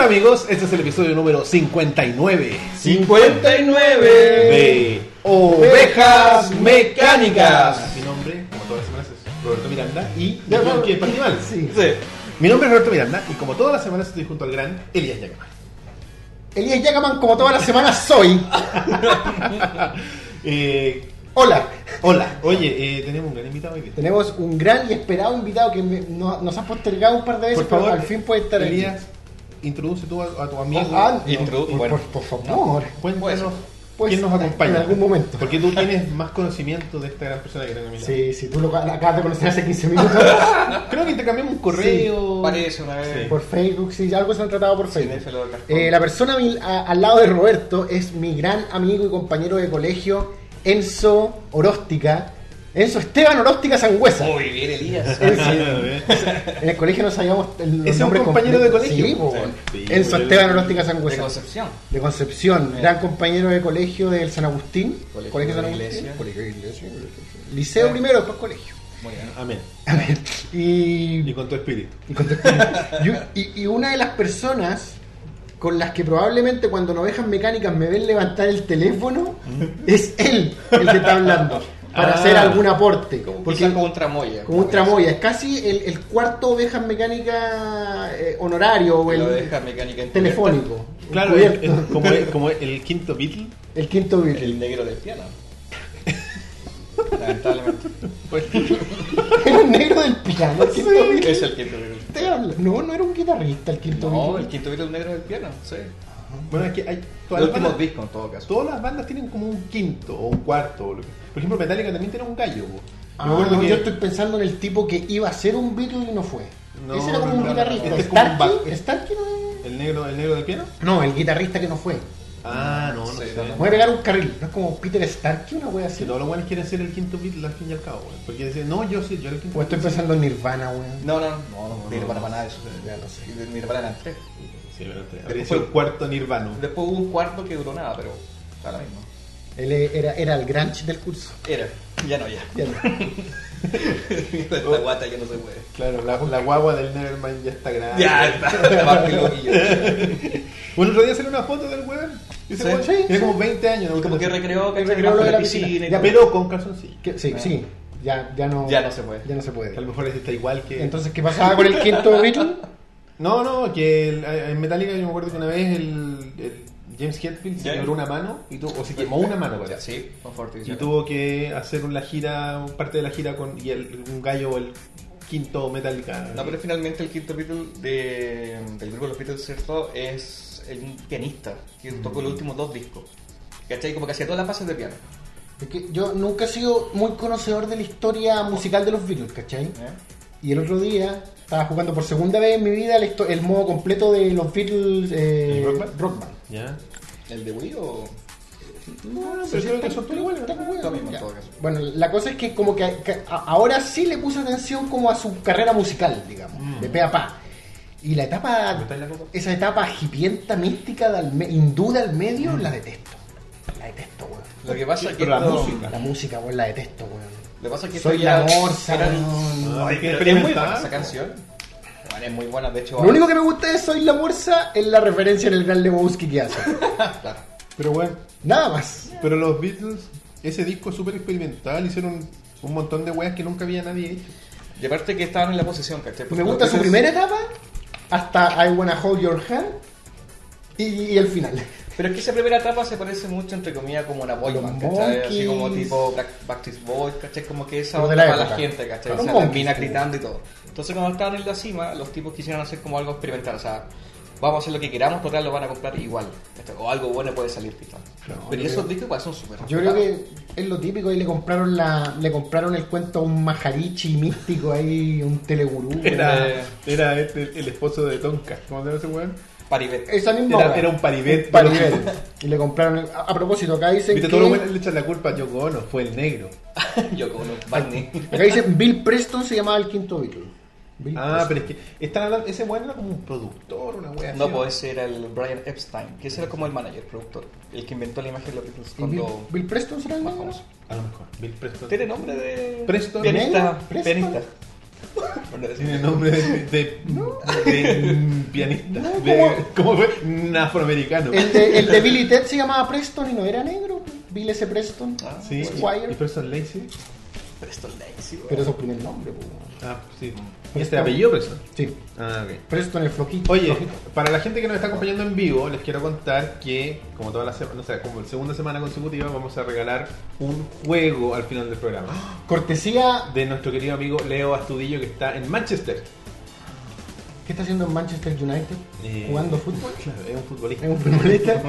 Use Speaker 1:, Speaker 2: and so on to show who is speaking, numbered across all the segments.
Speaker 1: amigos, este es el episodio número 59
Speaker 2: 59
Speaker 1: de
Speaker 2: Ovejas Mecánicas.
Speaker 1: Mi nombre, como todas las semanas, es Roberto Miranda y
Speaker 2: Ya,
Speaker 1: yo
Speaker 2: no,
Speaker 1: aquí en Pantimal.
Speaker 2: sí.
Speaker 1: Mi nombre es Roberto Miranda y como todas las semanas estoy junto al gran Elías Yacamán.
Speaker 2: Elías Yagaman, como todas las semanas, soy.
Speaker 1: Eh,
Speaker 2: Hola.
Speaker 1: hola, oye, eh, tenemos un gran invitado hoy día.
Speaker 2: Tenemos un gran y esperado invitado que me- no- nos ha postergado un par de veces,
Speaker 1: Por favor,
Speaker 2: pero al fin puede estar aquí.
Speaker 1: Elías, introduce tú a, a tu amigo.
Speaker 2: Ah, no,
Speaker 3: Introdu-
Speaker 2: por,
Speaker 3: bueno.
Speaker 2: por- por favor.
Speaker 1: Cuéntanos
Speaker 2: Pues,
Speaker 1: quién nos acompaña.
Speaker 2: en algún momento.
Speaker 1: Porque tú tienes más conocimiento de esta gran persona que tengo a mi lado.
Speaker 2: Sí, sí, tú lo acabas de conocer hace 15 minutos
Speaker 1: Creo que intercambiamos un correo.
Speaker 3: Parece una vez.
Speaker 2: por Facebook, sí, algo se han tratado por
Speaker 3: Sí, me
Speaker 2: Facebook.
Speaker 3: se lo cascó.
Speaker 2: Eh, la persona a mi- a- al lado de Roberto es mi gran amigo y compañero de colegio, Enzo Oróstica. Enzo Esteban Oróstica Sangüesa.
Speaker 3: Muy bien, Elías.
Speaker 2: Sí, sí.
Speaker 1: Ah, bien.
Speaker 2: En el colegio no sabíamos el
Speaker 1: Es un
Speaker 2: nombre
Speaker 1: compañero de colegio.
Speaker 2: Sí, po.
Speaker 1: Sí,
Speaker 2: Enzo
Speaker 1: pues,
Speaker 2: Esteban
Speaker 1: yo-
Speaker 2: Oróstica
Speaker 3: De
Speaker 2: Sangüesa.
Speaker 3: Concepción.
Speaker 2: De Concepción,
Speaker 3: Sí.
Speaker 2: gran compañero de colegio del San Agustín.
Speaker 3: Colegio
Speaker 2: San
Speaker 3: de
Speaker 2: Agustín.
Speaker 3: Iglesia.
Speaker 2: Colegio de iglesia. Liceo
Speaker 3: Sí.
Speaker 2: primero, después colegio.
Speaker 3: Muy bien.
Speaker 1: Amén.
Speaker 2: A ver, y
Speaker 1: Y con tu espíritu.
Speaker 2: y con tu espíritu. Y, y- y una de las personas con las que probablemente cuando en ovejas mecánicas me ven levantar el teléfono
Speaker 3: Mm.
Speaker 2: es él el que está hablando para
Speaker 1: Ah.
Speaker 2: hacer algún aporte.
Speaker 3: Como,
Speaker 2: Porque-
Speaker 3: quizá como un tramoya.
Speaker 2: como un tramoya, es casi el, el cuarto ovejas mecánicas eh, honorario o
Speaker 3: Lo
Speaker 2: el
Speaker 3: deja mecánica en
Speaker 2: telefónico.
Speaker 1: Claro,
Speaker 2: encubierto.
Speaker 1: el- el- como, el, como el quinto Beatle.
Speaker 2: el quinto
Speaker 3: cubierta.
Speaker 2: Beatle.
Speaker 3: El negro del piano. Lamentablemente.
Speaker 2: El negro del piano, el quinto Beatle.
Speaker 3: Pues, Es el quinto virus.
Speaker 2: Te hablo. No, no era un guitarrista el quinto
Speaker 3: No,
Speaker 2: Beatle.
Speaker 3: el quinto virus negro del piano. Sí.
Speaker 1: Bueno, es que hay.
Speaker 3: Los
Speaker 1: Todas las,
Speaker 3: últimos
Speaker 1: bandas,
Speaker 3: discos en todo caso.
Speaker 1: todas las bandas tienen como un quinto o un cuarto. o lo que- Por ejemplo, Metallica también tiene un gallo. bo.
Speaker 2: Ah,
Speaker 1: Me acuerdo
Speaker 2: no,
Speaker 1: que-
Speaker 2: Yo estoy pensando en el tipo que iba a ser un Beatle y no fue.
Speaker 1: No,
Speaker 2: Ese era como
Speaker 1: no,
Speaker 2: un
Speaker 1: no,
Speaker 2: guitarrista.
Speaker 1: no, no. Este es como un
Speaker 2: ¿Starkey?
Speaker 1: back-
Speaker 2: ¿Starkey no era?
Speaker 1: ¿El negro, ¿El negro del piano?
Speaker 2: No, el guitarrista que no fue.
Speaker 1: Ah, no, no
Speaker 3: Sí,
Speaker 1: sé.
Speaker 3: no, no.
Speaker 2: Voy a pegar un carril. No es como Peter Starkey, una wea
Speaker 1: Si
Speaker 2: así.
Speaker 1: todos los buenos quieren ser el quinto Beatle al fin y al cabo. bo. Porque dicen, no, yo sí, yo era el quinto
Speaker 2: O Pues
Speaker 1: Beatle.
Speaker 2: estoy pensando en Nirvana, weón.
Speaker 3: No, no, no, no, no, para nada eso.
Speaker 2: Ya lo sé.
Speaker 3: De Nirvana eran tres.
Speaker 1: Sí, pero te- apareció el cuarto Nirvano.
Speaker 3: Después hubo un cuarto que duró nada, pero está la misma.
Speaker 2: Él e- era, era el Granch del curso.
Speaker 3: Era, ya no, ya.
Speaker 2: Ya no.
Speaker 3: Esta guata ya no se puede.
Speaker 1: Claro, la, la guagua del Nevermind ya está grande.
Speaker 3: Ya, está más que loquillo.
Speaker 1: Bueno, el otro día salió una foto del weón. Dice,
Speaker 3: Sí.
Speaker 1: weón,
Speaker 2: Sí,
Speaker 1: tiene
Speaker 2: sí.
Speaker 1: como 20 años. ¿no?
Speaker 3: Como que recreó, que
Speaker 2: Recreó lo de la piscina.
Speaker 3: y todo.
Speaker 2: Ya,
Speaker 1: Pero con calzoncillo.
Speaker 2: Que- sí,
Speaker 3: Ah.
Speaker 2: sí. Ya, ya no.
Speaker 3: Ya no se puede.
Speaker 2: Ya no se puede.
Speaker 1: Que A lo mejor ese está igual que.
Speaker 2: Entonces, ¿qué pasaba con el quinto Beatle?
Speaker 1: no, no, que el- eh, en Metallica yo me acuerdo que una vez el, el James Hetfield se
Speaker 3: Ya.
Speaker 1: quebró una mano y tuvo, o se quemó una mano, parece.
Speaker 3: Sí, con
Speaker 1: Y
Speaker 3: fortificación.
Speaker 1: tuvo que hacer la gira, parte de la gira con y el- un gallo, el quinto Metallica.
Speaker 3: No, pero finalmente el quinto Beatle de, del grupo de los Beatles, ¿cierto? Es el- un pianista que tocó los últimos dos discos. ¿Cachai? Como que hacía todas las fases de piano.
Speaker 2: Porque yo nunca he sido muy conocedor de la historia musical de los Beatles, ¿cachai?
Speaker 3: ¿eh?
Speaker 2: Y el otro día estaba jugando por segunda vez en mi vida el, histo- el modo completo de los Beatles eh,
Speaker 1: ¿El Ah, Rock Band?
Speaker 2: Rock Band.
Speaker 1: ¿Ya?
Speaker 3: ¿El de Wii o...?
Speaker 2: No, no,
Speaker 1: pero
Speaker 2: sí,
Speaker 1: creo que
Speaker 2: está-
Speaker 1: son todos iguales,
Speaker 2: está
Speaker 1: ¿no?
Speaker 2: bueno,
Speaker 3: Lo mismo en
Speaker 2: ya.
Speaker 3: todo caso.
Speaker 2: Bueno, la cosa es que como que, que a- ahora sí le puse atención como a su carrera musical, digamos,
Speaker 1: Mm.
Speaker 2: de pe a pa. Y la etapa,
Speaker 1: ¿Botáis la copa?
Speaker 2: esa etapa hipienta, mística, de al me- hindú del medio,
Speaker 1: Mm.
Speaker 2: la detesto. La detesto, weón.
Speaker 3: Lo que pasa es que
Speaker 1: Pero la
Speaker 3: esto-
Speaker 1: música.
Speaker 2: La música, weón, la detesto, weón.
Speaker 3: Lo que pasa es que
Speaker 2: Soy
Speaker 3: esto ya
Speaker 2: la morsa,
Speaker 3: eran-
Speaker 2: weón.
Speaker 1: No, hay que
Speaker 3: Pero es muy
Speaker 1: experimentar,
Speaker 3: buena esa
Speaker 1: po.
Speaker 3: canción. Bueno, es muy buena, de hecho...
Speaker 2: Lo único que me gusta de Soy la Morsa es la referencia en el gran Lebowski que hace.
Speaker 3: Claro.
Speaker 1: Pero bueno,
Speaker 2: Nada más.
Speaker 1: pero los Beatles, ese disco es súper experimental, hicieron un montón de weas que nunca había nadie hecho.
Speaker 3: Y aparte que estaban en la posición, ¿cachai?
Speaker 2: Me gusta su
Speaker 3: Entonces,
Speaker 2: primera etapa hasta I Wanna Hold Your Hand y, y el final.
Speaker 3: Pero es que esa primera etapa se parece mucho, entre comillas, como una boy
Speaker 2: Los
Speaker 3: band, ¿cachai? Así
Speaker 2: Monkeys.
Speaker 3: como tipo Black- Backstreet Boys, ¿cachai? Como que esa
Speaker 2: Los de
Speaker 3: onda
Speaker 2: la
Speaker 3: para la
Speaker 2: época.
Speaker 3: gente, ¿cachai?
Speaker 2: Los
Speaker 3: O sea,
Speaker 2: Monkeys,
Speaker 3: termina
Speaker 2: sí.
Speaker 3: gritando y todo. Entonces cuando estaban en la cima, los tipos quisieron hacer como algo experimental, o sea... Vamos a hacer lo que queramos, total lo van a comprar igual. ¿cachai? O algo bueno puede salir, ¿cachai?
Speaker 2: No,
Speaker 3: Pero
Speaker 2: yo
Speaker 3: esos
Speaker 2: creo-
Speaker 3: discos igual son súper
Speaker 2: Yo creo que es lo típico y le compraron la, le compraron el cuento a un majarichi místico ahí, un telegurú.
Speaker 1: Era,
Speaker 3: Eh.
Speaker 1: era este, el esposo de Tonka. ¿Cómo se llama ese weón?
Speaker 3: Paribet.
Speaker 2: Esa misma
Speaker 1: Era-
Speaker 2: obra.
Speaker 1: era un paribet.
Speaker 2: Un paribet. Y le compraron. el- a, a propósito, acá dicen
Speaker 1: Viste,
Speaker 2: que-
Speaker 1: todo lo bueno le echan la culpa a Yoko Ono, fue el negro.
Speaker 3: Yo como los Barney.
Speaker 2: acá dicen Bill Preston se llamaba el quinto Beatle. Bill
Speaker 1: Ah,
Speaker 2: Preston.
Speaker 1: pero es que están hablando- ese weón era como un productor, una wea así.
Speaker 3: No, pues ese era el Brian Epstein, que ese era como el manager, productor, el que inventó la imagen de los Beatles
Speaker 2: ¿Y Bill,
Speaker 3: cuando...
Speaker 2: Bill Preston será el
Speaker 3: más
Speaker 2: negro?
Speaker 3: famoso.
Speaker 1: A lo mejor, Bill Preston.
Speaker 3: Tiene nombre de...
Speaker 1: Preston.
Speaker 3: Pianista.
Speaker 2: ¿Negro? Preston.
Speaker 3: Pianista. nombre así.
Speaker 1: Tiene nombre de, de- de un pianista.
Speaker 2: No,
Speaker 1: de-
Speaker 2: ¿cómo?
Speaker 1: ¿Cómo fue? Un afroamericano.
Speaker 2: El de, el de Billy Ted se llamaba Preston y no era negro. Bill S. Preston.
Speaker 3: Ah,
Speaker 1: Sí, y,
Speaker 2: Squire.
Speaker 1: y Preston Lacey.
Speaker 3: Preston Lacey, weón.
Speaker 2: Pero es su primer nombre, pues, weón.
Speaker 1: Ah, sí. ¿Y este apellido Preston?
Speaker 2: Sí.
Speaker 1: Ah, ok.
Speaker 2: Preston el floquito.
Speaker 1: Oye,
Speaker 2: Flojito.
Speaker 1: para la gente que nos está acompañando en vivo, les quiero contar que, como toda la semana, o sea, como la segunda semana consecutiva, vamos a regalar un juego al final del programa
Speaker 2: Ah. cortesía.
Speaker 1: de nuestro querido amigo Leo Astudillo que está en Manchester.
Speaker 2: ¿Qué está haciendo en Manchester United?
Speaker 1: Eh,
Speaker 2: ¿Jugando fútbol?
Speaker 1: Claro, es un
Speaker 2: Es
Speaker 1: futbolista.
Speaker 2: un futbolista.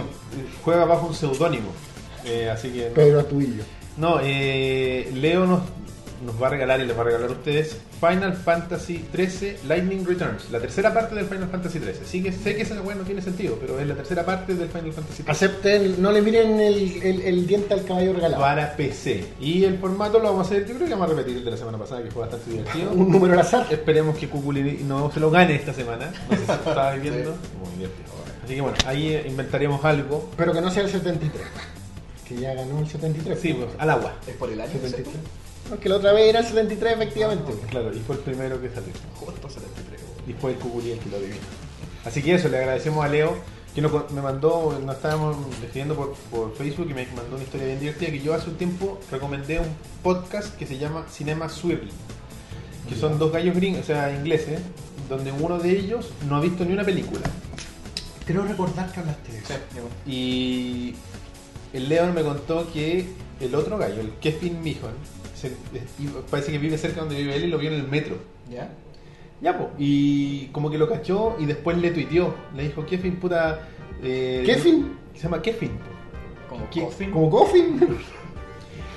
Speaker 1: Juega bajo un seudónimo. Eh, así que.
Speaker 2: Pedro Astudillo.
Speaker 1: No, eh, Leo nos, nos va a regalar y les va a regalar a ustedes Final Fantasy XIII Lightning Returns, la tercera parte del Final Fantasy XIII. Sí que sé que esa weá no tiene sentido, pero es la tercera parte del Final Fantasy XIII
Speaker 2: Acepten, no le miren el, el- el diente al caballo regalado.
Speaker 1: para PC. Y el formato lo vamos a hacer, yo creo que vamos a repetir el de la semana pasada, que fue bastante divertido.
Speaker 2: Un número al azar.
Speaker 1: Esperemos que Cuculi no se lo gane esta semana. No sé si lo estaba viendo. Muy bien. Así que bueno, ahí eh, inventaremos algo.
Speaker 2: Pero que no sea el 73. Que ya ganó el 73.
Speaker 1: Sí, pues, al agua.
Speaker 3: Es por el año. ¿sí?
Speaker 2: 73. No, que la otra vez era el 73, efectivamente.
Speaker 1: Claro, y fue el primero que salió.
Speaker 3: Justo 73, weón.
Speaker 1: y fue el Cuculi el que lo adivinó. Así que eso, le agradecemos a Leo, que nos, me mandó, nos estábamos escribiendo por, por Facebook y me mandó una historia bien divertida, que yo hace un tiempo recomendé un podcast que se llama Cinema Swirl, que son dos gallos gringos, o sea, ingleses, donde uno de ellos no ha visto ni una película.
Speaker 2: Creo recordar que hablaste de
Speaker 3: Sí, yo-
Speaker 1: Y el León me contó que el otro gallo, el Kevin Mijon, se- y parece que vive cerca donde vive él y lo vio en el metro.
Speaker 3: ¿Ya?
Speaker 1: Ya, po. Y como que lo cachó y después le tuiteó. Le dijo, Kefin, puta. Eh,
Speaker 2: ¿Kefin?
Speaker 1: Se llama Kefin.
Speaker 3: Como
Speaker 1: ¿Qué?
Speaker 3: Coffin.
Speaker 2: Como Coffin.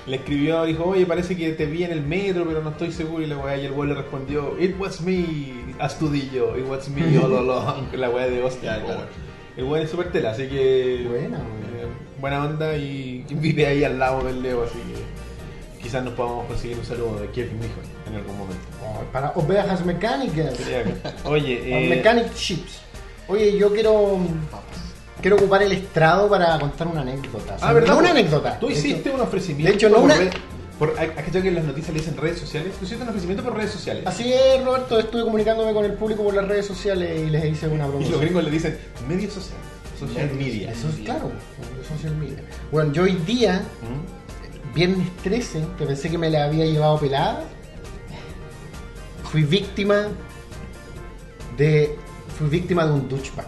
Speaker 1: Le escribió, dijo, oye, parece que te vi en el metro, pero no estoy seguro. Y la weá, y el weá le respondió, It was me, Astudillo, it was me all along. La weá de hostia.
Speaker 3: Ya,
Speaker 1: po,
Speaker 3: claro.
Speaker 1: weón. El weá es súper tela, así que.
Speaker 2: Buena,
Speaker 1: eh, buena onda y vive ahí al lado del Leo, así que. Quizás nos podamos conseguir un saludo de Kevin Mijo en algún momento.
Speaker 2: Oh, para ovejas mecánicas.
Speaker 1: Oye, eh,
Speaker 2: Mechanic Chips. Oye, yo quiero
Speaker 3: Papas.
Speaker 2: quiero ocupar el estrado para contar una anécdota.
Speaker 1: Ah, ¿verdad?
Speaker 2: No una anécdota.
Speaker 1: Tú
Speaker 2: De
Speaker 1: hiciste
Speaker 2: hecho,
Speaker 1: un ofrecimiento.
Speaker 2: de hecho, no
Speaker 1: por
Speaker 2: una-
Speaker 1: red- Por, ¿Has cachado que en las noticias le dicen redes sociales? Tú hiciste un ofrecimiento por redes sociales.
Speaker 2: Así es, Roberto. Estuve comunicándome con el público por las redes sociales y les hice una
Speaker 1: Y
Speaker 2: promoción.
Speaker 1: los gringos le dicen medios sociales. Social
Speaker 3: Medios,
Speaker 1: media.
Speaker 2: Eso es claro. los social media. Bueno, yo hoy día,
Speaker 1: ¿Mm?
Speaker 2: viernes 13, que pensé que me la había llevado pelada, fui víctima de. Fui víctima de un douchebag.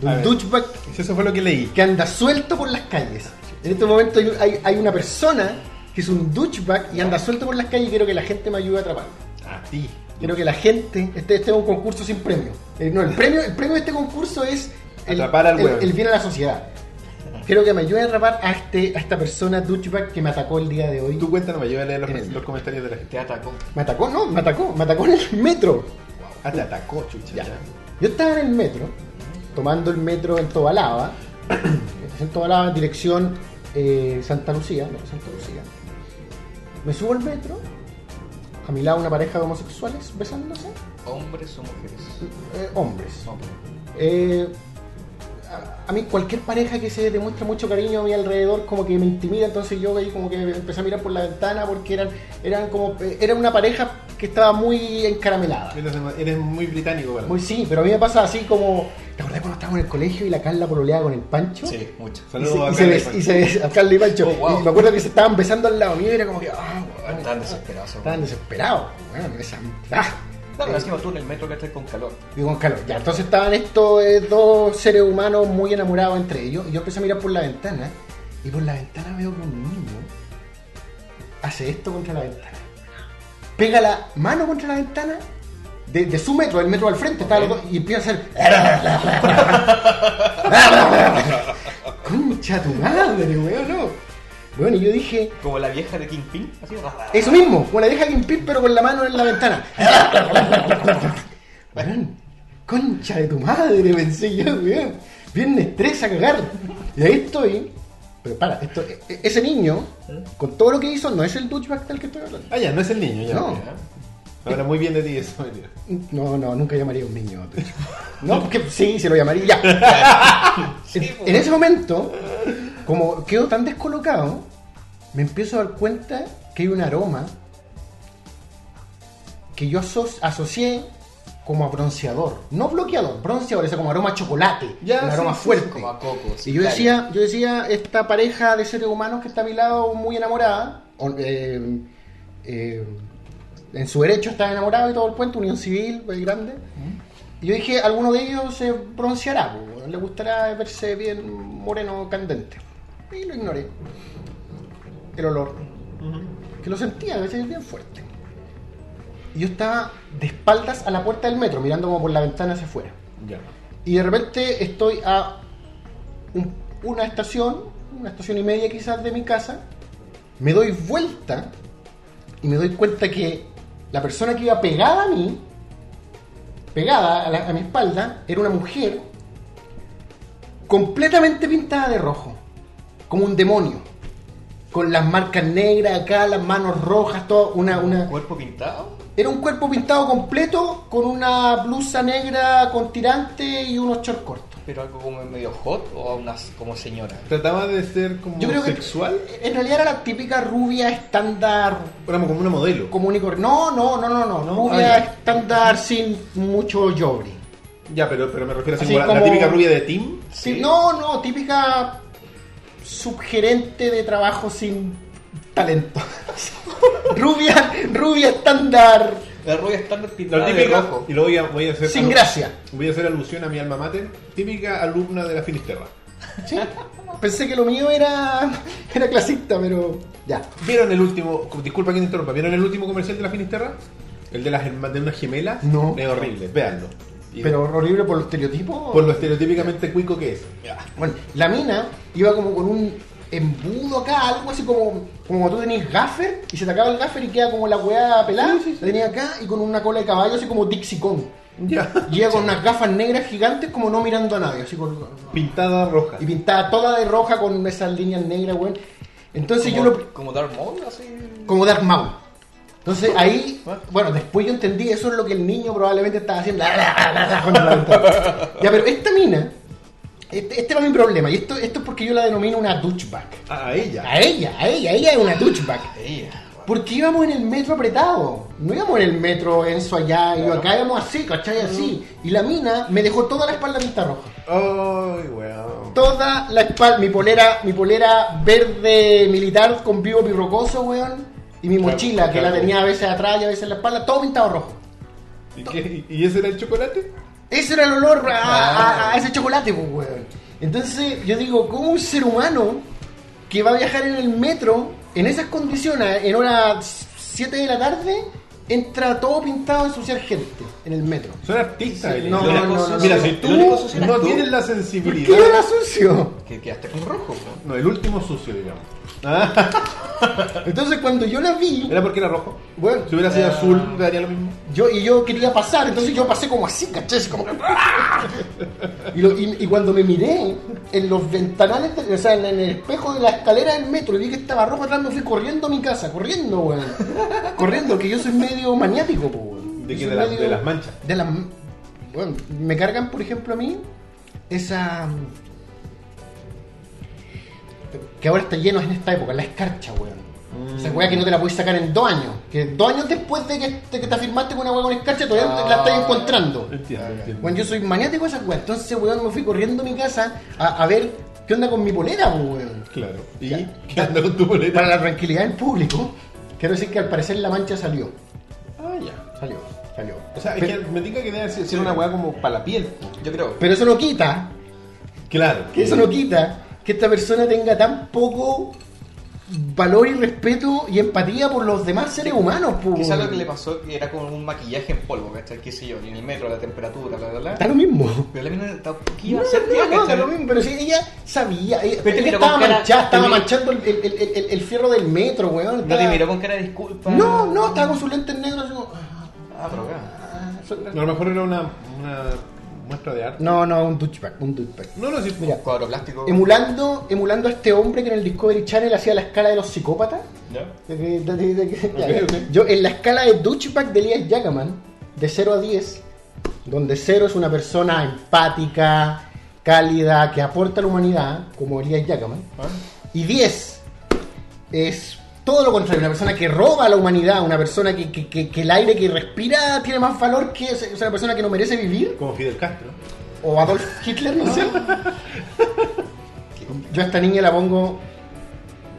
Speaker 2: De
Speaker 1: A
Speaker 2: un
Speaker 1: ver.
Speaker 2: douchebag
Speaker 1: Eso fue lo que leí.
Speaker 2: que anda suelto por las calles. En este momento hay, hay- hay una persona que es un douchebag y anda suelto por las calles y quiero que la gente me ayude a atraparlo.
Speaker 1: A ti.
Speaker 2: Quiero que la gente. Este, este es un concurso sin premio. Eh, no, el premio, el premio de este concurso es el,
Speaker 1: Atrapar al
Speaker 2: el-
Speaker 1: hueón.
Speaker 2: el bien a la sociedad. Quiero que me ayuden a atrapar a, este, a esta persona douchebag que me atacó el día de hoy.
Speaker 1: Tu cuenta no me ayuda a leer los,
Speaker 2: Eres-
Speaker 1: los comentarios de la gente.
Speaker 3: Te atacó.
Speaker 2: Me atacó, no, me atacó, me atacó en el metro.
Speaker 1: Ah, te atacó, chucha.
Speaker 2: Ya.
Speaker 1: ya.
Speaker 2: Yo estaba en el metro, tomando el metro en Tobalaba, en Tobalaba, dirección eh, Santa Lucía, no, Santa Lucía. Me subo al metro, a mi lado una pareja de homosexuales besándose,
Speaker 3: Hombres o mujeres.
Speaker 2: eh, hombres.
Speaker 3: Hombres.
Speaker 2: Eh, a, a mí cualquier pareja que se demuestra mucho cariño a mi alrededor como que me intimida, entonces yo ahí como que empecé a mirar por la ventana porque eran, eran como, eh, era una pareja que estaba muy encaramelada.
Speaker 1: Eres- Eres muy británico, ¿verdad?
Speaker 2: Muy sí, pero a mí me pasa así como. ¿Te acordás cuando estábamos en el colegio y la Carla pololeaba con el Pancho?
Speaker 3: Sí, mucho.
Speaker 2: Y
Speaker 1: Saludos
Speaker 2: se,
Speaker 1: a Carla y
Speaker 2: y, se bes-
Speaker 1: Pancho.
Speaker 2: y se bes- a Carla y Pancho.
Speaker 3: Oh, wow.
Speaker 2: Y me acuerdo que se estaban besando al lado mío y era como que. ¡Ah, weón,
Speaker 3: Están desesperados.
Speaker 2: Estaban desesperados. Bueno, esa. ah.
Speaker 3: Claro, encima tú en el metro que estás con calor.
Speaker 2: Y con calor. Ya, entonces estaban estos eh, dos seres humanos muy enamorados entre ellos. Y yo empecé a mirar por la ventana. Y por la ventana veo que un niño hace esto contra la ventana. Pega la mano contra la ventana de, de su metro, del metro al frente. estaban los dos, y empieza a hacer. Concha tu madre, weón, no. Bueno, y yo dije.
Speaker 3: Como la vieja de Kingpin. Así.
Speaker 2: Eso mismo, con la vieja Kimpin pero con la mano en la ventana. Weón, concha de tu madre, pensé yo, weón. Viernes 3 a cagar. Y ahí estoy. Pero para, esto, e- e- ese niño, con todo lo que hizo, no es el douchebag del que estoy hablando.
Speaker 1: Ah, ya, no es el niño, ya.
Speaker 2: No.
Speaker 1: Habla muy bien de ti eso, mentira.
Speaker 2: No, no, nunca llamaría a un niño. douchebag. No, porque sí, se lo llamaría. Ya. En- En ese momento, como quedo tan descolocado, me empiezo a dar cuenta que hay un aroma que yo aso- asocié como a bronceador. No bloqueador, bronceador, ese como aroma a chocolate, un
Speaker 3: sí,
Speaker 2: aroma
Speaker 3: sí,
Speaker 2: fuerte.
Speaker 3: Como a coco. sí,
Speaker 2: Y yo
Speaker 3: claro.
Speaker 2: decía, yo decía, esta pareja de seres humanos que está a mi lado muy enamorada, o- eh, eh, en su derecho está enamorado y todo el cuento, unión civil, muy grande. Y yo dije, alguno de ellos se bronceará, po, weón, le gustará verse bien moreno candente. Y lo ignoré. El olor, que lo sentía, que bien fuerte. Y yo estaba de espaldas a la puerta del metro, mirando como por la ventana hacia afuera.
Speaker 1: Ya.
Speaker 2: Y de repente estoy a un- una estación, una estación y media quizás de mi casa, me doy vuelta y me doy cuenta que la persona que iba pegada a mí, pegada a, la- a mi espalda, era una mujer completamente pintada de rojo, como un demonio, con las marcas negras acá, las manos rojas, todo, una, una,
Speaker 3: ¿Cuerpo pintado?
Speaker 2: era un cuerpo pintado completo con una blusa negra con tirante y unos shorts cortos.
Speaker 3: ¿Pero algo como medio hot o una, como señora?
Speaker 1: Trataba de ser como
Speaker 2: Yo creo que
Speaker 1: sexual.
Speaker 2: en realidad era la típica rubia estándar
Speaker 1: Éramos como una modelo.
Speaker 2: común y corriente. No, no, no, no, no,
Speaker 1: No,
Speaker 2: Rubia
Speaker 1: ah, ya.
Speaker 2: estándar sin mucho yobri.
Speaker 1: Ya, pero, pero me refiero a
Speaker 2: Así
Speaker 1: como la, la
Speaker 2: como-
Speaker 1: típica rubia de Tim.
Speaker 2: Sí, No, no, típica subgerente de trabajo sin talento. rubia, rubia estándar
Speaker 3: La rubia estándar pintada
Speaker 1: La
Speaker 3: de
Speaker 1: típica.
Speaker 3: rojo.
Speaker 1: Y luego voy a, voy a hacer.
Speaker 2: Ah, sin
Speaker 1: alu-
Speaker 2: gracia.
Speaker 1: Voy a hacer alusión a mi alma mater. Típica alumna de la Finisterra.
Speaker 2: Sí, Pensé que lo mío era, era clasista, pero ya.
Speaker 1: ¿Vieron el último, disculpa que te interrumpa, ¿vieron el último comercial de la Finisterra? El de las herma- de unas gemelas.
Speaker 2: No.
Speaker 1: Es horrible, véanlo. Y
Speaker 2: Pero horrible por los estereotipos.
Speaker 1: Por lo estereotípicamente cuico que es.
Speaker 2: Bueno, la mina iba como con un embudo acá, algo así como, como cuando tú tenés gaffer y se te acaba el gaffer y queda como la weá pelada. La tenía acá y con una cola de caballo así como Dixie Kong.
Speaker 1: Ya.
Speaker 2: Y ella con unas gafas negras gigantes como no mirando a nadie, así con-
Speaker 1: Pintada roja.
Speaker 2: y pintada toda de roja con esas líneas negras, weón. Entonces
Speaker 3: como,
Speaker 2: yo lo...
Speaker 3: como Darth Maul, así.
Speaker 2: como Dark Maul. Entonces ahí, bueno, después yo entendí, eso es lo que el niño probablemente estaba haciendo. contra la ventana. ya, pero esta mina, este, este era mi problema, y esto, esto es porque yo la denomino una douchebag.
Speaker 1: A ella.
Speaker 2: A ella, a ella, ella es una douchebag.
Speaker 3: Ella.
Speaker 2: Porque íbamos en el metro apretado, no íbamos en el metro Enzo allá, y yo
Speaker 3: Claro.
Speaker 2: acá íbamos así, ¿cachai? Así. Y la mina me dejó toda la espalda pinta roja.
Speaker 1: Ay, weón.
Speaker 2: Toda la espalda, mi polera, mi polera verde militar con vivo pirrocoso, weón. Y mi
Speaker 1: Claro,
Speaker 2: mochila, que
Speaker 1: claro.
Speaker 2: la tenía a veces atrás y a veces en la espalda, todo pintado rojo.
Speaker 1: ¿Y, qué? ¿Y ese era el chocolate?
Speaker 2: Ese era el olor a, a- a ese chocolate, pues, weón. Entonces, yo digo, ¿cómo un ser humano que va a viajar en el metro, en esas condiciones, en horas 7 de la tarde, entra todo pintado a ensuciar gente en el metro?
Speaker 1: Son artistas.
Speaker 2: Sí,
Speaker 1: Eli.
Speaker 2: no,
Speaker 1: Lo
Speaker 2: no,
Speaker 1: único
Speaker 2: no,
Speaker 1: son-
Speaker 2: no,
Speaker 1: Mira,
Speaker 2: no.
Speaker 1: si
Speaker 2: Lo
Speaker 1: tú
Speaker 3: único sucio eres
Speaker 1: no
Speaker 3: tú.
Speaker 1: tienes la
Speaker 2: ¿Por qué yo
Speaker 1: sensibilidad.
Speaker 2: era sucio?
Speaker 3: Que quedaste con rojo, po.
Speaker 1: No, el último sucio, digamos.
Speaker 2: Entonces, cuando yo la vi,
Speaker 1: ¿Era porque era rojo?
Speaker 2: bueno,
Speaker 1: Si hubiera sido azul, daría lo mismo.
Speaker 2: Yo, y yo quería pasar, entonces yo pasé como así, ¿cachai? Así como que- ¡ah! Y, lo- y- y cuando me miré en los ventanales, de- o sea, en, en el espejo de la escalera del metro y vi que estaba rojo atrás, me fui corriendo a mi casa, corriendo, weón. Corriendo, que yo soy medio maniático, po, weón.
Speaker 1: ¿De
Speaker 2: Yo
Speaker 1: qué?
Speaker 2: soy
Speaker 1: ¿De la- de las manchas?
Speaker 2: De las. Bueno, me cargan, por ejemplo, a mí esa. que ahora está lleno en esta época, la escarcha, weón.
Speaker 1: Mm.
Speaker 2: Esa weá que no te la puedes sacar en dos años. Que dos años después de que te, que te afirmaste con una weá con escarcha, todavía
Speaker 3: Ah.
Speaker 2: la estás encontrando.
Speaker 1: Entiendo, entiendo.
Speaker 2: Bueno, yo soy maniático de esas weas. Entonces, weón, me fui corriendo a mi casa a, a ver qué onda con mi polera, pues, weón.
Speaker 1: Claro. ¿Y
Speaker 2: Ya.
Speaker 1: qué anda con tu boleta?
Speaker 2: Para la tranquilidad del público, quiero decir que al parecer la mancha salió.
Speaker 1: Ah, ya.
Speaker 2: Salió, salió.
Speaker 1: O sea, es
Speaker 2: Pe-
Speaker 1: que me diga que debe ser ser una weá como para la piel.
Speaker 3: Yo creo.
Speaker 2: pero eso no quita
Speaker 1: Claro.
Speaker 2: que eso no quita que esta persona tenga tan poco valor y respeto y empatía por los demás seres humanos. pues.
Speaker 3: Quizá lo que le pasó que era como un maquillaje en polvo, ¿cachai? Qué sé yo, en el metro, la temperatura, bla, bla,
Speaker 2: Da
Speaker 3: bla.
Speaker 2: lo mismo.
Speaker 3: Pero la mina tampoco
Speaker 2: No,
Speaker 3: iba a ser tía,
Speaker 2: no, no, da
Speaker 3: ¿cachai?
Speaker 2: lo mismo, pero si ella sabía, ella,
Speaker 3: Pero te
Speaker 2: ella
Speaker 3: miró
Speaker 2: estaba
Speaker 3: con cara-
Speaker 2: manchada,
Speaker 3: te
Speaker 2: estaba
Speaker 3: miró-
Speaker 2: manchando el, el- el- el- el fierro del metro, weón.
Speaker 3: No te
Speaker 2: estaba-
Speaker 3: miró con cara de disculpa.
Speaker 2: No, no, estaba con sus lentes negros. así como, ah,
Speaker 3: Ah, pero acá.
Speaker 2: ah, son-
Speaker 1: A lo mejor era una, una muestra de arte.
Speaker 2: No, no, un douchebag, un douchebag.
Speaker 1: No, no, sí.
Speaker 2: Mira,
Speaker 3: Cuadro plástico.
Speaker 2: emulando, emulando a este hombre que en el Discovery Channel hacía la escala de los psicópatas.
Speaker 3: ¿Ya?
Speaker 2: De- de- de- de- de- ya,
Speaker 1: Ok,
Speaker 2: ya.
Speaker 1: ok.
Speaker 2: Yo en la escala de douchebag de Elías Jackman, de 0 a 10, donde 0 es una persona empática, cálida,
Speaker 1: Ah.
Speaker 2: que aporta a la humanidad, como Elías Jackman,
Speaker 3: ¿Ah?
Speaker 2: y 10 es todo lo contrario, una persona que roba a la humanidad, una persona que, que- que- que el aire que respira tiene más valor que o sea, una persona que no merece vivir,
Speaker 1: Como Fidel Castro.
Speaker 2: o Adolf Hitler, no sé. Yo a esta niña la pongo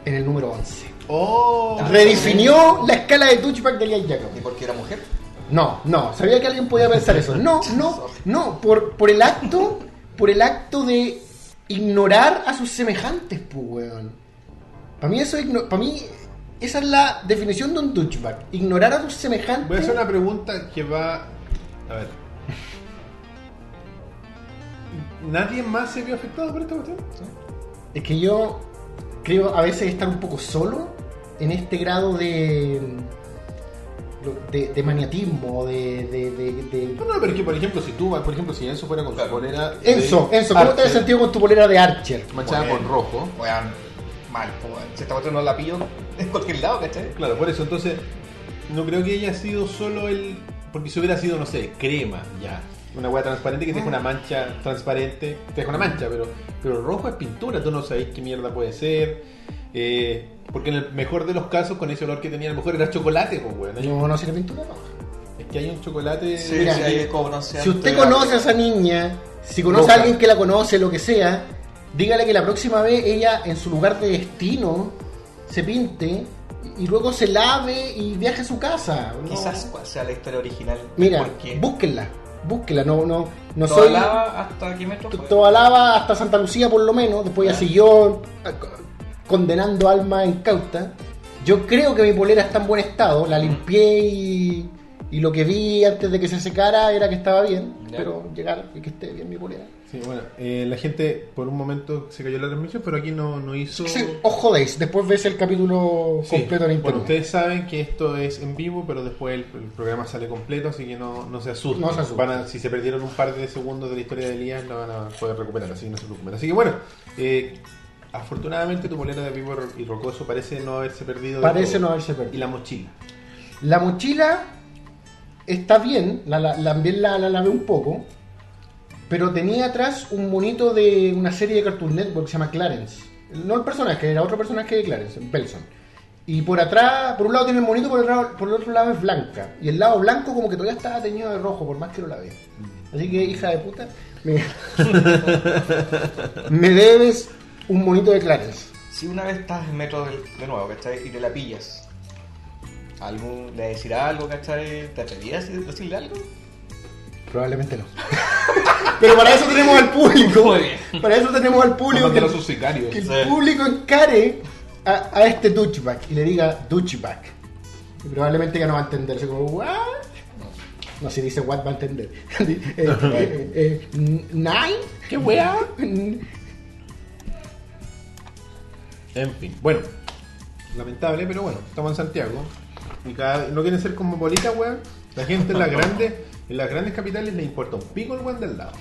Speaker 2: en el número 11.
Speaker 1: ¡Oh!
Speaker 2: Redefinió la escala de touchback de Lian
Speaker 3: ¿Y
Speaker 2: Jacob.
Speaker 3: porque era mujer?
Speaker 2: No, no, sabía que alguien podía pensar eso. No, no, no, por, por el acto, por el acto de ignorar a sus semejantes, pues, weón. Para mí eso para mí esa es la definición de un douchebag, ignorar a tus semejantes.
Speaker 1: Voy a hacer una pregunta que va. A ver. ¿Nadie más se vio afectado por esta cuestión?
Speaker 2: Es que yo creo a veces estar un poco solo en este grado de de, de maniatismo, de, de, de- de-
Speaker 1: No, no, pero es que, por ejemplo, si tú, por ejemplo, si Enzo fuera con su
Speaker 3: Claro.
Speaker 1: polera. de
Speaker 2: Enzo, Enzo, ¿cómo te has
Speaker 1: Archer,
Speaker 2: sentido con tu polera de Archer?
Speaker 1: Manchada
Speaker 3: Bueno.
Speaker 1: con rojo.
Speaker 3: Weón, mal, po, weón. Si esta cuestión no la pillo en cualquier lado, ¿cachai?
Speaker 1: Claro, por eso, entonces, no creo que haya sido solo el. Porque si hubiera sido, no sé, crema, ya. Una hueá transparente que te deja una mancha transparente. Te deja una mancha, pero. Pero rojo es pintura, tú no sabés qué mierda puede ser. Eh, porque en el mejor de los casos, con ese olor que tenía, a lo mejor era chocolate, pues, weón.
Speaker 2: No, no sirve pintura roja.
Speaker 1: Es que hay un chocolate.
Speaker 3: Sí,
Speaker 2: Mira,
Speaker 3: sí, ahí es como no sé,
Speaker 2: Si usted
Speaker 3: antes-
Speaker 2: conoce a esa niña, si conoce
Speaker 1: Loca.
Speaker 2: a alguien que la conoce, lo que sea, dígale que la próxima vez ella en su lugar de destino se pinte y luego se lave y viaje a su casa. No.
Speaker 3: Quizás cuál sea la historia original.
Speaker 2: Mira,
Speaker 3: porque
Speaker 2: búsquenla, búsquenla. No, no, no
Speaker 3: toda
Speaker 2: soy
Speaker 3: lava hasta qué metro.
Speaker 2: to-
Speaker 3: fue?
Speaker 2: toda lava hasta Santa Lucía por lo menos. Después ya
Speaker 3: Ah.
Speaker 2: siguió eh, co- condenando almas incautas. Yo creo que mi polera está en buen estado.
Speaker 1: Mm.
Speaker 2: La limpié y, y lo que vi antes de que se secara era que estaba bien.
Speaker 3: Ya.
Speaker 2: Pero llegar y que esté bien mi polera.
Speaker 1: Sí, bueno, eh, la gente por un momento se cayó la transmisión, pero aquí no, no hizo.
Speaker 2: Sí, os jodéis, después ves el capítulo
Speaker 1: Sí,
Speaker 2: completo en
Speaker 1: bueno,
Speaker 2: internet.
Speaker 1: ustedes saben que esto es en vivo, pero después el, el programa sale completo, así que no, no se asusten.
Speaker 2: No se asusten.
Speaker 1: Van a- si se perdieron un par de segundos de la historia de Elías, la van a poder recuperar, así que no se preocupen. Así que bueno, eh, afortunadamente tu polera de vivo y rocoso parece no haberse perdido. de
Speaker 2: Parece
Speaker 1: todo.
Speaker 2: no haberse
Speaker 1: Y
Speaker 2: perdido.
Speaker 1: la mochila.
Speaker 2: La mochila está bien, la, la, la- también la, la lavé un poco, pero tenía atrás un monito de una serie de Cartoon Network que se llama Clarence. No el personaje, era otro personaje de Clarence, Belson. Y por atrás, por un lado tiene el monito, por el, lado- por el otro lado es blanca. Y el lado blanco como que todavía estaba teñido de rojo, por más que lo lavé. Así que, hija de puta, me, me debes un monito de Clarence.
Speaker 3: Si una vez estás en metro de, de nuevo, ¿cachai? Y te la pillas. ¿Algún, ¿Le decir algo, cachai? ¿Te atrevías a decirle algo?
Speaker 2: Probablemente no. Pero para eso tenemos al público.
Speaker 3: Muy bien.
Speaker 2: Para eso tenemos al público.
Speaker 1: Mandaron
Speaker 2: Que,
Speaker 1: sus sicarios.
Speaker 2: que el
Speaker 3: Sí.
Speaker 2: público encare a, a este douchebag y le diga douchebag. Y probablemente ya no va a entender. Así como, ¿what? No, si dice what va a entender. Eh, eh, eh, ¿Nine? ¿Qué wea?
Speaker 1: En fin, bueno, lamentable, pero bueno, estamos en Santiago. Y cada, no quieren ser cosmopolita, weón. La gente en las grandes, en las grandes capitales le importa un pico el weón del lado.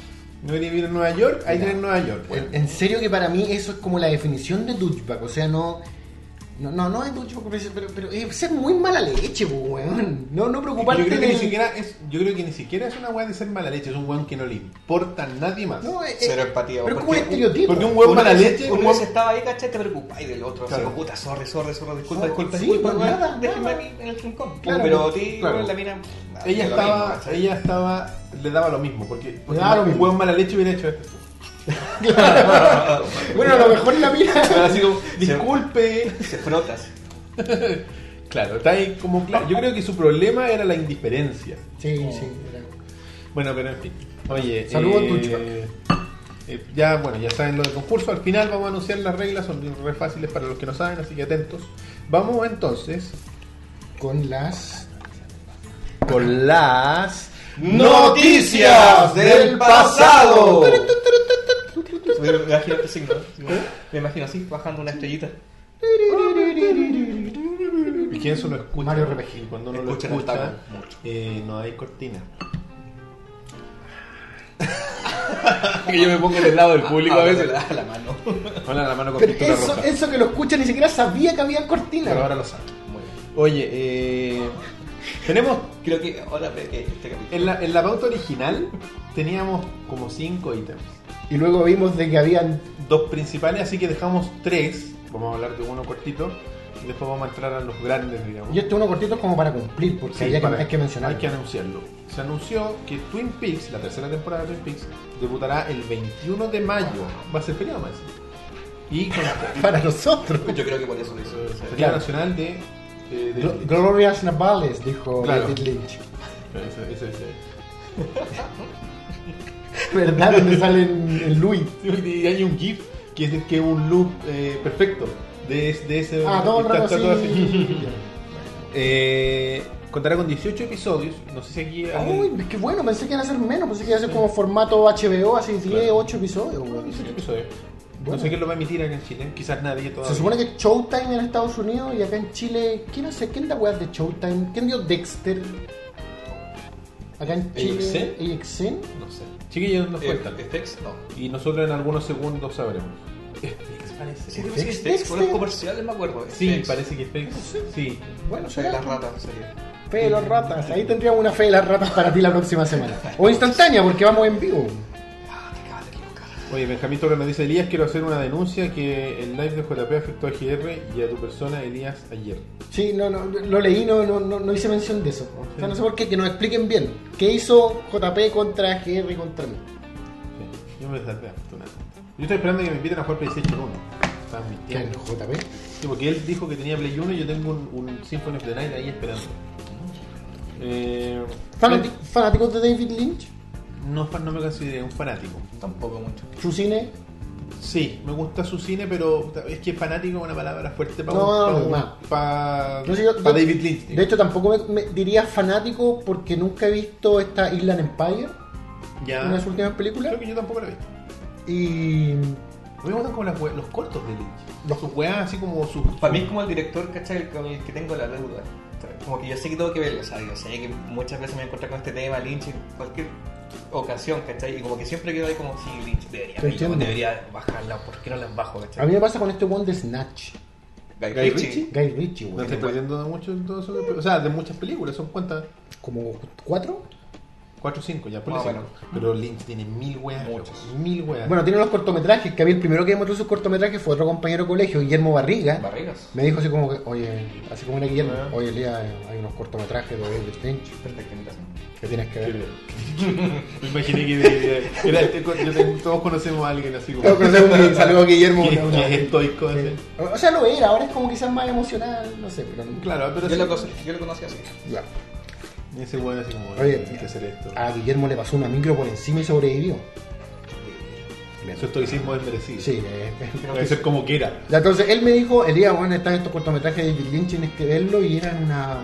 Speaker 1: No quería vivir en Nueva York, ahí tienen Nueva York, weón.
Speaker 2: En serio que para mí eso es como la definición de douchebag. O sea, no... No, no, no es douchebag, pero, pero, pero es ser muy mala leche, po, weón. No, no
Speaker 1: Yo
Speaker 2: preocuparte
Speaker 1: creo, que ni
Speaker 2: del-
Speaker 1: siquiera es, yo creo que ni siquiera es una weá de ser mala leche, es un weón que no le importa a nadie más.
Speaker 2: No, eh,
Speaker 3: Cero
Speaker 2: eh,
Speaker 3: empatía,
Speaker 2: Pero es como un
Speaker 3: porque-
Speaker 2: estereotipo.
Speaker 1: porque un huevo
Speaker 3: Una
Speaker 1: mala
Speaker 3: vez-
Speaker 1: leche,
Speaker 3: Una
Speaker 1: un
Speaker 3: vez
Speaker 1: huevo-
Speaker 3: estaba ahí, ¿cachai? Te preocupáis del otro.
Speaker 1: pues. Claro.
Speaker 3: Así como, puta, sorry, sorry, sorry, disculpa,
Speaker 2: Oh,
Speaker 3: disculpa,
Speaker 2: sí,
Speaker 3: disculpa.
Speaker 2: no,
Speaker 3: weón,
Speaker 2: nada,
Speaker 3: déjenme
Speaker 2: nada.
Speaker 3: a mí en el rincón.
Speaker 2: Claro,
Speaker 3: pero a ti,
Speaker 1: claro.
Speaker 3: weón, la mina.
Speaker 1: ella
Speaker 3: lo
Speaker 1: estaba,
Speaker 3: mismo, ¿cachai?
Speaker 1: ella estaba, le daba lo mismo, porque, porque
Speaker 2: daba lo
Speaker 1: un
Speaker 2: mismo.
Speaker 1: weón mala leche hubiera hecho esto.
Speaker 2: Bueno, a lo mejor la
Speaker 1: Pero
Speaker 2: mira.
Speaker 1: así como,
Speaker 3: Sí.
Speaker 1: disculpe.
Speaker 3: Se frotas.
Speaker 1: Claro, está ahí como claro. Yo creo que su problema era la indiferencia.
Speaker 2: Sí, sí. era.
Speaker 1: Bueno, pero en fin. Oye,
Speaker 2: Saludos,
Speaker 1: eh,
Speaker 2: Tunchback.
Speaker 1: eh, ya, bueno, ya saben lo del concurso. Al final vamos a anunciar las reglas, son re fáciles para los que no saben, así que atentos. Vamos entonces
Speaker 2: Con las.
Speaker 1: con las
Speaker 3: Noticias del pasado. Me imagino este signo. Me imagino así, bajando una estrellita.
Speaker 1: Y que eso no escucha.
Speaker 2: Mario RPG.
Speaker 1: Y cuando uno
Speaker 3: Escucha en
Speaker 1: lo
Speaker 3: el
Speaker 1: escucha,
Speaker 3: taco, mucho.
Speaker 1: eh, no hay cortina. que yo me pongo del lado del público a veces.
Speaker 3: Ah, la mano.
Speaker 1: Hola, la mano con
Speaker 2: Pero
Speaker 1: pintura
Speaker 2: eso,
Speaker 1: roja.
Speaker 2: eso que lo escucha ni siquiera sabía que había cortina.
Speaker 1: Pero ahora lo sabe.
Speaker 3: Muy bien.
Speaker 1: Oye, eh, tenemos
Speaker 3: Creo que ahora ve que este capítulo.
Speaker 1: En la, en la pauta original teníamos como 5 ítems.
Speaker 2: Y luego vimos de que habían.
Speaker 1: Dos principales, así que dejamos tres. Vamos a hablar de uno cortito. y después vamos a entrar a los grandes, digamos.
Speaker 2: Y este es uno cortito como para cumplir, porque
Speaker 1: Sí,
Speaker 2: había que-
Speaker 1: para-
Speaker 2: hay que mencionar.
Speaker 1: Hay que anunciarlo. Se anunció que Twin Peaks, la tercera temporada de Twin Peaks, debutará el 21 de mayo. Va a ser feriado más. Y con el
Speaker 2: Para nosotros.
Speaker 3: Yo creo que por eso lo hizo. o sea,
Speaker 1: Feriado Nacional de. eh, de, de-
Speaker 2: Gl- Glorious Navales, dijo
Speaker 1: Claro.
Speaker 2: David Lynch.
Speaker 1: Ese- ese- ese.
Speaker 2: ¿Verdad? Donde sale en- en Louis.
Speaker 1: Y hay un GIF que es que es un loop eh, perfecto de, es- de ese.
Speaker 2: Ah, todo el
Speaker 1: está-
Speaker 2: rato
Speaker 1: está todo así.
Speaker 2: así.
Speaker 1: Eh, contará con 18 episodios. No sé si aquí. alguien-
Speaker 2: Uy, qué bueno, pensé que iban a ser menos, pensé que iba a ser como formato HBO, así 10,
Speaker 1: Claro.
Speaker 2: 8 episodios, weón.
Speaker 1: 18 episodios. No
Speaker 2: Bueno.
Speaker 1: sé quién lo va a emitir acá en Chile. Quizás nadie todavía.
Speaker 2: Se supone que Showtime en Estados Unidos y acá en Chile, ¿quién hace? ¿Quién da weas de Showtime? ¿Quién dio Dexter? Acá en Chile.
Speaker 1: ¿AXN?
Speaker 2: ¿AXN?
Speaker 1: No sé. Chiquillos nos
Speaker 3: eh,
Speaker 1: cuentan.
Speaker 3: ¿Es Tex? No.
Speaker 1: Y nosotros en algunos segundos sabremos. parece.
Speaker 3: Sí, creo que sí es
Speaker 2: Tex,
Speaker 3: Tex. Por los
Speaker 2: Tex.
Speaker 3: comerciales me acuerdo. es
Speaker 1: Sí,
Speaker 3: Tex.
Speaker 1: parece que es Tex. Sí.
Speaker 2: Bueno,
Speaker 3: O sea, de
Speaker 2: será.
Speaker 3: las ratas sería.
Speaker 2: Fe de las ratas. Ahí tendríamos una fe de las ratas para ti la próxima semana. O instantánea, porque vamos en vivo.
Speaker 3: Ah, te acabas de equivocar.
Speaker 1: Oye, Benjamín Torres nos dice, Elías, quiero hacer una denuncia que el live de JP afectó a GR y a tu persona, Elías, ayer.
Speaker 2: Sí, no, no, lo leí, no, no, no, no hice mención de eso. O sea, no sé por qué, que nos expliquen bien. ¿Qué hizo JP contra GR contra mí?
Speaker 1: Sí. Yo me salvé afortunadamente. Yo estoy esperando que me inviten a jugar PlayStation 1. Estaban mis
Speaker 2: ¿Qué
Speaker 1: tiempos.
Speaker 2: JP?
Speaker 1: Sí, porque él dijo que tenía Play 1 y yo tengo un, un Symphony of the Night ahí esperando. Eh,
Speaker 2: Fanati- ¿Fanáticos de David Lynch?
Speaker 1: no, fan- no me consideré un fanático.
Speaker 3: Tampoco mucho.
Speaker 2: ¿Su cine?
Speaker 1: Sí, me gusta su cine, pero es que fanático es una palabra fuerte para
Speaker 2: No, no, no,
Speaker 1: para,
Speaker 2: no.
Speaker 1: para,
Speaker 2: No sé, yo- yo-
Speaker 1: David Lynch.
Speaker 2: De hecho, tampoco me, me diría fanático porque nunca he visto esta Island Empire,
Speaker 1: ya.
Speaker 2: una de sus últimas
Speaker 1: Creo
Speaker 2: películas.
Speaker 1: que yo tampoco la he visto.
Speaker 2: Y.
Speaker 1: A mí me gustan como las we- los cortos de Lynch.
Speaker 2: Los-
Speaker 1: Los weas así como sus.
Speaker 3: Para mí es como el director, ¿cachai? El Con el que tengo la deuda. Como que yo sé que tengo que verlo, o sea, yo sé que muchas veces me he encontrado con este tema, Lynch, en cualquier ocasión, ¿cachai? Y como que siempre quedo ahí como, sí, Lynch, debería,
Speaker 2: Te entiendo.
Speaker 3: verlo, debería bajarla, ¿por qué no las bajo,
Speaker 2: A
Speaker 3: ¿cachai?
Speaker 2: mí me pasa con este one de Snatch,
Speaker 3: Guy,
Speaker 1: Guy
Speaker 3: Ritchie.
Speaker 1: Ritchie.
Speaker 2: Guy Ritchie,
Speaker 1: No
Speaker 2: güey.
Speaker 1: estoy perdiendo de mucho en todo eso. O sea, de muchas películas, son cuantas.
Speaker 2: Como cuatro.
Speaker 1: 4 o 5, ya, por
Speaker 3: Más o
Speaker 1: cinco. Pero Lynch tiene mil weas.
Speaker 3: Ah, Muchas.
Speaker 1: loco, Mil weas.
Speaker 2: Bueno, tiene los cortometrajes, que a mí el primero que me mostró sus cortometrajes fue otro compañero de colegio, Guillermo Barriga.
Speaker 3: Barrigas.
Speaker 2: Me dijo así como que, oye, así como era Guillermo,
Speaker 1: Ah.
Speaker 2: oye, Elías, hay unos cortometrajes de David Lynch
Speaker 3: Perfecta imitación.
Speaker 2: que tienes que
Speaker 1: Qué
Speaker 2: ver.
Speaker 1: bien. Eh, Me imaginé que de- de- era este co- yo tengo- todos conocemos a alguien así como.
Speaker 2: Tengo que hacer un saludo a Guillermo.
Speaker 1: que-
Speaker 2: una- una-
Speaker 1: que es estoico.
Speaker 2: Sí.
Speaker 1: así.
Speaker 2: O sea, lo era, ahora es como quizás más emocional, no sé, pero
Speaker 1: Claro, pero
Speaker 3: Yo
Speaker 1: sí.
Speaker 3: lo, conocí- yo lo conocí así.
Speaker 2: Ya.
Speaker 1: Ese weón así como.
Speaker 2: Oye, ah,
Speaker 1: hay que hacer esto.
Speaker 2: A Guillermo le pasó una micro por encima y sobrevivió.
Speaker 1: Su estoicismo es merecido.
Speaker 2: Sí, eh, eh.
Speaker 1: Puede ser como quiera.
Speaker 2: Ya, entonces él me dijo, Elías, bueno, están estos cortometrajes de David Lynch, tienes que verlo y eran una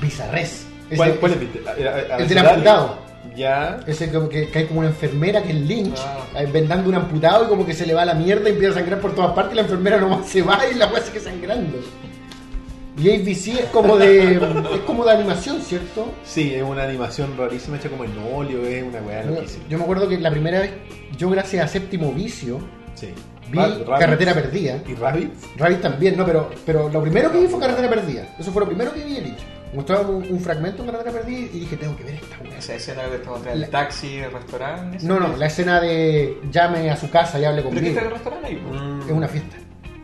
Speaker 2: bizarrez. Ese-
Speaker 1: ¿Cuál, cuál es? viste? A- a- a-
Speaker 2: El del
Speaker 1: a-
Speaker 2: amputado.
Speaker 1: Ya.
Speaker 2: Ese como que, que hay como una enfermera que es Lynch,
Speaker 3: Ah.
Speaker 2: eh, vendando un amputado y como que se le va la mierda y empieza a sangrar por todas partes y la enfermera nomás se va y la weá sigue sangrando. Y ABC es como de. es como de animación, ¿cierto?
Speaker 1: Sí, es una animación rarísima hecha como en óleo, es una weá
Speaker 2: Yo,
Speaker 1: loquísima.
Speaker 2: yo me acuerdo que la primera vez, yo gracias a Séptimo Vicio,
Speaker 1: Sí.
Speaker 2: vi
Speaker 1: Ra- Rabbids.
Speaker 2: Carretera Perdida.
Speaker 1: ¿Y Rabbits?
Speaker 2: Rabbit también, no, pero, pero lo primero que vi fue Carretera Perdida. Eso fue lo primero que vi el dicho. Mostraba un, un fragmento de Carretera Perdida y dije, tengo que ver esta weá.
Speaker 3: Esa escena que estamos en
Speaker 2: La-
Speaker 3: el taxi, el restaurante. ese-
Speaker 2: No, no, la escena de llame a su casa y hable
Speaker 3: ¿Pero qué
Speaker 2: conmigo. Mm.
Speaker 3: está en el restaurante ahí? pues?
Speaker 2: Es una fiesta.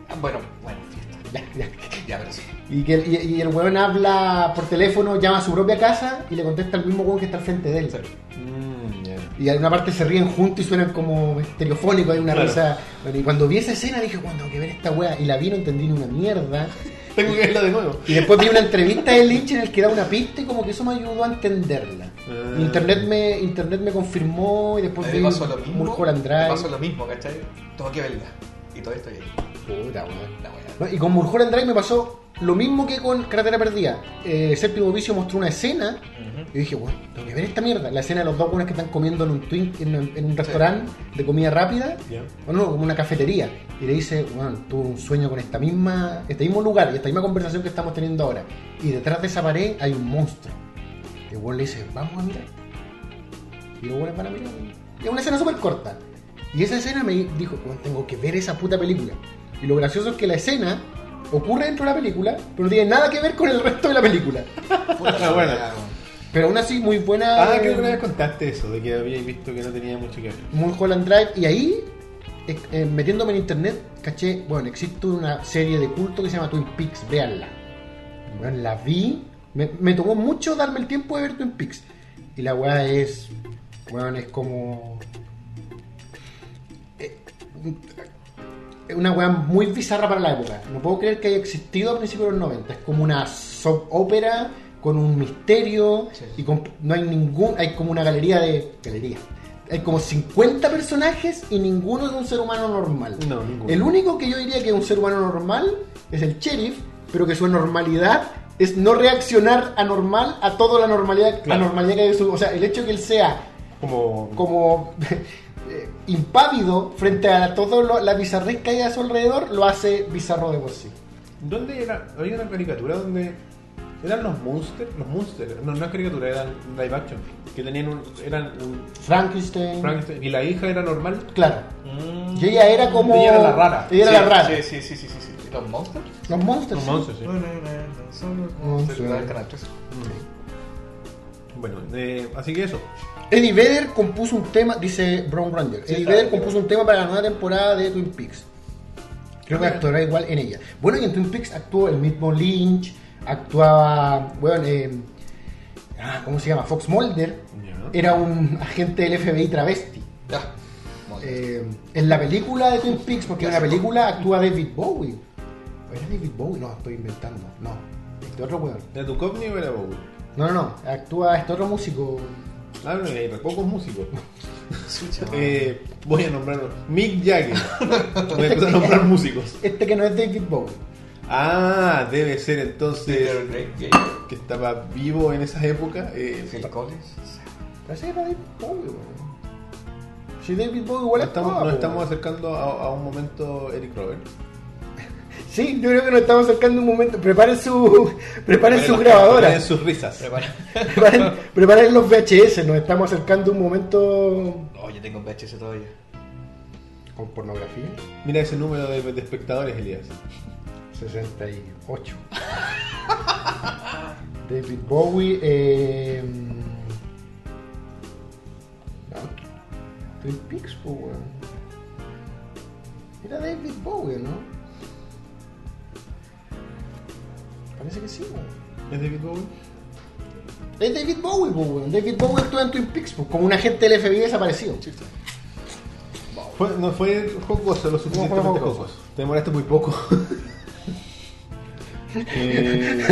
Speaker 3: Ah, Bueno, bueno, fiesta.
Speaker 2: Ya, ya.
Speaker 3: Ya, pero sí.
Speaker 2: Y, que, el- y, y el weón habla por teléfono, llama a su propia casa y le contesta al mismo weón que está al frente de él.
Speaker 1: Mm, ya.
Speaker 2: Y en una parte se ríen juntos y suenan como estereofónicos, hay una
Speaker 1: Claro.
Speaker 2: risa. Bueno, y cuando vi esa escena dije, bueno, tengo que ver esta weá. Y la vi, no entendí ni una mierda.
Speaker 1: Tengo que verla de nuevo.
Speaker 2: Y después vi una entrevista de Lynch en el que da una pista y como que eso me ayudó a entenderla.
Speaker 1: Ah.
Speaker 2: Internet me internet me confirmó y después
Speaker 3: A mí
Speaker 2: vi
Speaker 3: me Eh. pasó lo mismo.
Speaker 2: Pues Mulholland
Speaker 3: Me
Speaker 2: Drive.
Speaker 3: pasó lo mismo, ¿cachai? Tengo que verla. Y todavía estoy ahí.
Speaker 2: Puta, weón.
Speaker 3: La weá.
Speaker 2: No, Y con Mulholland Drive me pasó lo mismo que con Carretera Perdida. Eh, Séptimo Vicio mostró una escena
Speaker 3: Ujú.
Speaker 2: y dije, bueno, tengo que ver esta mierda. La escena de los dos buenos que están comiendo en un twin, en, un- en un restaurante de comida rápida.
Speaker 1: Ya.
Speaker 2: O no, como una cafetería. Y le dice, bueno, tuve un sueño con esta misma, este mismo lugar y esta misma conversación que estamos teniendo ahora. Y detrás de esa pared hay un monstruo. Y el weón le dice, vamos a mirar. Y los buenos van a mirar. Y es una escena súper corta. Y esa escena me dijo, "Weón, tengo que ver esa puta película. Y lo gracioso es que la escena ocurre dentro de la película, pero no tiene nada que ver con el resto de la película.
Speaker 1: Ah, bueno.
Speaker 2: Pero aún así, muy buena.
Speaker 1: Ah, creo que una vez contaste eso, de que habías visto que no tenía mucho que ver.
Speaker 2: Mulholland Drive y ahí, eh, eh, metiéndome en internet, caché, bueno, existe una serie de culto que se llama Twin Peaks, véanla. Bueno, la vi, me, me tomó mucho darme el tiempo de ver Twin Peaks. Y la weá es, bueno, es como... eh, Es una weá muy bizarra para la época. No puedo creer que haya existido a principios de los 90. Es como una soap ópera con un misterio
Speaker 3: Sí.
Speaker 2: y con- no hay ningún... Hay como una galería de... Galería. Hay como 50 personajes y ninguno es un ser humano normal.
Speaker 1: No, ninguno.
Speaker 2: El único que yo diría que es un ser humano normal es el sheriff, pero que su normalidad es no reaccionar anormal a toda la normalidad,
Speaker 1: Claro.
Speaker 2: anormalidad que hay en su. O sea, el hecho que él sea
Speaker 1: Como,
Speaker 2: como eh, impávido frente a todo lo- la bizarrería que hay a su alrededor lo hace bizarro de por sí.
Speaker 1: ¿Dónde era? Había una caricatura donde. ¿Eran los Monsters? Los Monsters. No, no es caricatura, eran live action. Que tenían un. Eran un
Speaker 2: Frankenstein.
Speaker 1: Frankenstein. Y la hija era normal.
Speaker 2: Claro.
Speaker 3: Mm.
Speaker 2: Y ella era como.
Speaker 1: Ella era la rara.
Speaker 2: Ella era
Speaker 3: Sí,
Speaker 2: la rara.
Speaker 3: Sí, sí, sí, sí, sí, sí. ¿Y ¿Los monsters?
Speaker 2: Los monsters.
Speaker 1: Los Monsters, sí.
Speaker 3: No, no, no, no, son los monsters.
Speaker 2: Monsters.
Speaker 3: del canal 13.
Speaker 1: Bueno, eh, así que eso.
Speaker 2: Eddie Vedder compuso un tema, dice Brown Ranger.
Speaker 3: Sí,
Speaker 2: Eddie
Speaker 3: está
Speaker 2: Vedder
Speaker 3: bien.
Speaker 2: compuso un tema para la nueva temporada de Twin Peaks. Creo que
Speaker 1: Mira.
Speaker 2: actuará igual en ella. Bueno, y en Twin Peaks actuó el mismo Lynch, actuaba, bueno, eh, ah, ¿cómo se llama? Fox Mulder.
Speaker 1: Ya.
Speaker 2: Era un agente del FBI travesti.
Speaker 3: Ya. Muy bien.
Speaker 2: Eh, en la película de Twin Peaks, porque en la película actúa David Bowie. ¿O ¿Era David Bowie? No, estoy inventando. No, este otro weón.
Speaker 1: ¿Era tu Copni o era Bowie?
Speaker 2: No, no, no, actúa este otro músico.
Speaker 1: Ah, no, hay pocos músicos.
Speaker 3: Sucha.
Speaker 1: Eh, voy a nombrarlo. Mick Jagger. Voy a empezar a nombrar músicos.
Speaker 2: Este que no es David Bowie.
Speaker 1: Ah, debe ser
Speaker 2: eh,
Speaker 3: Peter
Speaker 1: entonces
Speaker 3: Drake, Gay,
Speaker 1: que estaba vivo en esas épocas. eh,
Speaker 3: Phil Collins.
Speaker 2: Parece que era David Bowie, weón. Si David Bowie igual
Speaker 1: nos estamos, nos
Speaker 2: actuaba, po,
Speaker 1: estamos
Speaker 2: weón.
Speaker 1: acercando a, a un momento Eric Robert.
Speaker 2: Sí, yo creo que nos estamos acercando un momento. Preparen su.
Speaker 3: Preparen
Speaker 2: Preparen sus
Speaker 3: las
Speaker 1: Preparen
Speaker 2: grabadoras.
Speaker 1: sus risas.
Speaker 3: Prepara.
Speaker 2: Preparen, preparen los VHS. Nos estamos acercando un momento.
Speaker 3: No, Oh, yo tengo un VHS todavía.
Speaker 2: Con pornografía.
Speaker 1: Mira ese número de, de espectadores, Elías.
Speaker 2: 68. David Bowie. Eh... No. Twin Peaks, po, weón. Era David Bowie, ¿no? Parece que sí, weón.
Speaker 1: ¿Es David Bowie?
Speaker 2: Es David Bowie, po, weón. David Bowie actúa en Twin Peaks, po, como un agente del FBI desaparecido.
Speaker 1: Fue- no fue jocoso, lo suficientemente
Speaker 2: No fue
Speaker 1: jocoso.
Speaker 2: jocoso.
Speaker 1: Te demoraste muy poco. Eh,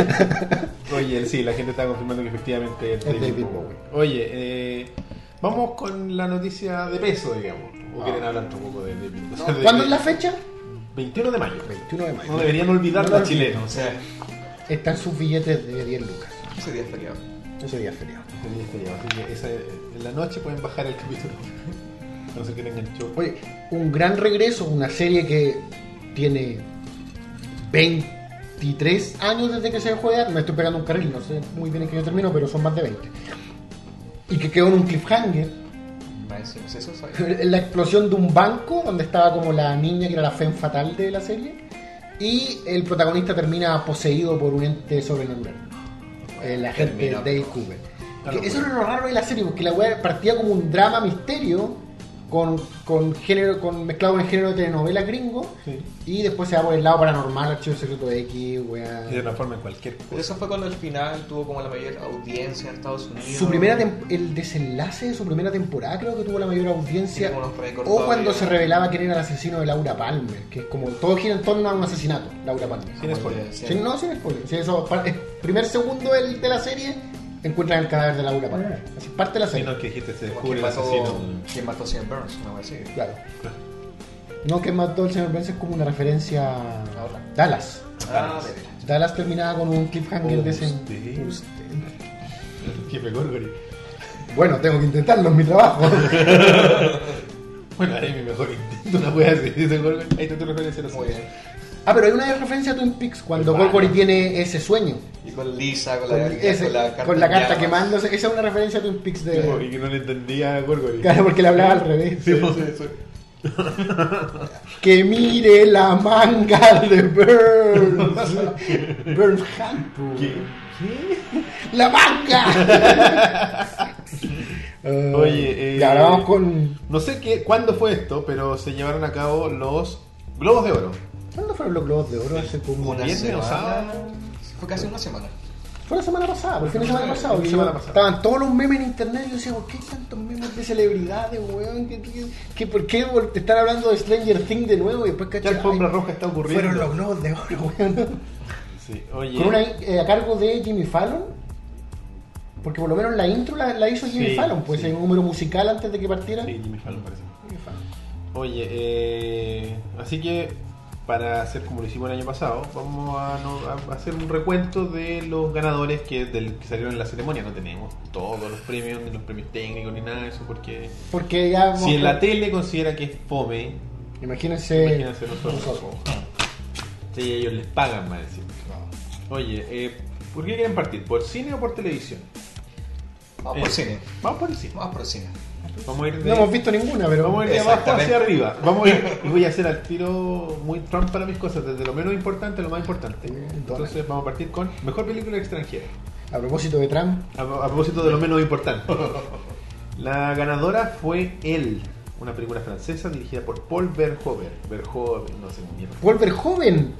Speaker 1: oye, sí, la gente está confirmando que efectivamente es David,
Speaker 2: David
Speaker 1: Bowie.
Speaker 2: Bowie.
Speaker 1: Oye, eh, vamos con la noticia de peso, digamos. O
Speaker 2: Ah.
Speaker 1: quieren hablar un poco de David o sea, de-
Speaker 2: ¿Cuándo es
Speaker 1: de-
Speaker 2: la fecha?
Speaker 1: 21 de mayo.
Speaker 2: 21 de mayo.
Speaker 1: No deberían olvidar
Speaker 2: No lo
Speaker 1: los
Speaker 3: O
Speaker 1: chilenos.
Speaker 3: sea,
Speaker 2: Están sus billetes de 10 lucas.
Speaker 3: ese día es feriado.
Speaker 2: Ese día es feriado.
Speaker 1: este Así que esa- en la noche pueden bajar el capítulo. A No sé que tengan show.
Speaker 2: Oye, un gran regreso, una serie que tiene 23 años desde que se juega. Me estoy pegando un carril, no sé muy bien en qué yo termino, pero son más de 20. Y que quedó en un cliffhanger.
Speaker 3: Más encima, eso soy.
Speaker 2: La explosión de un banco, donde estaba como la niña que era la fan fatal de la serie. Y el protagonista termina poseído por un ente sobrenatural. Eh, El agente
Speaker 3: Termina,
Speaker 2: Dale
Speaker 3: pero-
Speaker 2: Cooper.
Speaker 1: Una
Speaker 2: Que
Speaker 1: locura.
Speaker 2: eso era lo raro de la serie, porque la weá partía como un drama misterio con, con género, con mezclado con el género de telenovela gringo.
Speaker 1: Sí.
Speaker 2: Y después se va por el lado paranormal, archivo secreto X, weá.
Speaker 1: Y se transforma en cualquier
Speaker 3: Pero eso fue cuando al final tuvo como la mayor audiencia en Estados Unidos.
Speaker 2: Su primera tem- el desenlace de su primera temporada creo que tuvo la mayor audiencia.
Speaker 3: Tiene unos récords
Speaker 2: O cuando
Speaker 3: todavía.
Speaker 2: se revelaba quién era el asesino de Laura Palmer, que es como todo gira en torno a un asesinato, Laura Palmer.
Speaker 1: Sin spoiler.
Speaker 3: Sí.
Speaker 2: Si no, sin spoiler. Si eso, pa- eh, primer segundo del- de la serie, encuentran el cadáver de Laura Palmer. Así parte de la
Speaker 1: Ah. Sí,
Speaker 2: serie.
Speaker 1: no, que dijiste, se
Speaker 3: Como
Speaker 1: descubre
Speaker 3: ¿Quién
Speaker 1: el
Speaker 3: mató,
Speaker 1: asesino.
Speaker 3: ¿Quién mató a Sam Burns? No me sigue.
Speaker 2: Claro. No, que mató el señor Benz es como una referencia
Speaker 3: A
Speaker 2: a
Speaker 3: otra.
Speaker 2: Dallas.
Speaker 3: Ah, de veras.
Speaker 2: Dallas terminaba con un cliffhanger de ese.
Speaker 1: Usted. Jefe Golgory.
Speaker 2: Bueno, tengo que intentarlo, es mi trabajo.
Speaker 1: Bueno, haré mi mejor intento. Una wea así, dice Golgory. Ahí está tu referencia. no sé.
Speaker 3: Muy bien.
Speaker 2: ah, pero hay una referencia a Twin Peaks cuando
Speaker 1: Hermano.
Speaker 2: Gorgory tiene ese sueño.
Speaker 3: Y con Lisa, con
Speaker 2: Con,
Speaker 3: la,
Speaker 2: ese-
Speaker 3: con la carta,
Speaker 2: con la carta
Speaker 3: en llamas.
Speaker 2: quemándose. Esa es una referencia a Twin Peaks de.
Speaker 1: Tipo, Y que no le entendía a Golgory.
Speaker 2: Claro, porque le hablaba al revés.
Speaker 1: Sí, po.
Speaker 2: Que mire la manga de Burns. Burns Hunt.
Speaker 1: ¿Qué?
Speaker 2: ¡La manga! Eh,
Speaker 1: Oye, eh,
Speaker 2: Y ahora vamos con.
Speaker 1: No sé qué, cuándo fue esto, pero se llevaron a cabo los Globos de oro.
Speaker 2: ¿Cuándo fueron los globos de oro? Hace como
Speaker 1: Una viernes o sábado.
Speaker 3: Fue casi una semana.
Speaker 2: Fue la semana pasada, por fin la semana pasada. porque
Speaker 1: Semana
Speaker 2: yo-
Speaker 1: pasada.
Speaker 2: Estaban todos los memes en internet y yo decía, ¿por qué hay tantos memes de celebridades, weón? ¿Qué, qué, qué- por qué vol- te están hablando de Stranger Things de nuevo? Y después
Speaker 1: ¿Qué
Speaker 2: caché,
Speaker 1: alfombra
Speaker 2: ay,
Speaker 1: roja está ocurriendo?
Speaker 2: fueron los globos de oro, weón.
Speaker 1: Sí, oye.
Speaker 2: Con una, eh, a cargo de Jimmy Fallon. Porque por lo menos la intro la, la hizo Jimmy
Speaker 1: Sí,
Speaker 2: Fallon, pues
Speaker 1: sí.
Speaker 2: hay un número musical antes de que partiera.
Speaker 1: Sí, Jimmy Fallon parece.
Speaker 2: Jimmy Fallon.
Speaker 1: Oye, eh, así que para hacer como lo hicimos el año pasado, vamos a, no- a hacer un recuento de los ganadores que, del, que salieron en la ceremonia. No tenemos todos los premios, ni los premios técnicos, ni nada de eso, porque
Speaker 2: Porque ya...
Speaker 1: si en la tele considera que es fome,
Speaker 2: Imagínense...
Speaker 1: imagínense nosotros. Sí, ellos les pagan más encima. Oye, eh, ¿por qué quieren partir? ¿Por cine o por televisión?
Speaker 3: Vamos
Speaker 1: Eh,
Speaker 3: por cine.
Speaker 1: Vamos por el cine.
Speaker 3: Vamos por cine.
Speaker 1: Vamos a ir de-
Speaker 2: No hemos visto ninguna, pero...
Speaker 1: Vamos a ir de abajo
Speaker 3: Exactamente.
Speaker 1: hacia arriba. Vamos a ir, y voy a hacer al tiro muy Trump para mis cosas, desde lo menos importante a lo más importante.
Speaker 2: Bien,
Speaker 1: Entonces vamos a partir con mejor película extranjera.
Speaker 2: A propósito de Trump,
Speaker 1: A, a propósito de lo menos importante. La ganadora fue El, una película francesa dirigida por Paul Verhoeven. Verhoeven, no sé muy bien.
Speaker 2: Volver joven,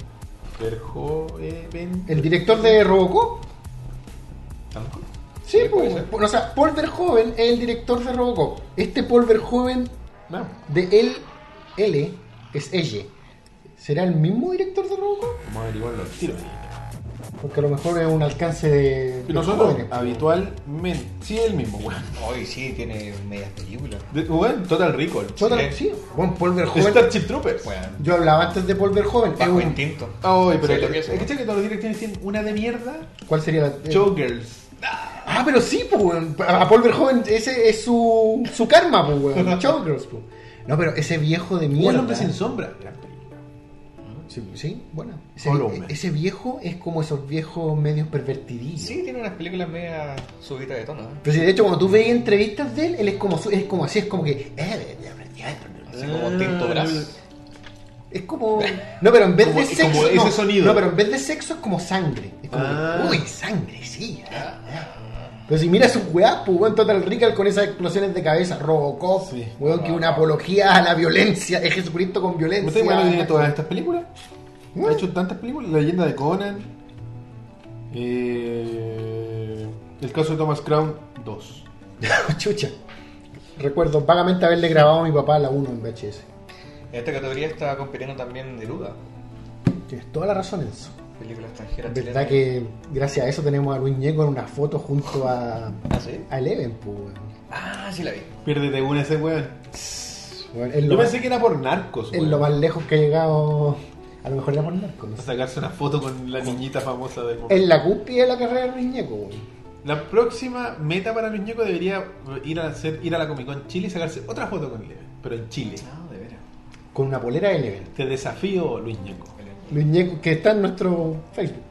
Speaker 1: Verhoeven.
Speaker 2: el director de Robocop.
Speaker 1: ¿Tampoco?
Speaker 2: Sí,
Speaker 3: Sí, puede
Speaker 2: pues,
Speaker 3: ser.
Speaker 2: o sea, Paul Verhoeven es el director de Robocop. Este Paul Verhoeven
Speaker 1: No.
Speaker 2: de él, L es ella. ¿Será el mismo director de Robocop?
Speaker 1: Vamos a averiguarlo al tiro.
Speaker 2: Porque a lo mejor es un alcance de. de
Speaker 1: Nosotros
Speaker 2: jóvenes.
Speaker 1: habitualmente. Sí, el mismo, weón.
Speaker 3: Hoy sí, tiene medias películas.
Speaker 1: De- Weón, Total Recall.
Speaker 2: Total-
Speaker 3: eh,
Speaker 2: sí, bueno, Paul Verhoeven.
Speaker 1: Starship Troopers.
Speaker 3: Bueno,
Speaker 2: Yo hablaba antes de Paul Verhoeven. es
Speaker 3: bajo
Speaker 2: un- Ah.
Speaker 3: instinto.
Speaker 1: Ay, Ah, pero
Speaker 3: Sí, lo
Speaker 1: es
Speaker 3: que
Speaker 1: que
Speaker 3: es,
Speaker 1: cheque que todos los directores tienen una de mierda.
Speaker 2: ¿Cuál sería la.? eh,
Speaker 1: Jokers.
Speaker 2: Ah, pero sí, pues, weón. A Paul Verhoeven, ese es su, su karma, pues, weón. Showgirls, pues. No, pero ese viejo de
Speaker 1: Un
Speaker 2: mierda.
Speaker 1: hombre sin sombra. Gran película.
Speaker 2: Sí, sí, bueno. Ese,
Speaker 1: Columna.
Speaker 2: ese viejo es como esos viejos medios pervertidillos.
Speaker 3: Sí, tiene unas películas media subidas de tono. ¿eh?
Speaker 2: Pero si de hecho cuando tú veis entrevistas de él, él es como, su- es como así, es como que... eh,
Speaker 3: Así
Speaker 1: Ah.
Speaker 3: como tinto brazo.
Speaker 2: Es como... No, pero en vez
Speaker 1: Como-
Speaker 2: de
Speaker 1: como
Speaker 2: sexo...
Speaker 1: ese
Speaker 2: no,
Speaker 1: sonido.
Speaker 2: No, pero en vez de sexo es como sangre. Es como... que,
Speaker 1: Ah.
Speaker 2: Uy, sangre, sí. ah, ah". Pero si miras un weá, pues weón, Total Recall con esas explosiones de cabeza, Robocop,
Speaker 1: Sí. Ah.
Speaker 2: weón, que una apología a la violencia, es Jesucristo con violencia.
Speaker 1: ¿Usted bueno tiene todas estas películas?
Speaker 2: ¿Mm?
Speaker 1: Ha hecho tantas películas. La leyenda de Conan. eh, el caso de Thomas Crown 2.
Speaker 2: Chucha. Recuerdo vagamente haberle grabado a mi papá la 1 en VHS.
Speaker 3: En esta categoría está compitiendo también Neruda.
Speaker 2: Tienes toda la razón en eso.
Speaker 3: Película extranjera
Speaker 2: Verdad
Speaker 3: chilena.
Speaker 2: que gracias a eso tenemos a Luis Ñeco en una foto junto a,
Speaker 3: Ah, sí.
Speaker 2: a Eleven, pues, weón.
Speaker 3: Ah, sí la vi.
Speaker 1: Piérdete una ese weón.
Speaker 2: Weón, es,
Speaker 1: Yo
Speaker 2: lo más,
Speaker 1: pensé que era por narcos.
Speaker 2: es
Speaker 1: weón.
Speaker 2: lo más lejos que ha llegado. A lo mejor era por narcos. no
Speaker 1: A
Speaker 2: sé.
Speaker 1: sacarse una foto con la niñita famosa del momento.
Speaker 2: Es la cúspide de la carrera de Luis Ñeco, weón.
Speaker 1: La próxima meta para Luis Ñeco debería ir a, hacer, ir a la Comic Con Chile y sacarse otra foto con él, pero en Chile.
Speaker 3: Ah, de veras.
Speaker 2: Con una polera de Eleven.
Speaker 1: Te desafío, Luis Ñeco.
Speaker 2: Luis Ñeco, que está en nuestro Facebook.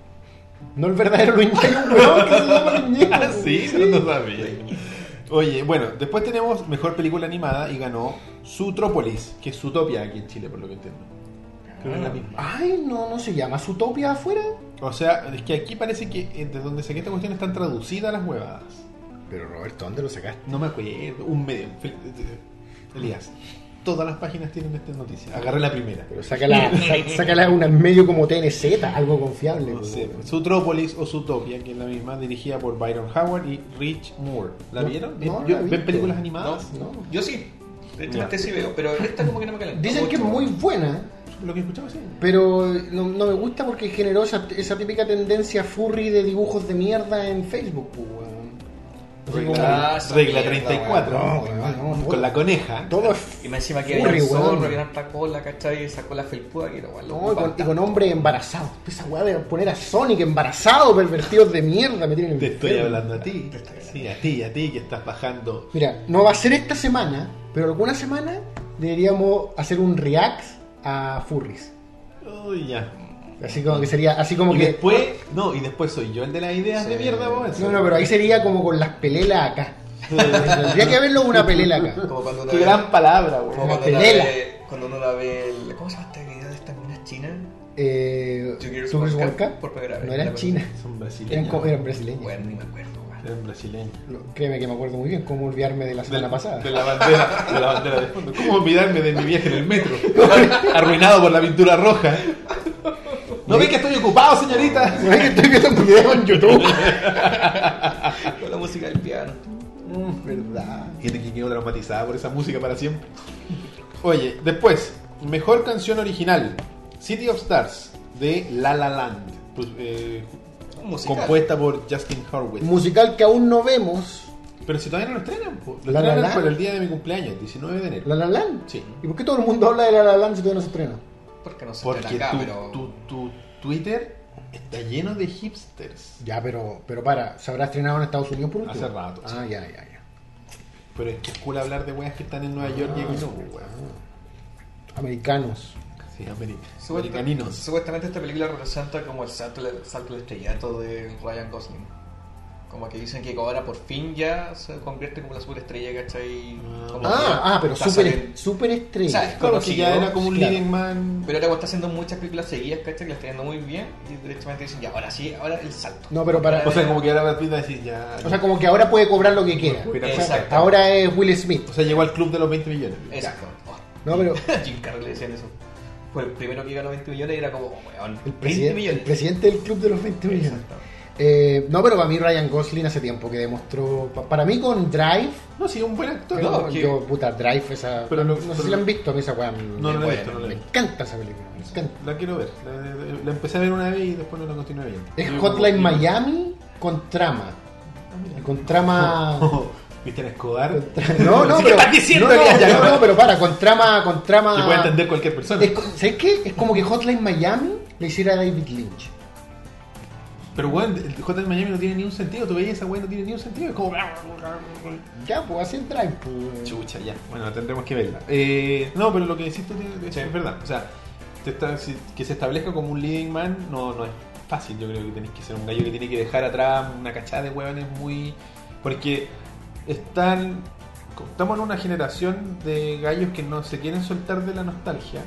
Speaker 2: No el verdadero Luis Ñeco, weón, que se llama Luis Ñeco.
Speaker 1: Ah,
Speaker 2: weón.
Speaker 1: sí, no lo sabía. Oye, bueno, después tenemos mejor película animada y ganó Zootrópolis, que es Zootopia aquí en Chile, por lo que entiendo.
Speaker 2: Ah,
Speaker 1: Creo que es la
Speaker 3: Ah,
Speaker 1: misma.
Speaker 2: Ay, no, no se llama Zootopia afuera.
Speaker 1: O sea, es que aquí parece que eh, de donde saqué esta cuestión están traducidas las huevadas.
Speaker 2: Pero Roberto, ¿dónde lo sacaste?
Speaker 1: No me acuerdo, un medio. Fel- eh, Elías, todas las páginas tienen esta noticia. Agarré la primera.
Speaker 2: Pero sácala, sa- sácala una medio como TNZ, algo confiable.
Speaker 1: No
Speaker 2: pues,
Speaker 1: sé,
Speaker 2: weón.
Speaker 1: Zootrópolis o Zootopia, que es la misma, dirigida por Byron Howard y Rich Moore. ¿La
Speaker 2: No,
Speaker 1: vieron? Eh,
Speaker 2: no
Speaker 1: Yo-
Speaker 2: la he
Speaker 1: ¿Ven
Speaker 2: visto.
Speaker 1: películas animadas?
Speaker 2: No.
Speaker 3: Yo sí. De hecho,
Speaker 1: Ya.
Speaker 3: este sí veo, pero esta como que no me calentó.
Speaker 2: Dicen que es
Speaker 3: mucho.
Speaker 2: muy buena,
Speaker 1: Lo que escuchaba sí.
Speaker 2: pero no, no me gusta porque generó esa, esa típica tendencia furry de dibujos de mierda en Facebook. pues, weón. Así
Speaker 1: Regla,
Speaker 2: como-
Speaker 3: Ah, esa
Speaker 1: regla
Speaker 3: mierda,
Speaker 1: 34.
Speaker 2: weón. No, weón, no,
Speaker 1: con la coneja.
Speaker 2: todo es
Speaker 3: Y me encima que
Speaker 2: Furry,
Speaker 3: había el
Speaker 2: weón.
Speaker 3: zorro, había harta cola, ¿cachai? Y sacó la felpuda que era igual.
Speaker 2: no, y con, y con hombres embarazados. Esa weá de poner a Sonic embarazado, pervertidos de mierda, me tienen
Speaker 1: Te estoy
Speaker 2: enfermo.
Speaker 1: hablando a ti. Sí, a ti, a ti que estás bajando.
Speaker 2: Mira, no va a ser esta semana, pero alguna semana deberíamos hacer un react a furries.
Speaker 1: Uy, ya.
Speaker 2: Así como que sería, así como
Speaker 1: y
Speaker 2: que.
Speaker 1: después, no, y después soy yo el de las ideas de
Speaker 3: Sí.
Speaker 1: mierda, vos.
Speaker 2: No, no, pero ahí sería como con las pelelas acá. Tendría que haberlo una pelela acá.
Speaker 3: Como cuando uno
Speaker 1: Qué
Speaker 3: ve-
Speaker 1: gran palabra,
Speaker 3: como
Speaker 1: weón.
Speaker 3: cuando
Speaker 2: la
Speaker 3: uno
Speaker 2: pelela.
Speaker 3: ve- Cuando uno la ve. el- ¿Cómo se llama esta video de esta mina china?
Speaker 2: Eh,
Speaker 3: Two Girls,
Speaker 2: Two Girls,
Speaker 3: One
Speaker 2: One
Speaker 3: Cup,
Speaker 2: Cup,
Speaker 3: por primera vez.
Speaker 2: No eran
Speaker 3: La
Speaker 2: chinas,
Speaker 1: Son
Speaker 2: eran,
Speaker 1: brasileños.
Speaker 2: co- eran brasileñas.
Speaker 3: Bueno, ni me acuerdo, weón.
Speaker 1: Era un brasileño.
Speaker 2: Lo- Créeme que me acuerdo muy bien cómo olvidarme de la semana
Speaker 1: Del-
Speaker 2: pasada.
Speaker 1: De la bandera, de la bandera de fondo. ¿Cómo olvidarme de mi viaje en el metro? Arruinado por la pintura roja. ¿No ve que estoy ocupado, señorita?
Speaker 2: No es que estoy viendo un video en YouTube.
Speaker 3: Con la música del piano.
Speaker 2: Mm, verdad.
Speaker 1: Gente que quedó traumatizada por esa música para siempre. Oye, después, mejor canción original: City of Stars de La La Land. Pues, eh,
Speaker 3: Un musical.
Speaker 1: compuesta por Justin Horwitz.
Speaker 2: Musical que aún no vemos.
Speaker 1: Pero si todavía no lo estrenan, po. lo
Speaker 2: La La
Speaker 1: estrenan
Speaker 2: Land.
Speaker 1: para el día de mi cumpleaños, 19 de enero.
Speaker 2: La La Land.
Speaker 1: Sí.
Speaker 2: ¿Y por qué todo el mundo habla de La La Land si todavía no se estrena?
Speaker 3: Porque no se
Speaker 1: Porque
Speaker 3: estrena acá,
Speaker 1: tu,
Speaker 3: pero.
Speaker 1: tu- tu Twitter está lleno de hipsters.
Speaker 2: Ya, pero, pero para, ¿se habrá estrenado en Estados Unidos por último?
Speaker 1: Hace rato,
Speaker 2: Ah, ya, ya, ya.
Speaker 1: Pero es que es cool hablar de weas que están en Nueva York y aquí no, pues, weón.
Speaker 2: Ah. Americanos.
Speaker 1: Sí, ameri-
Speaker 3: Supuesta-
Speaker 1: americaninos.
Speaker 3: Supuestamente esta película representa como el salto, el salto al estrellato de Ryan Gosling. Como que dicen que ahora por fin ya se convierte como la superestrella, ¿cachai? Como
Speaker 2: Ah,
Speaker 3: que
Speaker 2: ah, pero
Speaker 3: está
Speaker 2: super,
Speaker 3: saliendo-
Speaker 2: super
Speaker 3: ¿Sabes?
Speaker 1: Claro,
Speaker 2: estrella.
Speaker 1: que ya
Speaker 3: Conocido,
Speaker 1: era como un
Speaker 2: claro.
Speaker 1: leading man.
Speaker 3: Pero ahora cuando está haciendo muchas películas seguidas, ¿cachai? Que la está yendo muy bien y directamente dicen, ya, ahora sí, ahora el salto.
Speaker 2: No, pero para.
Speaker 1: o sea, como que ahora Brad Pitt va a decir ya.
Speaker 2: O sea, como que ahora puede cobrar lo que quiera.
Speaker 1: Mira,
Speaker 3: Exacto.
Speaker 2: Ahora es Will Smith.
Speaker 1: o sea, llegó al club de los 20 millones.
Speaker 3: Exacto.
Speaker 2: No, pero
Speaker 3: Oh, Jim Carrey le decían eso. Fue el primero que ganó 20 millones y era como, oh, weón,
Speaker 2: el,
Speaker 3: 20
Speaker 2: presidente, el
Speaker 3: millones.
Speaker 2: presidente del club de los 20 millones.
Speaker 3: Exacto.
Speaker 2: Eh, no, pero para mí Ryan Gosling hace tiempo que demostró. pa- Para mí con Drive.
Speaker 1: No, sí, un buen actor.
Speaker 2: Pero
Speaker 3: que-
Speaker 2: Yo, puta, Drive, esa.
Speaker 1: Pero no-
Speaker 2: no sé
Speaker 1: pero-
Speaker 2: si la han visto, a mí esa weá. me-
Speaker 1: No, no la he
Speaker 3: Bueno,
Speaker 1: visto, no la
Speaker 2: me
Speaker 1: he visto.
Speaker 2: encanta esa película, me encanta.
Speaker 1: La quiero ver. La, la- la empecé a ver una vez y después no la continué bien.
Speaker 2: Es Hotline Miami con trama. Con trama.
Speaker 1: Cristian Escobar.
Speaker 2: No, no,
Speaker 1: ¿Qué
Speaker 2: pero.
Speaker 1: estás diciendo
Speaker 2: no, no,
Speaker 1: que haya-
Speaker 2: no, no, pero para, con trama. Con trama
Speaker 1: Que puede entender cualquier persona.
Speaker 2: Es co- ¿Sabes qué? Es como que Hotline Miami le hiciera a David Lynch.
Speaker 1: Pero weón, el Hotline Miami no tiene ni un sentido. Tú veías esa weón, no tiene ni un sentido. Es como.
Speaker 2: Ya, pues así el drive, pues.
Speaker 1: Chucha, ya. Bueno, tendremos que verla. Eh, no, pero lo que decís tú tiene- es,
Speaker 3: Sí.
Speaker 1: es verdad. O sea, te está- si- que se establezca como un leading man no, no es fácil. Yo creo que tenés que ser un gallo que tiene que dejar atrás una cachada de huevones muy. Porque están. Estamos en una generación de gallos que no se quieren soltar de la nostalgia.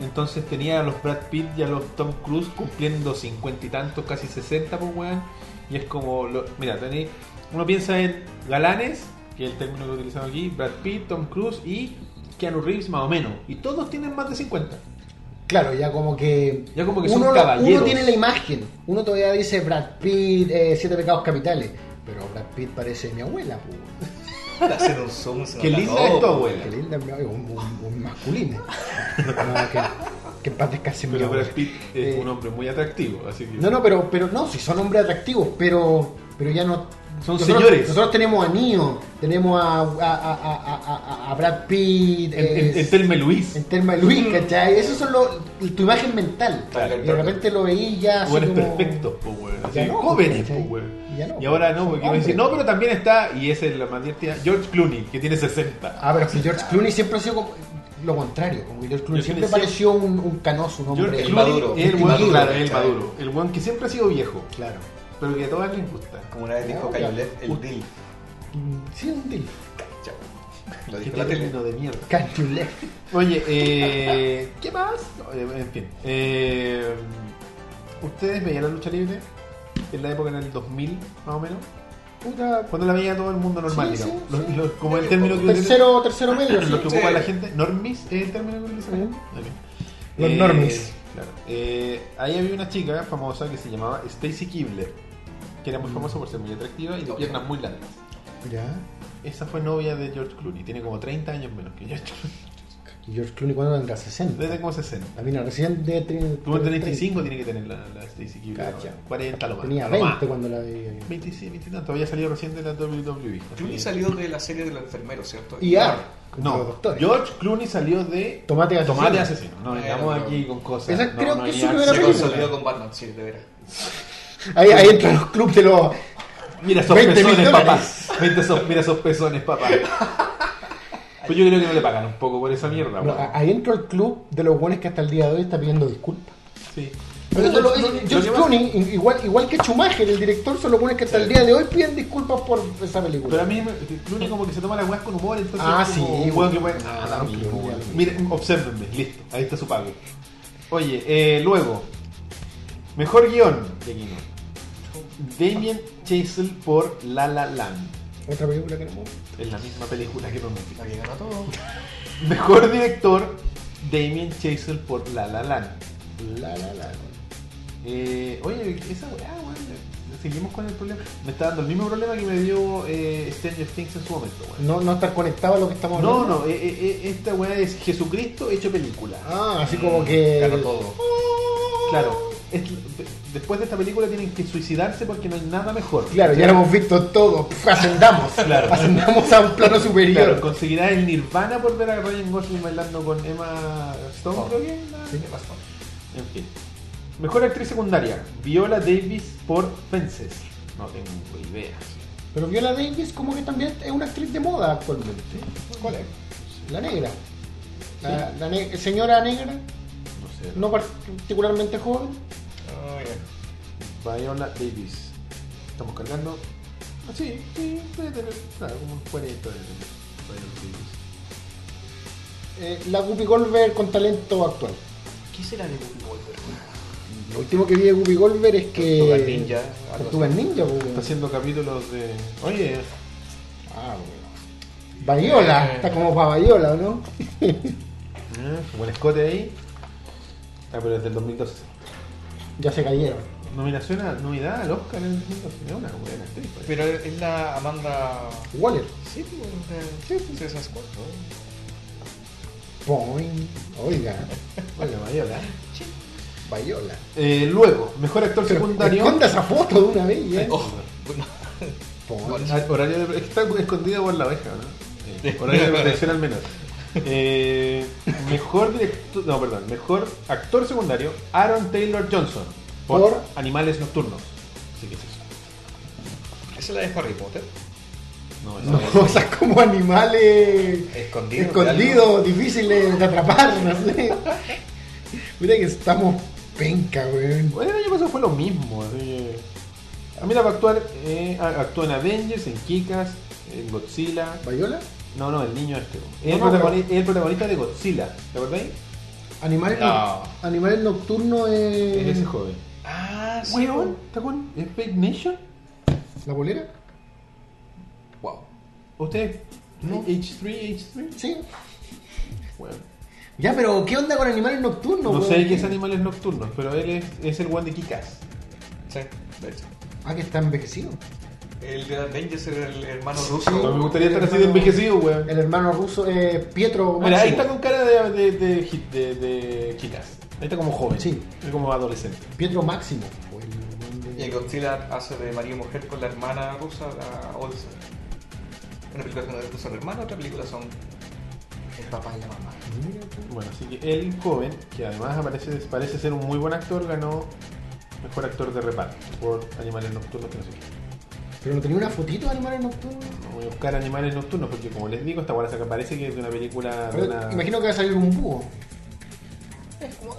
Speaker 1: Entonces tenía a los Brad Pitt y a los Tom Cruise cumpliendo cincuenta y tantos, casi 60, pues weón. Y es como, lo- mira, tenéis, uno piensa en galanes, que es el término que utilizamos aquí, Brad Pitt, Tom Cruise y Keanu Reeves más o menos. Y todos tienen más de 50.
Speaker 2: Claro, ya como que.
Speaker 1: Ya como que son
Speaker 2: uno, lo-
Speaker 1: caballeros.
Speaker 2: uno tiene la imagen. Uno todavía dice Brad Pitt, eh, Siete Pecados Capitales. Pero Brad Pitt parece mi abuela, pues.
Speaker 3: Hacen un zoom, se
Speaker 1: Qué
Speaker 3: nota oh,
Speaker 1: linda
Speaker 3: todo,
Speaker 1: es tu
Speaker 3: po.
Speaker 1: abuela.
Speaker 2: Oh, Qué linda mi abuela. Un, un- un masculino. No, que, que en paz descanse mi
Speaker 1: Pero
Speaker 2: abuela.
Speaker 1: Brad Pitt es
Speaker 2: Eh,
Speaker 1: un hombre muy atractivo, así que...
Speaker 2: No, no, pero, pero no, si son hombres atractivos, pero, pero ya no.
Speaker 1: Son
Speaker 2: nosotros,
Speaker 1: señores.
Speaker 2: Nosotros tenemos a Neo, tenemos a, a, a, a- a- a Brad Pitt,
Speaker 1: En-
Speaker 2: eh,
Speaker 1: en- Enterme Luis.
Speaker 2: en Thelma y Luis, ¿cachai? Eso es lo- tu imagen mental.
Speaker 3: Claro,
Speaker 2: y de
Speaker 3: claro.
Speaker 2: repente lo veí ya así
Speaker 1: Jóvenes
Speaker 2: como-
Speaker 1: perfectos, po, weón. Así,
Speaker 2: Ya no,
Speaker 1: jóvenes, po,
Speaker 2: ¿cachai?
Speaker 1: weón.
Speaker 2: Ya no,
Speaker 1: y ahora no,
Speaker 2: son
Speaker 1: porque uno dice,
Speaker 2: hombres.
Speaker 1: no, pero también está, y esa es la más divertida, George Clooney, que tiene 60.
Speaker 2: Ah, pero si George Clooney siempre ha sido como- lo contrario. Como que George Clooney
Speaker 1: George
Speaker 2: siempre
Speaker 1: Clooney
Speaker 2: pareció un, un canoso, un hombre.
Speaker 1: George
Speaker 3: el
Speaker 1: Clooney
Speaker 3: maduro,
Speaker 1: es el
Speaker 2: el
Speaker 1: weón,
Speaker 2: maduro,
Speaker 1: claro, es el
Speaker 3: ¿cachai?
Speaker 1: maduro. El weón que siempre ha sido viejo,
Speaker 2: Claro.
Speaker 1: pero que a todas les gusta.
Speaker 3: Como una vez dijo
Speaker 2: No,
Speaker 3: Cayolet,
Speaker 2: Oh, ya.
Speaker 3: el deal.
Speaker 2: Mm, Sí, un deal.
Speaker 3: Chao. Lo
Speaker 1: Qué
Speaker 3: dijo la tele.
Speaker 1: término de mierda.
Speaker 2: Can you left?
Speaker 1: Oye, eh, ¿qué más? No, eh, en fin. eh, ¿Ustedes veían la lucha libre? En la época, en el 2000, más o menos.
Speaker 2: Puta,
Speaker 1: Cuando la veía todo el mundo normal,
Speaker 2: Sí, sí,
Speaker 1: digamos.
Speaker 2: sí.
Speaker 1: Los- los- como el término que utiliza-
Speaker 2: tercero, tercero medio. sí.
Speaker 1: lo que ocupa
Speaker 3: Sí.
Speaker 1: la gente. ¿Normis es el término que utiliza la gente? Ok.
Speaker 2: Los normies.
Speaker 1: Claro. Eh, ahí había una chica famosa que se llamaba Stacy Kibler, que era muy
Speaker 2: Mm.
Speaker 1: famosa por ser muy atractiva y de piernas muy largas.
Speaker 2: Ya.
Speaker 1: Esa fue novia de George Clooney, tiene como 30 años menos que George Clooney.
Speaker 2: ¿Y George Clooney cuándo tendrá? 60.
Speaker 1: Debe tener como 60.
Speaker 2: La mina recién de tre-
Speaker 1: Tuvo
Speaker 2: tre-
Speaker 1: 35, tiene que tener la, la Stacy Kibler.
Speaker 2: Cacha.
Speaker 1: 40 lo más.
Speaker 2: Tenía
Speaker 1: a lo más.
Speaker 2: 20 cuando la vi.
Speaker 1: 26, 20 y tanto. Había salido recién de la E. WWE.
Speaker 3: Clooney salió de la serie de los enfermeros, ¿cierto?
Speaker 2: Y ah, Ar. los
Speaker 1: No,
Speaker 2: doctores.
Speaker 1: George Clooney salió de
Speaker 2: Tomate asesino.
Speaker 1: Tomate asesino. No,
Speaker 3: Ay,
Speaker 1: estamos
Speaker 3: no.
Speaker 1: aquí con cosas.
Speaker 2: Esa
Speaker 1: no,
Speaker 2: creo
Speaker 1: no
Speaker 2: que es
Speaker 1: hay
Speaker 2: su
Speaker 1: nada.
Speaker 2: primera
Speaker 3: Se
Speaker 2: película.
Speaker 3: consolidó con Batman, sí, de veras.
Speaker 2: Ahí, ahí entra los clubes de los.
Speaker 1: Mira esos
Speaker 2: 20 mil
Speaker 1: pezones, papá.
Speaker 2: dólares.
Speaker 1: 20 esos- mira esos pezones, papá. Pues yo creo que no le pagan un poco por esa mierda,
Speaker 2: no,
Speaker 1: weón.
Speaker 2: ahí entra el club de los buenos que hasta el día de hoy está pidiendo disculpas.
Speaker 1: Sí.
Speaker 2: Pero eso
Speaker 1: Lo-
Speaker 2: lo-
Speaker 1: lo- lo
Speaker 2: George
Speaker 1: que
Speaker 2: Clooney, i- igual, igual que Schumacher, el director, son los buenos que hasta el día de hoy piden disculpas por esa
Speaker 1: pasa- Pero a
Speaker 2: película.
Speaker 1: mí me- Clooney como que se toma las weas con humor, entonces
Speaker 2: Ah,
Speaker 1: es como
Speaker 2: sí,
Speaker 1: un weón que
Speaker 2: weón.
Speaker 1: puede- Ah, da lo mismo,
Speaker 2: Clooney,
Speaker 1: weón.
Speaker 2: da lo
Speaker 1: Miren, obsérvenme, listo. Ahí está su pago. Oye, eh, luego. Mejor guión de Kino. Damien Chazelle por La La Land.
Speaker 2: Otra película que no me
Speaker 1: Es la misma película que prometí.
Speaker 3: La que ganó todo.
Speaker 1: Mejor director, Damien Chazelle por La La Land.
Speaker 2: La la la.
Speaker 1: Eh, oye, esa weá, weón, le- seguimos con el problema. Me está dando el mismo problema que me dio eh, Stranger Things en su momento, weón.
Speaker 2: No, no estar conectado a lo que estamos
Speaker 1: No,
Speaker 2: hablando.
Speaker 1: no, eh, eh, eh, esta weá es Jesucristo hecho película.
Speaker 2: Ah, así como que.
Speaker 3: Ganó todo.
Speaker 1: Claro, es- después de esta película tienen que suicidarse porque no hay nada mejor.
Speaker 2: Claro, ya lo hemos visto todo. Pff, Ascendamos.
Speaker 1: Claro.
Speaker 2: Ascendamos a un plano superior.
Speaker 1: Claro, conseguirá el Nirvana por ver a Ryan Gosling bailando con Emma Stone,
Speaker 2: Oh.
Speaker 1: creo que es la-
Speaker 3: Sí, ¿Qué pasó?
Speaker 1: En fin. Mejor actriz secundaria, Viola Davis por Fences. No tengo idea.
Speaker 2: Pero Viola Davis como que también es una actriz de moda actualmente. ¿Cuál es? La negra. La, la ne- señora negra,
Speaker 1: No sé.
Speaker 2: no particularmente joven.
Speaker 3: Oh, ya.
Speaker 1: Viola Davis. Estamos cargando. Ah, sí, sí, puede tener. Claro, como 40 de Viola Davis.
Speaker 2: Eh, la Guppy Goldberg con talento actual.
Speaker 3: ¿Qué será de Whoopi Goldberg?
Speaker 2: Lo último que vi de Guppy Goldberg es que...
Speaker 3: Tortugas Ninja, algo
Speaker 2: Tortugas
Speaker 3: así.
Speaker 2: Eh, Ninja. pues.
Speaker 1: Está haciendo capítulos de. Oye,
Speaker 2: Ah, bueno. Bayola, está como para Bayola, ¿no?
Speaker 1: eh, buen escote ahí. Ah, pero es del 2012.
Speaker 2: Ya se cayeron.
Speaker 1: Nominación a, nominada al Oscar en el 2012. Es una buena actriz. parece.
Speaker 3: Pero es la Amanda.
Speaker 2: Waller.
Speaker 3: Sí, pues, de Suicide Squad, ¿no?
Speaker 2: Boing. Oiga,
Speaker 1: Oye, Viola.
Speaker 2: Bayola.
Speaker 1: Eh, luego, mejor actor
Speaker 2: Pero,
Speaker 1: secundario.
Speaker 2: esconda esa foto de una vez, ¿eh?
Speaker 3: Oh, bueno.
Speaker 2: Boing.
Speaker 1: Ah, Horario de, está escondido por la oveja, ¿no? Eh,
Speaker 3: Sí.
Speaker 1: horario de protección al menor. Eh, mejor director, no, perdón, mejor actor secundario, Aaron Taylor Johnson por,
Speaker 2: Por-
Speaker 1: Animales Nocturnos. Así que es eso.
Speaker 3: ¿Esa es la de Harry Potter?
Speaker 1: No,
Speaker 2: No,
Speaker 1: es-
Speaker 2: o sea, como animales
Speaker 3: Escondido.
Speaker 2: escondidos, difíciles de atrapar, no sé. Mira que estamos penca, weón.
Speaker 1: Bueno, el año pasado fue lo mismo. así que- Ah, mira, va a actuar, eh, ah, actuó en Avengers, en Kikas, en Godzilla.
Speaker 2: ¿Bayola?
Speaker 1: No, no, el niño este. Es el,
Speaker 2: No, no,
Speaker 1: protagoni- es el protagonista de Godzilla, ¿te acordáis?
Speaker 2: Animales,
Speaker 3: No.
Speaker 2: noc- animales nocturnos eh,
Speaker 1: Es ese joven.
Speaker 3: Ah, sí.
Speaker 1: Weón, ¿está con Space Nation?
Speaker 2: ¿La bolera?
Speaker 3: Wow.
Speaker 1: ¿Usted? H3, H3.
Speaker 2: Sí.
Speaker 1: Bueno,
Speaker 2: Ya, pero ¿qué onda con animales nocturnos,
Speaker 1: no
Speaker 2: weón?
Speaker 1: sé qué es animales nocturnos, pero él es, es el one de Kikas.
Speaker 3: Sí, de hecho.
Speaker 2: Ah, que está envejecido.
Speaker 3: El de Avengers era el hermano
Speaker 1: No me
Speaker 3: ruso.
Speaker 1: gustaría estar así de envejecido, weón.
Speaker 2: El hermano ruso eh, Pietro
Speaker 1: Mira, ahí
Speaker 2: Máximo.
Speaker 1: está con cara de, de, de, hit- de- de Kikas. Ahí está como joven.
Speaker 2: Sí.
Speaker 1: Es como adolescente.
Speaker 2: Pietro Máximo. o el weón
Speaker 3: Y
Speaker 2: de-
Speaker 3: el Godzilla hace de marido y mujer con la hermana rusa, la Olsen. Una película con son hermana, otra película son el papá y la mamá.
Speaker 2: Mira,
Speaker 1: Bueno, así que el joven, que además aparece, parece ser un muy buen actor, ganó mejor actor de reparto por Animales Nocturnos que no sé qué.
Speaker 2: Pero no tenía una fotito de animales nocturnos.
Speaker 1: No Voy a buscar Animales Nocturnos porque, como les digo, esta guarda saca- parece que es de una película de
Speaker 2: Pero
Speaker 1: una...
Speaker 2: Imagino que va a salir un búho.
Speaker 3: Es como.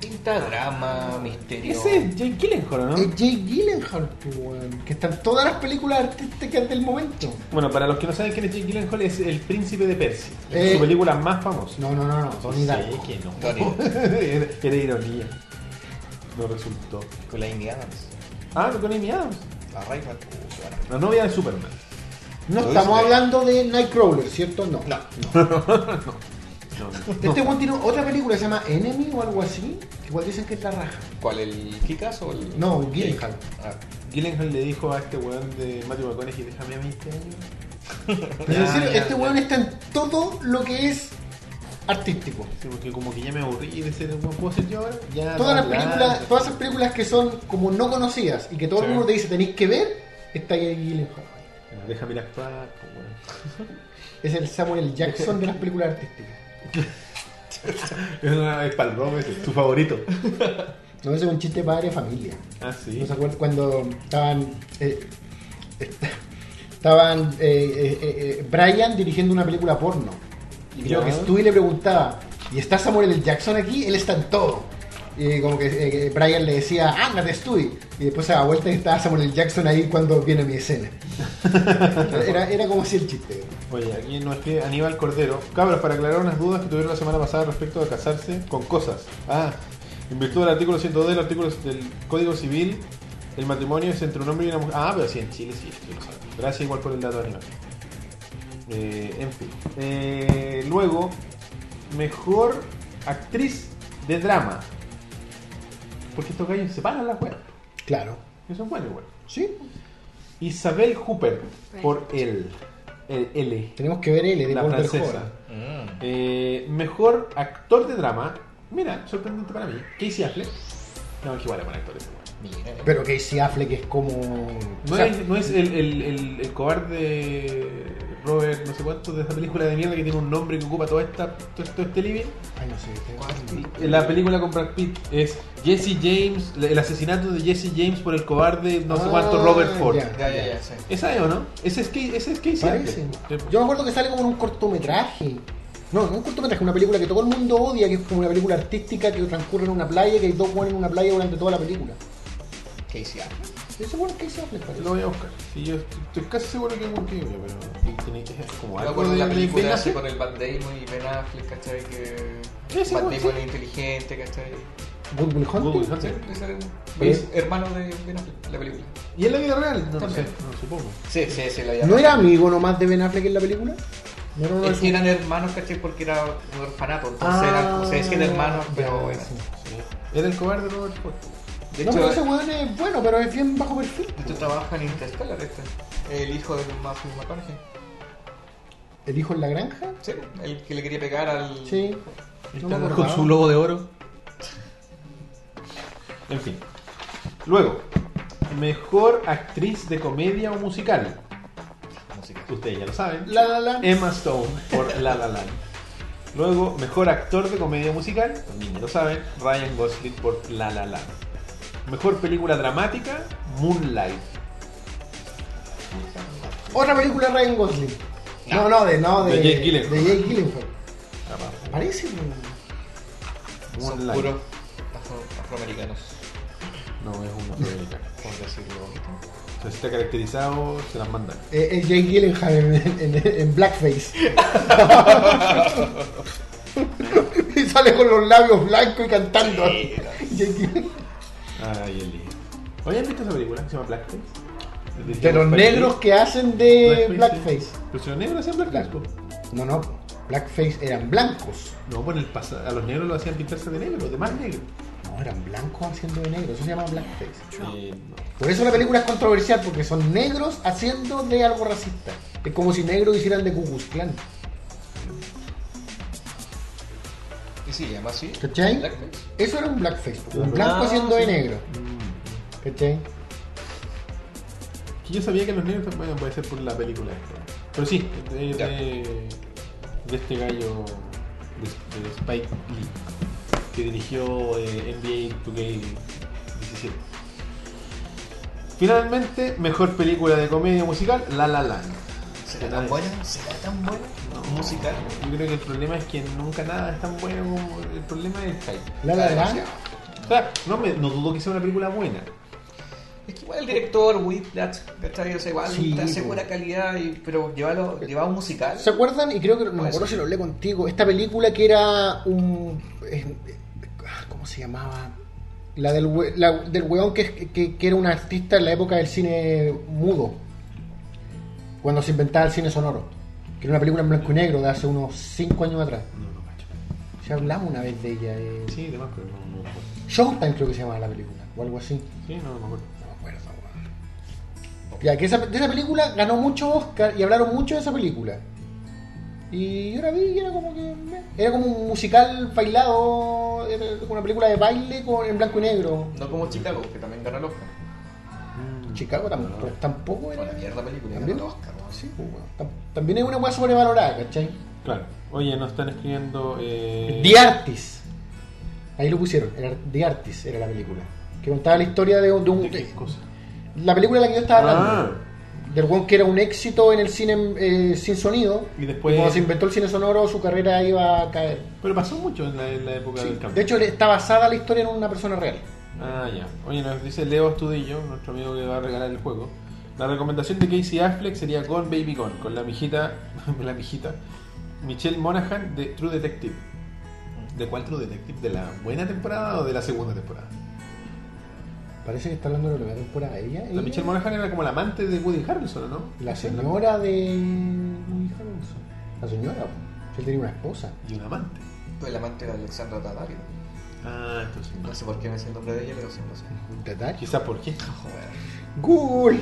Speaker 3: Pinta drama, misterio.
Speaker 1: Ese es Jane Gyllenhaal, ¿no?
Speaker 2: Es Jake Gyllenhaal, pues, weón, que están todas las películas artísticas del momento.
Speaker 1: Bueno, para los que no saben quién es Jake Gyllenhaal, es el príncipe de Persia.
Speaker 2: Eh.
Speaker 1: Su película más famosa.
Speaker 2: No, no, no, no, Tony Darko.
Speaker 1: Sí, que no.
Speaker 3: Tony,
Speaker 1: era, era ironía. No resultó.
Speaker 3: con la Indianas.
Speaker 1: Ah, con Amy Adams.
Speaker 3: La Rayman. uh, bueno.
Speaker 1: La novia de Superman.
Speaker 2: No
Speaker 3: Lo
Speaker 2: estamos
Speaker 3: dice.
Speaker 2: hablando de Nightcrawler, ¿cierto? No.
Speaker 3: No.
Speaker 1: No,
Speaker 2: Este weón tiene otra película que se llama Enemy o algo así, que igual dicen que es la raja.
Speaker 3: ¿Cuál? ¿El Kikas o el.?
Speaker 2: No, Gyllenhaal.
Speaker 3: Ah,
Speaker 1: Gyllenhaal le dijo a este weón de Matthew McConaughey, déjame a este 20 años.
Speaker 2: Pero en
Speaker 3: Ya,
Speaker 2: serio,
Speaker 3: Ah, ya,
Speaker 2: este
Speaker 3: ya.
Speaker 2: weón está en todo lo que es artístico.
Speaker 1: Sí, porque como que ya me aburrí de ser weón, ¿puedo ser yo ahora?
Speaker 3: Ah,
Speaker 1: Ya,
Speaker 2: Todas las
Speaker 1: no, bla,
Speaker 2: películas,
Speaker 1: bla.
Speaker 2: todas esas películas que son como no conocidas y que todo el
Speaker 3: Sí.
Speaker 2: mundo te dice tenéis que ver, está Jake Gyllenhaal.
Speaker 1: Bueno, Déjame ir a actuar, pues, weón.
Speaker 2: Es el Samuel Jackson de las películas artísticas.
Speaker 1: Es una es pa'l Rob, ese, tu favorito.
Speaker 2: No, ese es un chiste padre de familia.
Speaker 1: Ah, sí.
Speaker 2: ¿No se acuerdan cuando estaban. eh, est- estaban eh, eh, eh, eh, Brian dirigiendo una película porno. Y creo
Speaker 1: Ya.
Speaker 2: que Stewie le preguntaba: ¿Y está Samuel L. Jackson aquí? Él está en todo. Y como que eh, eh, Brian le decía: Ándate, Stewie. Y después se daba vuelta y estaba Samuel L. Jackson ahí cuando viene mi escena. Era, era como así el chiste.
Speaker 1: Oye, aquí nos escribe Aníbal Cordero. Cabros, para aclarar unas dudas que tuvieron la semana pasada respecto a casarse con cosas. Ah, en virtud del artículo 102 del artículo del Código Civil, el matrimonio es entre un hombre y una mujer. Ah, pero sí, en Chile sí, sí lo saben. Gracias igual por el dato animal. Eh, en fin. Eh, luego, mejor actriz de drama. Porque estos gallos separan las weas.
Speaker 2: Claro.
Speaker 1: Eso es bueno igual.
Speaker 2: Sí.
Speaker 1: Isabel Hooper por el, el L.
Speaker 2: Tenemos que ver L de
Speaker 1: La
Speaker 2: Paul
Speaker 1: francesa.
Speaker 2: Verhoeven.
Speaker 3: Ah, mm,
Speaker 1: Eh, mejor actor de drama. Mira, sorprendente para mí. Casey Affleck. No, es que igual es buen actor ese weón.
Speaker 3: Mira.
Speaker 2: Pero Casey Affleck es como.
Speaker 1: No
Speaker 2: o sea,
Speaker 1: es, no es el, el, el, el cobarde Robert, no sé cuánto, de esa película de mierda que tiene un nombre que ocupa toda esta, todo, todo este living.
Speaker 2: Ay, no sé. tengo-
Speaker 1: Eh, La película con Brad Pitt es Jesse James, el asesinato de Jesse James por el cobarde, no sé cuánto,
Speaker 2: Ah,
Speaker 1: Robert Ford.
Speaker 2: ya.
Speaker 3: Ya, ya, ya, sí.
Speaker 1: ¿Esa es o no? Ese es, Ca- ese es Casey
Speaker 2: Parece.
Speaker 1: Affleck.
Speaker 2: Yo me acuerdo que sale como en un cortometraje. No, no un cortometraje, una película que todo el mundo odia, que es como una película artística que transcurre en una playa, que hay dos buenos en una playa durante toda la película.
Speaker 3: Casey Affleck.
Speaker 2: Ese bueno es Casey Affleck, parece.
Speaker 1: Lo voy a buscar. Sí, yo estoy estoy casi seguro que es un tío, pero tiene que ser como
Speaker 3: Yo me
Speaker 1: algo
Speaker 3: acuerdo de la
Speaker 1: de- de- de
Speaker 3: película así
Speaker 1: Affleck.
Speaker 3: con el Van Damon y Ben Affleck, ¿cachai? Que
Speaker 1: Ese,
Speaker 3: Van
Speaker 1: sí.
Speaker 3: Damon es inteligente, ¿cachai?
Speaker 2: Good Will Hunting.
Speaker 1: Google, no
Speaker 3: Sí,
Speaker 1: sé.
Speaker 3: ese
Speaker 2: Bien.
Speaker 3: es hermano de Ben Affleck, la película.
Speaker 1: ¿Y en la vida real? No, lo sé,
Speaker 3: También.
Speaker 1: no supongo.
Speaker 3: Sí, sí, sí, la
Speaker 2: ¿No era amigo nomás de Ben Affleck en la película? No era uno de
Speaker 3: Es
Speaker 2: sus-
Speaker 3: que eran hermanos, ¿cachai? Porque era un orfanato, entonces
Speaker 2: Ah,
Speaker 3: eran como se decían hermanos, pero
Speaker 2: ya,
Speaker 3: bueno.
Speaker 2: sí.
Speaker 1: Sí. Era el cobarde Robert Ford.
Speaker 3: De
Speaker 2: no, pero
Speaker 3: hecho,
Speaker 2: ese weón es bueno, pero es bien bajo perfil.
Speaker 3: de hecho trabaja en Interstellar este. El hijo de Matthew McConaughey.
Speaker 2: ¿El hijo en la granja?
Speaker 3: Sí, el que le quería pegar al...
Speaker 2: Sí. No me
Speaker 1: con
Speaker 2: acordaba.
Speaker 1: su logo de oro. En fin. Luego, mejor actriz de comedia o musical.
Speaker 3: Música.
Speaker 1: Ustedes ya lo saben.
Speaker 2: La La Land.
Speaker 1: Emma Stone por La La Land. Luego, mejor actor de comedia musical, también ya lo saben, Ryan Gosling por La La Land. Mejor película dramática, Moonlight.
Speaker 2: Otra película de Ryan Gosling. No, no, de, no, de,
Speaker 1: De Jake Gyllenhaal.
Speaker 2: de Jake Gyllenhaal. Parece. weón.
Speaker 3: Son
Speaker 1: Moonlight.
Speaker 3: puros afro- afroamericanos,
Speaker 1: No, es una película.
Speaker 3: por decirlo bonito.
Speaker 1: Entonces está caracterizado, se las mandan.
Speaker 2: Eh, Es Jake Gyllenhaal en, en- en- en blackface. y sale con los labios blancos y cantando. Jake Gyllenhaal.
Speaker 1: Ay, el día. ¿Oye, ¿han visto esa película que se llama Blackface? Este
Speaker 2: De los negros que hacen de blackface.
Speaker 1: Pero si los negros hacían blackface, po.
Speaker 2: No, no. Blackface eran blancos.
Speaker 1: No, por el pasado. A los negros lo hacían pintarse de negro, de más negro.
Speaker 2: No, eran blancos haciendo de negro. Eso se llama blackface.
Speaker 1: Eh, no.
Speaker 2: Por eso la película es controversial, porque son negros haciendo de algo racista. Es como si negros hicieran de Ku Klux Klan.
Speaker 3: Y sí, además sí.
Speaker 2: ¿Cachai?
Speaker 3: Blackface.
Speaker 2: Eso era un blackface. po. Un
Speaker 1: Ah,
Speaker 2: blanco haciendo de
Speaker 1: sí.
Speaker 2: negro. ¿Cachai?
Speaker 1: Que yo sabía que los negros también puede ser por la película. esta. Pero sí, de,
Speaker 3: Ya.
Speaker 1: de, de este gallo de, de Spike Lee, que dirigió eh, NBA 2K17. Finalmente, mejor película de comedia musical, La La Land.
Speaker 3: ¿Será tan buena? ¿Será tan buena? Musical.
Speaker 1: Yo creo que el problema es que nunca nada es tan bueno como. El problema es el hype.
Speaker 2: La la la.
Speaker 3: Demasiado.
Speaker 1: O sea, no, me, no dudo que sea una película buena.
Speaker 3: Es que igual el director, Whiplash, ¿cachai? O sea, igual
Speaker 2: Sí,
Speaker 3: te hace
Speaker 2: po.
Speaker 3: buena calidad, y, pero llevarlo, llevar un musical.
Speaker 2: ¿Se acuerdan? Y creo que no me
Speaker 3: Puede
Speaker 2: acuerdo
Speaker 3: ser.
Speaker 2: si lo hablé contigo. Esta película que era un. eh, eh, ah, ¿Cómo se llamaba? La del, we- la del weón que, es- que, que era un artista en la época del cine mudo. Cuando se inventaba el cine sonoro. Que era una película en blanco y negro de hace unos 5 años atrás.
Speaker 1: No, no, macho.
Speaker 2: Ya hablamos una vez de ella. eh.
Speaker 1: Sí, demás, pero no, no me acuerdo.
Speaker 2: Showtime creo que se llamaba la película. O algo así.
Speaker 1: Sí, no, no me acuerdo.
Speaker 2: No me acuerdo, weón. Ya, que esa, de esa película ganó mucho Oscar y hablaron mucho de esa película. Y yo la vi y era como que. meh. Era como un musical bailado, era como una película de baile con- en blanco y negro.
Speaker 3: No como Chicago, que también ganó el Oscar.
Speaker 1: Mm.
Speaker 2: Chicago tampoco, tampoco era.
Speaker 3: Una mierda película, ganó
Speaker 2: También,
Speaker 3: el Oscar. ¿no?
Speaker 2: sí, pues, weón. Tam- también es una weá sobrevalorada, ¿cachai?
Speaker 1: Claro. Oye, nos están escribiendo. Eh...
Speaker 2: The Artist. Ahí lo pusieron, era The Artist era la película. Que contaba la historia de, un- de un.
Speaker 1: ¿De qué cosa?
Speaker 2: la película de la que yo estaba hablando.
Speaker 1: Ah,
Speaker 2: del weón que era un éxito en el cine eh, sin sonido.
Speaker 1: Y después-
Speaker 2: cuando se inventó el cine sonoro, su carrera iba a caer.
Speaker 1: pero pasó mucho en la, en la época del cambio.
Speaker 2: De hecho, está basada la historia en una persona real.
Speaker 1: Ah, ya. Oye, nos dice Leo Astudillo, nuestro amigo que va a regalar el juego. La recomendación de Casey Affleck sería Gone Baby Gone, con la mijita, la mijita, Michelle Monaghan de True Detective. ¿De cuál True Detective? ¿De la buena temporada o de la segunda temporada?
Speaker 2: Parece que está hablando de la primera temporada. Ella,
Speaker 1: La
Speaker 2: ella-
Speaker 1: Michelle Monaghan era como la amante de Woody Harrelson, ¿no?
Speaker 2: la señora de. Woody Harrelson. La señora, po. él tenía una esposa.
Speaker 1: Y un amante.
Speaker 3: El amante de Alexandra Daddario.
Speaker 1: Ah, entonces no.
Speaker 3: No sé por qué me sé el nombre de ella, pero sí lo sé.
Speaker 2: Detalle.
Speaker 1: Quizás por qué.
Speaker 2: Ah,
Speaker 3: Joder.
Speaker 2: Google.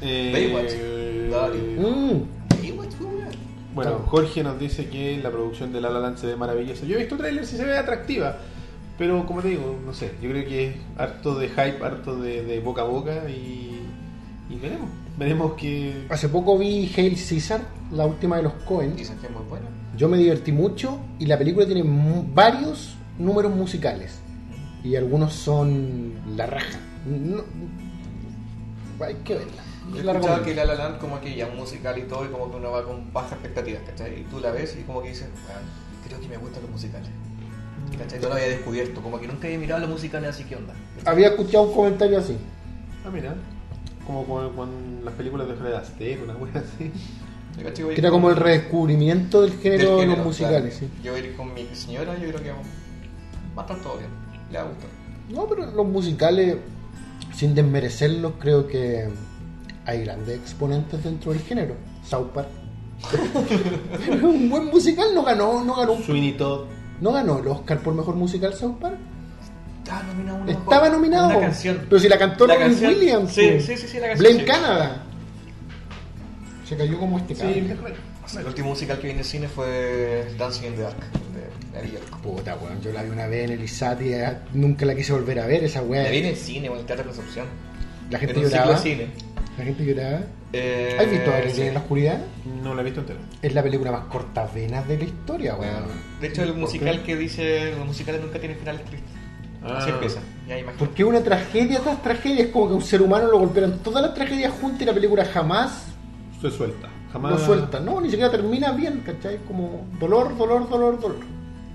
Speaker 1: Eh,
Speaker 3: Baywatch.
Speaker 1: eh,
Speaker 3: Dale.
Speaker 2: Mm.
Speaker 3: Baywatch, weón.
Speaker 1: Bueno,
Speaker 2: No.
Speaker 1: Jorge nos dice que la producción de La La Land se ve maravillosa. Yo he visto trailers y se ve atractiva. Pero como te digo, no sé. Yo creo que es harto de hype, harto de, de boca a boca y, y veremos. Veremos que...
Speaker 2: Hace poco vi Hail Caesar, la última de los Cohen.
Speaker 3: Dicen que es muy buena.
Speaker 2: Yo me divertí mucho y la película tiene mu- varios números musicales. Y algunos son la raja. No- hay que verla.
Speaker 3: Yo
Speaker 2: Yo
Speaker 3: he
Speaker 2: la
Speaker 3: escuchado
Speaker 2: recomiendo.
Speaker 3: que La La Land como que ya un musical y todo y como que uno va con bajas expectativas, ¿cachai? Y tú la ves y como que dices, "Ah, creo que me gustan los musicales. ¿Cachai? Yo lo había descubierto, como que nunca había mirado los musicales así que onda.
Speaker 2: Había escuchado un comentario así.
Speaker 1: Ah, mira. Como con, con las películas de Fred Astaire, una cosa así.
Speaker 3: ¿Cachai? Voy
Speaker 2: Que era como el redescubrimiento del
Speaker 3: del
Speaker 2: género de los
Speaker 3: género,
Speaker 2: musicales.
Speaker 3: claro. Yo voy a ir con mi señora, yo creo que va a estar todo bien. Le va a gustar.
Speaker 2: sí. No, pero los musicales, sin desmerecerlos, creo que hay grandes exponentes dentro del género. South Park. un buen musical no ganó, no ganó,
Speaker 1: Sweeney Todd.
Speaker 2: no ganó el Oscar por mejor musical South Park.
Speaker 3: Estaba nominado uno
Speaker 2: Estaba
Speaker 3: con-
Speaker 2: nominado.
Speaker 3: con Una canción.
Speaker 2: Pero si la cantó
Speaker 3: La
Speaker 2: Robin
Speaker 3: canción.
Speaker 2: Williams.
Speaker 3: Sí,
Speaker 2: pues.
Speaker 3: sí, sí, sí, la canción,
Speaker 2: Blame
Speaker 3: sí.
Speaker 2: Canada. Se cayó como este
Speaker 1: Sí,
Speaker 2: cabrón.
Speaker 1: bueno.
Speaker 3: El último musical que vi en el cine fue Dancing in the Dark de New York.
Speaker 2: Puta, weón. Yo la vi una vez en el Isati. eh, Nunca la quise volver a ver esa
Speaker 3: La vi en
Speaker 2: weá.
Speaker 3: el cine o en el Teatro Concepción.
Speaker 2: Eh. La
Speaker 3: En
Speaker 2: gente
Speaker 3: un ciclo de
Speaker 2: lloraba.
Speaker 3: cine.
Speaker 2: La gente lloraba.
Speaker 3: Eh,
Speaker 2: ¿Has visto Aire
Speaker 3: sí.
Speaker 2: en la oscuridad?
Speaker 1: No la he visto entera.
Speaker 2: Es la película más cortavenas de la historia, weón.
Speaker 3: De hecho, el
Speaker 1: ¿Por
Speaker 3: musical que dice los musicales nunca tienen finales tristes.
Speaker 1: Ah.
Speaker 3: Así empieza. Ya imagino.
Speaker 2: Porque una tragedia tras tragedia es como que a un ser humano lo golpearon todas las tragedias juntas y la película jamás
Speaker 1: Se suelta. Jamás.
Speaker 2: lo suelta. No, ni siquiera termina bien, ¿cachai? Como dolor, dolor, dolor, dolor.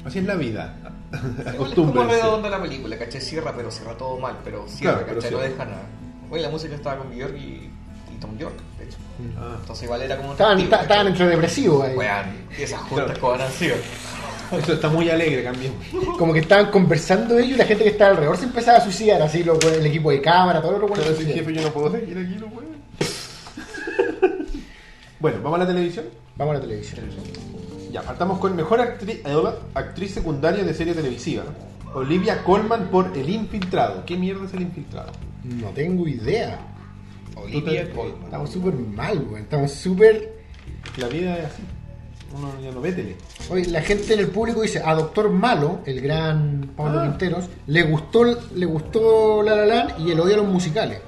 Speaker 1: Así es la vida.
Speaker 3: Igual Es como
Speaker 1: Acostúmbrense.
Speaker 3: redonda la película, ¿cachai? Cierra, pero cierra todo mal, pero cierra,
Speaker 1: Claro, pero
Speaker 3: ¿cachai? No
Speaker 1: cierra.
Speaker 3: deja nada. Bueno, la música estaba con Bjork y, y Tom York, de hecho.
Speaker 1: Ah.
Speaker 3: Entonces, igual era como un.
Speaker 2: Estaban,
Speaker 3: atractivo,
Speaker 2: ta- estaban
Speaker 3: ¿cachai?
Speaker 2: entre depresivos ahí.
Speaker 3: Weón, y esas juntas
Speaker 1: Claro.
Speaker 3: como han sido.
Speaker 1: Eso está muy alegre, también.
Speaker 2: Como que estaban conversando ellos y la gente que estaba alrededor se empezaba a suicidar, así los güeyes, el equipo de cámara, todo lo
Speaker 1: Pero si
Speaker 2: que
Speaker 1: jefe yo no puedo seguir aquí, no puedo. bueno, vamos a la televisión.
Speaker 2: Vamos a la televisión.
Speaker 1: Ya, partamos con mejor actri- eh, actriz secundaria de serie televisiva. Olivia Colman por El Infiltrado. ¿Qué mierda es El Infiltrado?
Speaker 2: No tengo idea.
Speaker 3: Olivia
Speaker 1: Total.
Speaker 3: Colman.
Speaker 2: Estamos súper mal, güey. Estamos súper.
Speaker 1: La vida es así. Uno ya no ve tele.
Speaker 2: Oye, la gente en el público dice a Doctor Malo, el gran Pablo
Speaker 1: Ah.
Speaker 2: Quinteros, le gustó, le gustó La La Land y el odio a los musicales.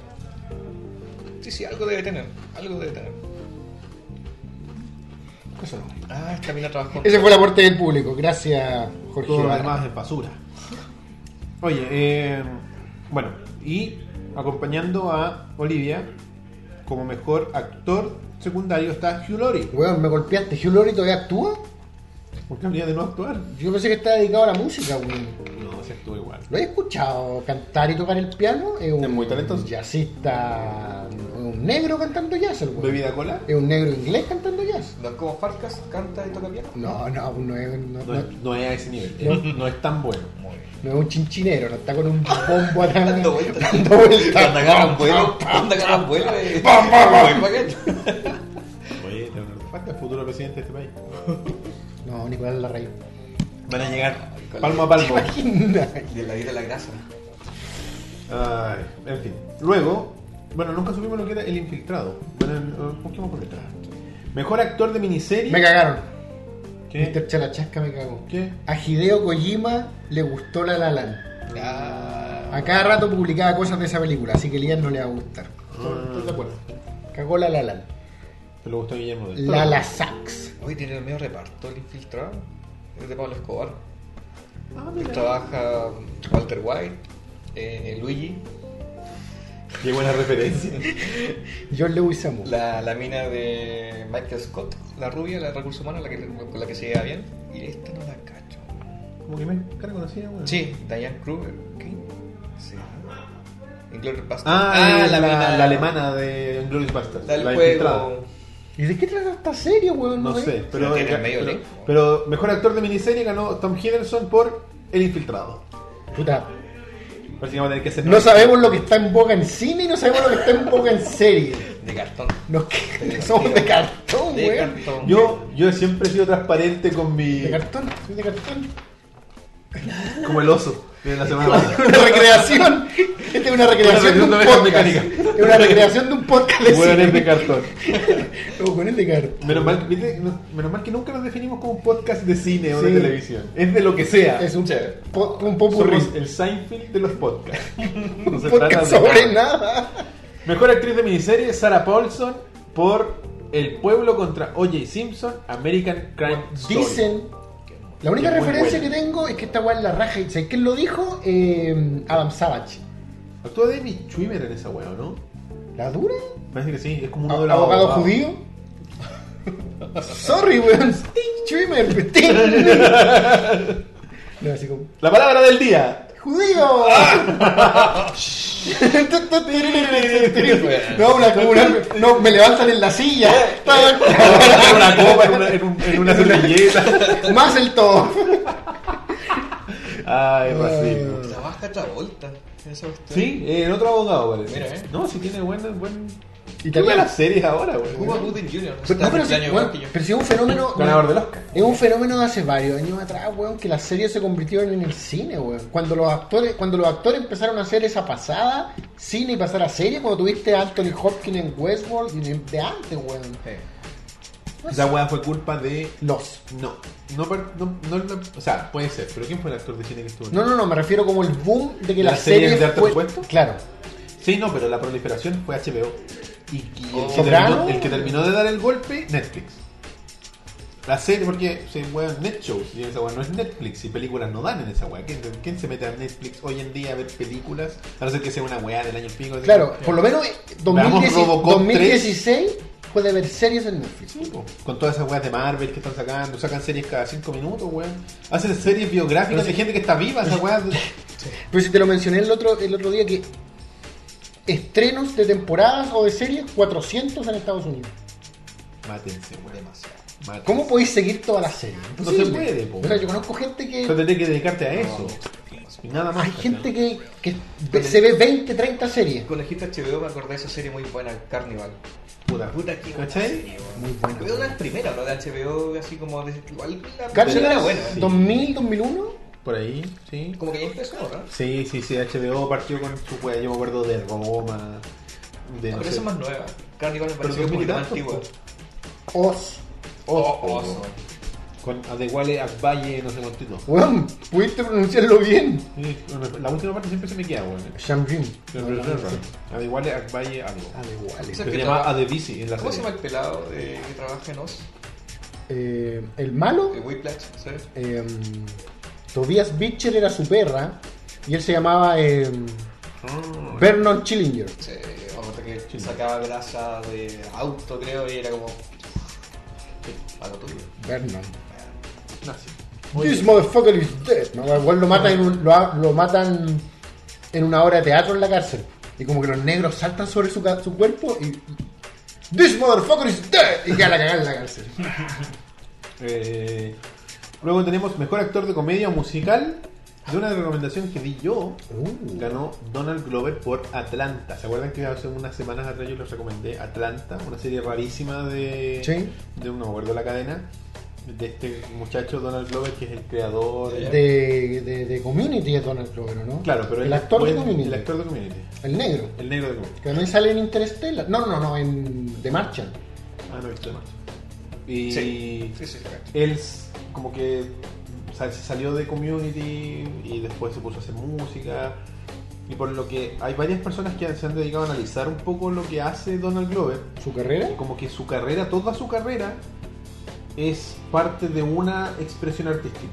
Speaker 3: Sí, sí, algo debe tener. Algo debe tener.
Speaker 2: Eso no.
Speaker 3: Ah, esta mina trabajó.
Speaker 2: Ese fue el aporte del público. Gracias, Jorge.
Speaker 1: Todo lo
Speaker 2: Ibarra.
Speaker 1: demás es basura. Oye, eh, bueno, y acompañando a Olivia como mejor actor secundario está Hugh Laurie.
Speaker 2: Weón, me golpeaste. ¿Hugh Laurie todavía actúa?
Speaker 1: ¿Por qué habría de no actuar?
Speaker 2: Yo pensé que estaba dedicado a la música, weón.
Speaker 1: No, se actúa igual.
Speaker 2: Lo he escuchado cantar y tocar el piano. Es, un
Speaker 1: Es muy talentoso.
Speaker 2: Jazzista. es Un negro cantando jazz, el weón.
Speaker 1: ¿Bebida cola?
Speaker 2: Es un negro inglés cantando jazz.
Speaker 3: ¿No es como Farcas? ¿Canta y toca piano?
Speaker 2: No, no, no es, no,
Speaker 1: No,
Speaker 2: no-
Speaker 1: es- no es a ese nivel. Eh, No es tan bueno.
Speaker 3: Muy bien.
Speaker 2: no es un chinchinero, no está con un bombo atrás.
Speaker 3: Dando vueltas.
Speaker 2: Dando vueltas.
Speaker 3: Cuando agarran vuelo. Cuando agarran vuelo. eh,
Speaker 2: Pam, pam, pam.
Speaker 3: vuelvo acá.
Speaker 1: Oye, Leonardo Falta, el futuro presidente de este país.
Speaker 2: No, Nicolás Larraín.
Speaker 1: Van a llegar pues.
Speaker 3: Ay,
Speaker 1: palmo a palmo.
Speaker 2: Imagina.
Speaker 3: De la vida a la grasa.
Speaker 1: Ay, en fin. Luego, bueno, nunca supimos lo que era el infiltrado. Bueno, eh, busquemos por detrás. Mejor actor de miniserie.
Speaker 2: Me cagaron. Mr. este-
Speaker 1: ¿Qué?
Speaker 2: Chalachasca me cagó.
Speaker 1: ¿Qué?
Speaker 2: A Hideo Kojima le gustó La La Land.
Speaker 3: Ah.
Speaker 2: A cada rato publicaba cosas de esa película, así que Lian no le va a gustar.
Speaker 1: Estoy de acuerdo.
Speaker 2: Cagó La La Land.
Speaker 1: Te lo gustó Guillermo del
Speaker 2: La
Speaker 1: Toro.
Speaker 2: La Sax.
Speaker 3: Hoy tiene el medio reparto el infiltrado. Es de Pablo Escobar.
Speaker 1: Ah, mira.
Speaker 3: Trabaja Walter White, eh, Luigi,
Speaker 1: Qué buena referencia.
Speaker 2: John Lewis Samuel.
Speaker 3: la, la mina de Michael Scott, la rubia, la de recursos humanos, la que, con la que se lleva bien. Y esta no la cacho.
Speaker 1: Como que me cara conocida, bueno.
Speaker 3: Sí, Diane Kruger. ¿Qué? Sí. Inglourious Basterds.
Speaker 1: Ah, eh, la, la alemana de Glorious Bastards.
Speaker 3: Del
Speaker 1: la infiltrada.
Speaker 3: juego.
Speaker 2: ¿Y de qué trata esta serie, weón?
Speaker 1: No
Speaker 2: ves?
Speaker 1: sé, pero,
Speaker 3: No tiene
Speaker 1: pero-
Speaker 3: medio
Speaker 1: pero,
Speaker 3: elenco.
Speaker 1: pero mejor actor de miniserie ganó Tom Hiddleston por El Infiltrado.
Speaker 2: Puta.
Speaker 1: Parece que Pues vamos a tener que hacer
Speaker 2: No sabemos lo que está en boga en cine y no sabemos lo que está en boga en serie.
Speaker 3: De cartón.
Speaker 2: Nos que- somos de cartón,
Speaker 3: De
Speaker 2: Oh, güey.
Speaker 3: cartón.
Speaker 1: Yo, yo siempre he sido transparente con mi.
Speaker 2: De cartón, soy de cartón.
Speaker 1: Como el oso. de la semana pasada.
Speaker 2: Una recreación. Esta es una recreación de un
Speaker 1: Una recreación de
Speaker 2: podcast.
Speaker 1: mecánica.
Speaker 2: Es una recreación de un podcast de
Speaker 1: Bueno,
Speaker 2: cine.
Speaker 1: eres de cartón.
Speaker 2: Los hueones de cartón.
Speaker 1: Menos mal, ¿viste? No- menos mal que nunca nos definimos como un podcast de cine o de
Speaker 2: Sí.
Speaker 1: televisión. Es de lo que sea.
Speaker 2: Es un,
Speaker 3: Sí.
Speaker 2: po- un popurrí.
Speaker 1: Somos el Seinfeld de los podcasts. No se
Speaker 2: Un podcast
Speaker 1: trata de
Speaker 2: sobre
Speaker 1: nada.
Speaker 2: nada.
Speaker 1: Mejor actriz de miniserie, Sarah Paulson, por El Pueblo contra O.J. Simpson, American Crime Story.
Speaker 2: Dicen. La única
Speaker 1: Que es muy
Speaker 2: referencia que
Speaker 1: buena.
Speaker 2: tengo es que esta weá es la raja. Y ¿sabes quién lo dijo? Eh, Adam Savage.
Speaker 1: Actúa David Schwimmer en esa weá, ¿o ¿no?
Speaker 2: ¿La dura?
Speaker 1: Parece que sí, es como uno de los
Speaker 2: ¿Abogado
Speaker 1: abogados.
Speaker 2: judío? Sorry, weón. Sting streamer. Sting. No, así como.
Speaker 1: La palabra del día.
Speaker 2: ¡Judío! no, una, como una- no, me levantan en la silla.
Speaker 1: En una copa, en una, en un- en una servilleta.
Speaker 2: Más el top.
Speaker 1: Ay, racismo.
Speaker 3: Trabaja Travolta. Eso es-
Speaker 1: Sí, eh, en otro abogado, parece.
Speaker 3: Mira, eh.
Speaker 1: No, sí tiene buen. buen...
Speaker 2: Y
Speaker 1: ¿Qué
Speaker 2: también-
Speaker 1: buenas series ahora,
Speaker 3: Cuba
Speaker 1: güey?
Speaker 3: Gooding Jr.
Speaker 2: Pero, no, pero sí,
Speaker 3: año
Speaker 2: bueno,
Speaker 3: igual que yo.
Speaker 2: pero sí es un fenómeno.
Speaker 1: Ganador del Oscar.
Speaker 2: Es un fenómeno de hace varios años atrás, weón, que las series se convirtieron en el cine, weón. Cuando los actores, cuando los actores empezaron a hacer esa pasada, cine y pasar a serie, cuando tuviste a Anthony Hopkins en Westworld y en- de antes, weón.
Speaker 1: Esa weá fue culpa de.
Speaker 2: Los.
Speaker 1: No, no, par- no, no, no- O sea, puede ser, pero ¿quién fue el actor de cine que estuvo?
Speaker 2: No, no, no, me refiero como el boom de que
Speaker 1: ¿Las
Speaker 2: las
Speaker 1: series
Speaker 2: series
Speaker 1: de alto
Speaker 2: fue-
Speaker 1: presupuesto?
Speaker 2: Claro.
Speaker 1: Sí, no, pero la proliferación fue HBO. Y, y Oh, el, que
Speaker 2: ¿Soprano?
Speaker 1: terminó, el que terminó de dar el golpe, Netflix. La serie, porque se weón net shows y esa weá no es Netflix y películas no dan en esa weá. ¿Quién, quién se mete a Netflix hoy en día a ver películas? A no ser que sea una weá del año pico. así
Speaker 2: Claro,
Speaker 1: que-
Speaker 2: por lo menos eh,
Speaker 1: Veamos
Speaker 2: 2010
Speaker 1: Robocop
Speaker 2: 2016 puede haber series en Netflix.
Speaker 1: Sí, po. Con todas esas weas de Marvel que están sacando, sacan series cada 5 minutos, weón. Hacen series biográficas de gente que está viva, esas weas. de-
Speaker 2: Pero si te lo mencioné el otro, el otro día que estrenos de temporadas o de series 400 en Estados Unidos.
Speaker 1: Mátense, weón. Demasiado.
Speaker 2: ¿Cómo podéis seguir todas las series?
Speaker 1: No
Speaker 2: Imposible.
Speaker 1: se puede, po.
Speaker 2: O sea, yo conozco gente que
Speaker 1: Pero tendré que dedicarte a eso.
Speaker 3: Oh.
Speaker 1: Y nada más.
Speaker 2: hay
Speaker 1: ¿cachai?
Speaker 2: gente que, que ve- se ve 20, 30 series.
Speaker 3: Con la gente HBO me acordé de esa serie muy buena, Carnival.
Speaker 1: Puta.
Speaker 3: Puta que buena
Speaker 1: ¿Cachai?
Speaker 3: serie, weón.
Speaker 2: Muy buena.
Speaker 3: Veo las primeras, ¿no? De HBO, así como de, igual la
Speaker 2: Carnival
Speaker 3: primera era buena.
Speaker 1: sí.
Speaker 2: 2000, 2001.
Speaker 1: Por ahí, sí.
Speaker 3: Como que ya empezó, ¿no?
Speaker 1: Sí, sí, sí. HBO partió con su wea. Yo me acuerdo de Roma. De
Speaker 3: No,
Speaker 1: no
Speaker 3: pero
Speaker 1: sé.
Speaker 3: esa es más nueva. Carnival me
Speaker 1: Pero
Speaker 3: pareció como
Speaker 1: 2000
Speaker 3: la
Speaker 1: y
Speaker 3: más
Speaker 1: tantos, Oh.
Speaker 3: antigua. Oh,
Speaker 2: Oz.
Speaker 1: Oz, po,
Speaker 3: Oz.
Speaker 1: weón. Con Adewale Akbaye, no sé cuánto. y todo.
Speaker 2: Weón, pudiste pronunciarlo bien.
Speaker 1: Sí, bueno, La última parte siempre se me queda, weón.
Speaker 2: Shambrim.
Speaker 1: Adewale Akbaye algo.
Speaker 2: Ah, da igual.
Speaker 1: Que se llama Adebisi en la
Speaker 3: ¿Cómo se llama
Speaker 1: serie.
Speaker 3: el pelado eh, que trabaja en Oz?
Speaker 2: Eh, el malo,
Speaker 3: Eh, Whiplash, ¿sabes?
Speaker 2: eh, Tobias Bitcher era su perra y él se llamaba eh,
Speaker 1: Ah,
Speaker 2: Vernon Chillinger.
Speaker 3: Se, eh, vamos, que sacaba grasa de auto, creo, y era como... A lo tuyo.
Speaker 2: Vernon.
Speaker 1: nazi.
Speaker 2: This motherfucker is dead. ¿no? Igual lo matan, en un- lo, lo matan en una obra de teatro en la cárcel. Y como que los negros saltan sobre su, ca- su cuerpo y. This motherfucker is dead. Y queda la cagada en la cárcel.
Speaker 1: Eh, luego tenemos mejor actor de comedia musical. De una recomendación que di yo,
Speaker 2: Uh.
Speaker 1: ganó Donald Glover por Atlanta. ¿Se acuerdan que hace unas semanas atrás yo les recomendé Atlanta? Una serie rarísima de.
Speaker 2: Sí.
Speaker 1: De no me acuerdo la cadena. De este muchacho Donald Glover, que es el creador.
Speaker 3: Ya, ya.
Speaker 2: De, de, de Community es Donald Glover, ¿no?
Speaker 1: Claro, pero
Speaker 2: el
Speaker 1: él
Speaker 2: actor
Speaker 1: fue
Speaker 2: de Community.
Speaker 1: El
Speaker 2: El,
Speaker 1: actor de community.
Speaker 2: negro.
Speaker 1: El negro de community.
Speaker 2: Que también sale en Interstellar. No, no, no, en The Martian.
Speaker 1: Ah, no, esto Y.
Speaker 3: Sí, sí, sí.
Speaker 1: él s- como que sa- se salió de community y después se puso a hacer música y por lo que hay varias personas que se han dedicado a analizar un poco lo que hace Donald Glover
Speaker 2: ¿Su carrera?
Speaker 1: y como que su carrera toda su carrera es parte de una expresión artística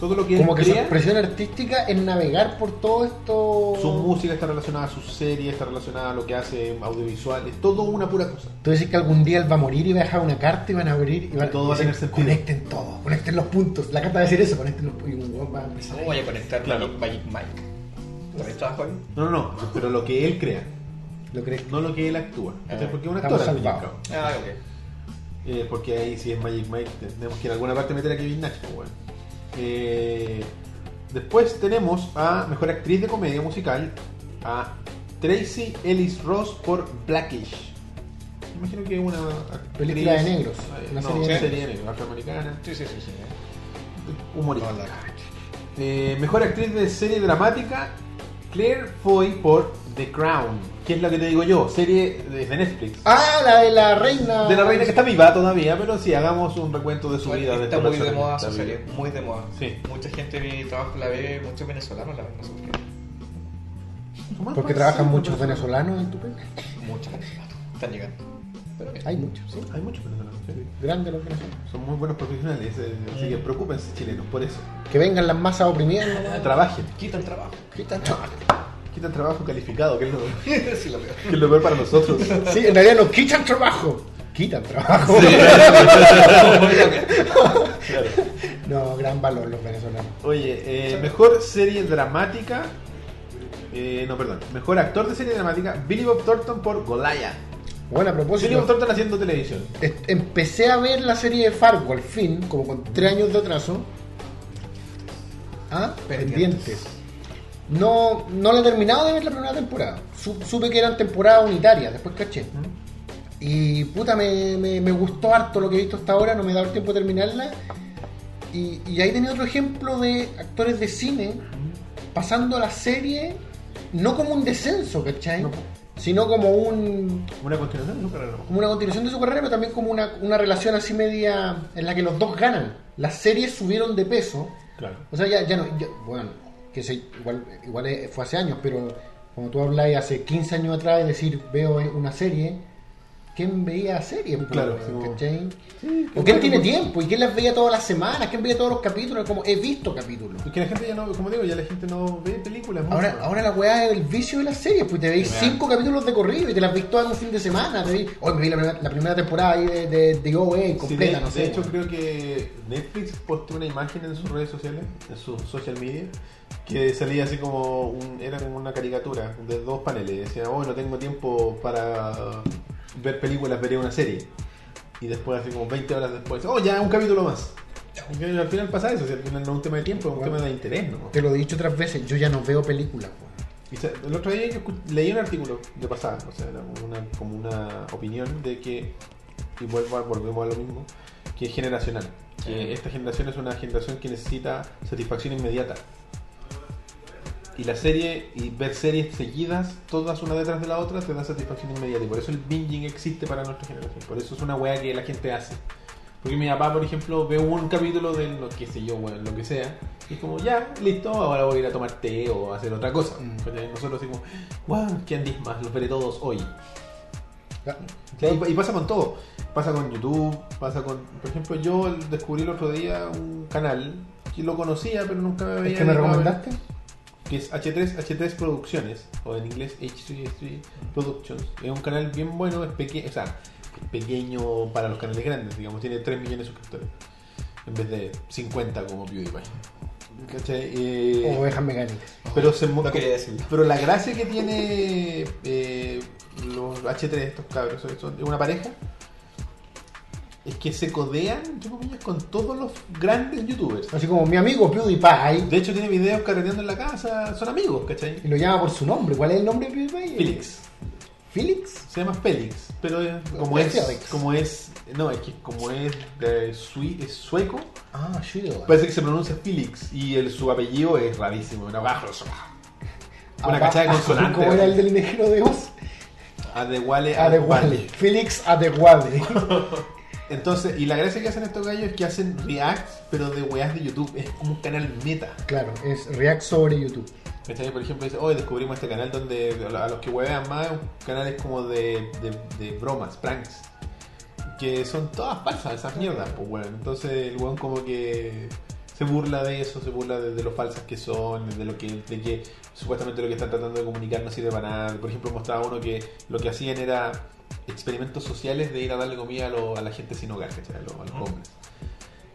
Speaker 1: todo lo que él
Speaker 2: Como que su
Speaker 1: crea
Speaker 2: expresión artística es navegar por todo esto.
Speaker 1: su música está relacionada a su serie está relacionada a lo que hace audiovisual es todo una pura cosa
Speaker 2: Tú dices que algún día él va a morir y va a dejar una carta y van a abrir y van
Speaker 1: todo va a
Speaker 2: decir,
Speaker 1: tener sentido.
Speaker 2: Conecten todo, conecten los puntos. La carta va a decir eso, conecten los puntos. Y un weón va a empezar
Speaker 3: ¿Cómo voy a conectar
Speaker 1: Claro.
Speaker 3: Magic Mike? ¿También trabajo ahí?
Speaker 1: no no no pero lo que él crea
Speaker 2: ¿Lo crees?
Speaker 1: no lo que él actúa ¿cachai? porque es un actor
Speaker 2: Eh, Estamos
Speaker 1: al fin y al
Speaker 2: salvados.
Speaker 1: cabo.
Speaker 3: Ah, ok.
Speaker 1: Eh, porque ahí si es Magic Mike tenemos que en alguna parte meter a Kevin Nash, pues, weón. Eh, Después tenemos a Mejor Actriz de Comedia Musical, a Tracy Ellis Ross por Blackish. Me Imagino que es una actriz-
Speaker 2: Película de negros,
Speaker 1: eh,
Speaker 2: una
Speaker 1: no,
Speaker 2: serie de
Speaker 1: serie,
Speaker 2: negros.
Speaker 1: de negros, afroamericana,
Speaker 3: Sí, sí, sí, sí.
Speaker 1: humorista.
Speaker 2: Hola.
Speaker 1: Eh, mejor actriz de serie dramática, Claire Foy por The Crown, que es la que te digo yo, serie de de Netflix.
Speaker 2: Ah, la de la reina.
Speaker 1: De la reina que está viva todavía, pero si hagamos un recuento de su vida.
Speaker 3: Está
Speaker 1: después
Speaker 3: muy
Speaker 1: la
Speaker 3: de moda
Speaker 1: está
Speaker 3: su serie,
Speaker 1: viva.
Speaker 3: muy de moda.
Speaker 1: Sí.
Speaker 3: Mucha gente de mi trabajo la ve, muchos venezolanos la ven, no sé por qué.
Speaker 2: Porque trabajan muchos venezolanos en tu país.
Speaker 3: Muchos venezolanos están llegando. Pero bien.
Speaker 2: Hay muchos, sí.
Speaker 1: Hay muchos venezolanos, sí.
Speaker 2: Grandes los venezolanos.
Speaker 1: Son muy buenos profesionales, eh, así que preocupense chilenos por eso.
Speaker 2: Que vengan las masas oprimidas. ¿no?
Speaker 1: Trabajen,
Speaker 3: Quitan trabajo.
Speaker 2: Quitan todo.
Speaker 1: quitan trabajo calificado, que es lo,
Speaker 3: sí, lo veo.
Speaker 1: que es lo peor para nosotros.
Speaker 2: Sí, en realidad nos quitan trabajo. Quitan trabajo.
Speaker 1: Claro.
Speaker 2: No, gran valor los venezolanos.
Speaker 1: Oye, eh, mejor serie dramática. eh, no, perdón. Mejor actor de serie dramática, Billy Bob Thornton por Goliath.
Speaker 2: Bueno, a
Speaker 1: Billy Bob
Speaker 2: propósito,
Speaker 1: Thornton haciendo televisión.
Speaker 2: est- empecé a ver la serie de Fargo al fin, como con tres años de atraso. Ah,
Speaker 3: Pendientes.
Speaker 2: pendientes. No, no la he terminado de ver la primera temporada. Su- supe que eran temporadas unitarias, después caché. Y puta, me, me- me gustó harto lo que he visto hasta ahora, no me he dado el tiempo de terminarla. Y, y ahí tenía otro ejemplo de actores de cine pasando a la serie, no como un descenso, ¿cachai?
Speaker 1: No.
Speaker 2: Sino como un
Speaker 1: Una continuación de su carrera.
Speaker 2: como una continuación de su carrera, pero también como una, una relación así media en la que los dos ganan. Las series subieron de peso.
Speaker 1: Claro.
Speaker 2: O sea, ya, ya no, ya- bueno, que sé, igual, igual eh, fue hace años, pero cuando tú habláis hace 15 años atrás, es decir, veo eh, una serie, ¿quién veía series? po,
Speaker 1: Claro,
Speaker 2: weón,
Speaker 1: sí,
Speaker 2: ¿cachai? ¿O quién tiene tiempo? ¿Y quién las veía todas las semanas? ¿Quién veía todos los capítulos? Como he visto capítulos.
Speaker 1: Es que la gente ya no, como digo, ya la gente no ve películas. mucho.
Speaker 2: Ahora, ahora la weá es el vicio de las series, pues te veis
Speaker 1: Sí,
Speaker 2: cinco capítulos de corrido y te las veis todas en un fin de semana. Te veis, hoy me vi la, primera- la primera temporada ahí de, de, de OA
Speaker 1: Sí,
Speaker 2: completa,
Speaker 1: de,
Speaker 2: no sé.
Speaker 1: de hecho,
Speaker 2: weón.
Speaker 1: creo que Netflix posteó una imagen en sus redes sociales, en sus social media, que salía así como un- era como una caricatura de dos paneles. Decía, oh, no tengo tiempo para ver películas, veré una serie. Y después, así como 20 horas después, oh, ya un capítulo más. Y al final pasa eso, si al final no es un tema de tiempo, es un
Speaker 2: Bueno.
Speaker 1: tema de interés. ¿no?
Speaker 2: Te lo he dicho otras veces, yo ya no veo películas. weón.
Speaker 1: Y se- el otro día yo escu- leí un artículo de pasada, o sea, era como una, como una opinión de que, y vuelvo a- volvemos a lo mismo, que es generacional. Que esta generación es una generación que necesita satisfacción inmediata. Y la serie, y ver series seguidas, todas una detrás de la otra, te da satisfacción inmediata. Y por eso el binging existe para nuestra generación. Por eso es una weá que la gente hace. Porque mi papá, por ejemplo, ve un capítulo de lo que sé yo, weón, lo que sea, y es como, ya, listo, ahora voy a ir a tomar té o a hacer otra cosa.
Speaker 2: Mm.
Speaker 1: ¿Cachai? Nosotros así como, wow, qué andis más, los veré todos hoy.
Speaker 2: Ya.
Speaker 1: ¿Cachai? Y, y pasa con todo. Pasa con YouTube, pasa con. Por ejemplo, yo descubrí el otro día un canal que lo conocía, pero nunca me había.
Speaker 2: ¿Es que me
Speaker 1: animado a ver,
Speaker 2: recomendaste?
Speaker 1: Que es H3, H3 Producciones, o en inglés H3 Productions. Es un canal bien bueno, es pequeño, o sea, es pequeño para los canales grandes, digamos, tiene 3 millones de suscriptores. En vez de 50 como PewDiePie. ¿Cachai? Eh,
Speaker 2: Ovejas mecánicas.
Speaker 1: pero, se mo-
Speaker 3: No quería decirlo.
Speaker 1: pero la gracia que tiene eh, los H3, estos cabros, son- son una pareja, es que se codean, entre comillas, con todos los grandes youtubers.
Speaker 2: Así como mi amigo PewDiePie,
Speaker 1: De hecho, tiene videos carreteando en la casa, son amigos, ¿cachai?
Speaker 2: y lo llama por su nombre. ¿Cuál es el nombre de PewDiePie?
Speaker 1: Felix.
Speaker 2: ¿Felix?
Speaker 1: Se llama Felix, pero es- como
Speaker 2: Pues
Speaker 1: es,
Speaker 2: Felix.
Speaker 1: como es, no, es que como es, de sui- es sueco,
Speaker 2: Ah, Shield.
Speaker 1: parece que se pronuncia Felix y el, su apellido es rarísimo, una baja, una
Speaker 2: Ah,
Speaker 1: cachada de
Speaker 2: ah,
Speaker 1: consonantes.
Speaker 2: Como era el del negro de Oz.
Speaker 1: Adewale,
Speaker 2: Adeguale.
Speaker 1: Adewale.
Speaker 2: Felix ah, Adeguale.
Speaker 1: Entonces, y la gracia que hacen estos gallos es que hacen reacts, pero de weas de YouTube. Es como un canal meta.
Speaker 2: claro, es React sobre YouTube.
Speaker 1: ¿Cachai? Por ejemplo, dice, hoy descubrimos este canal donde a los que huevean más, canales como de, de, de bromas, pranks. Que son todas falsas esas mierdas, pues weón. Entonces el weón como que se burla de eso, se burla de, de lo falsas que son, de lo que, de que supuestamente lo que están tratando de comunicar no sirve para nada. Por ejemplo, mostraba uno que lo que hacían era experimentos sociales de ir a darle comida a, lo- a la gente sin hogar, ¿cachai? A, los- a los
Speaker 3: Ujú.
Speaker 1: hombres.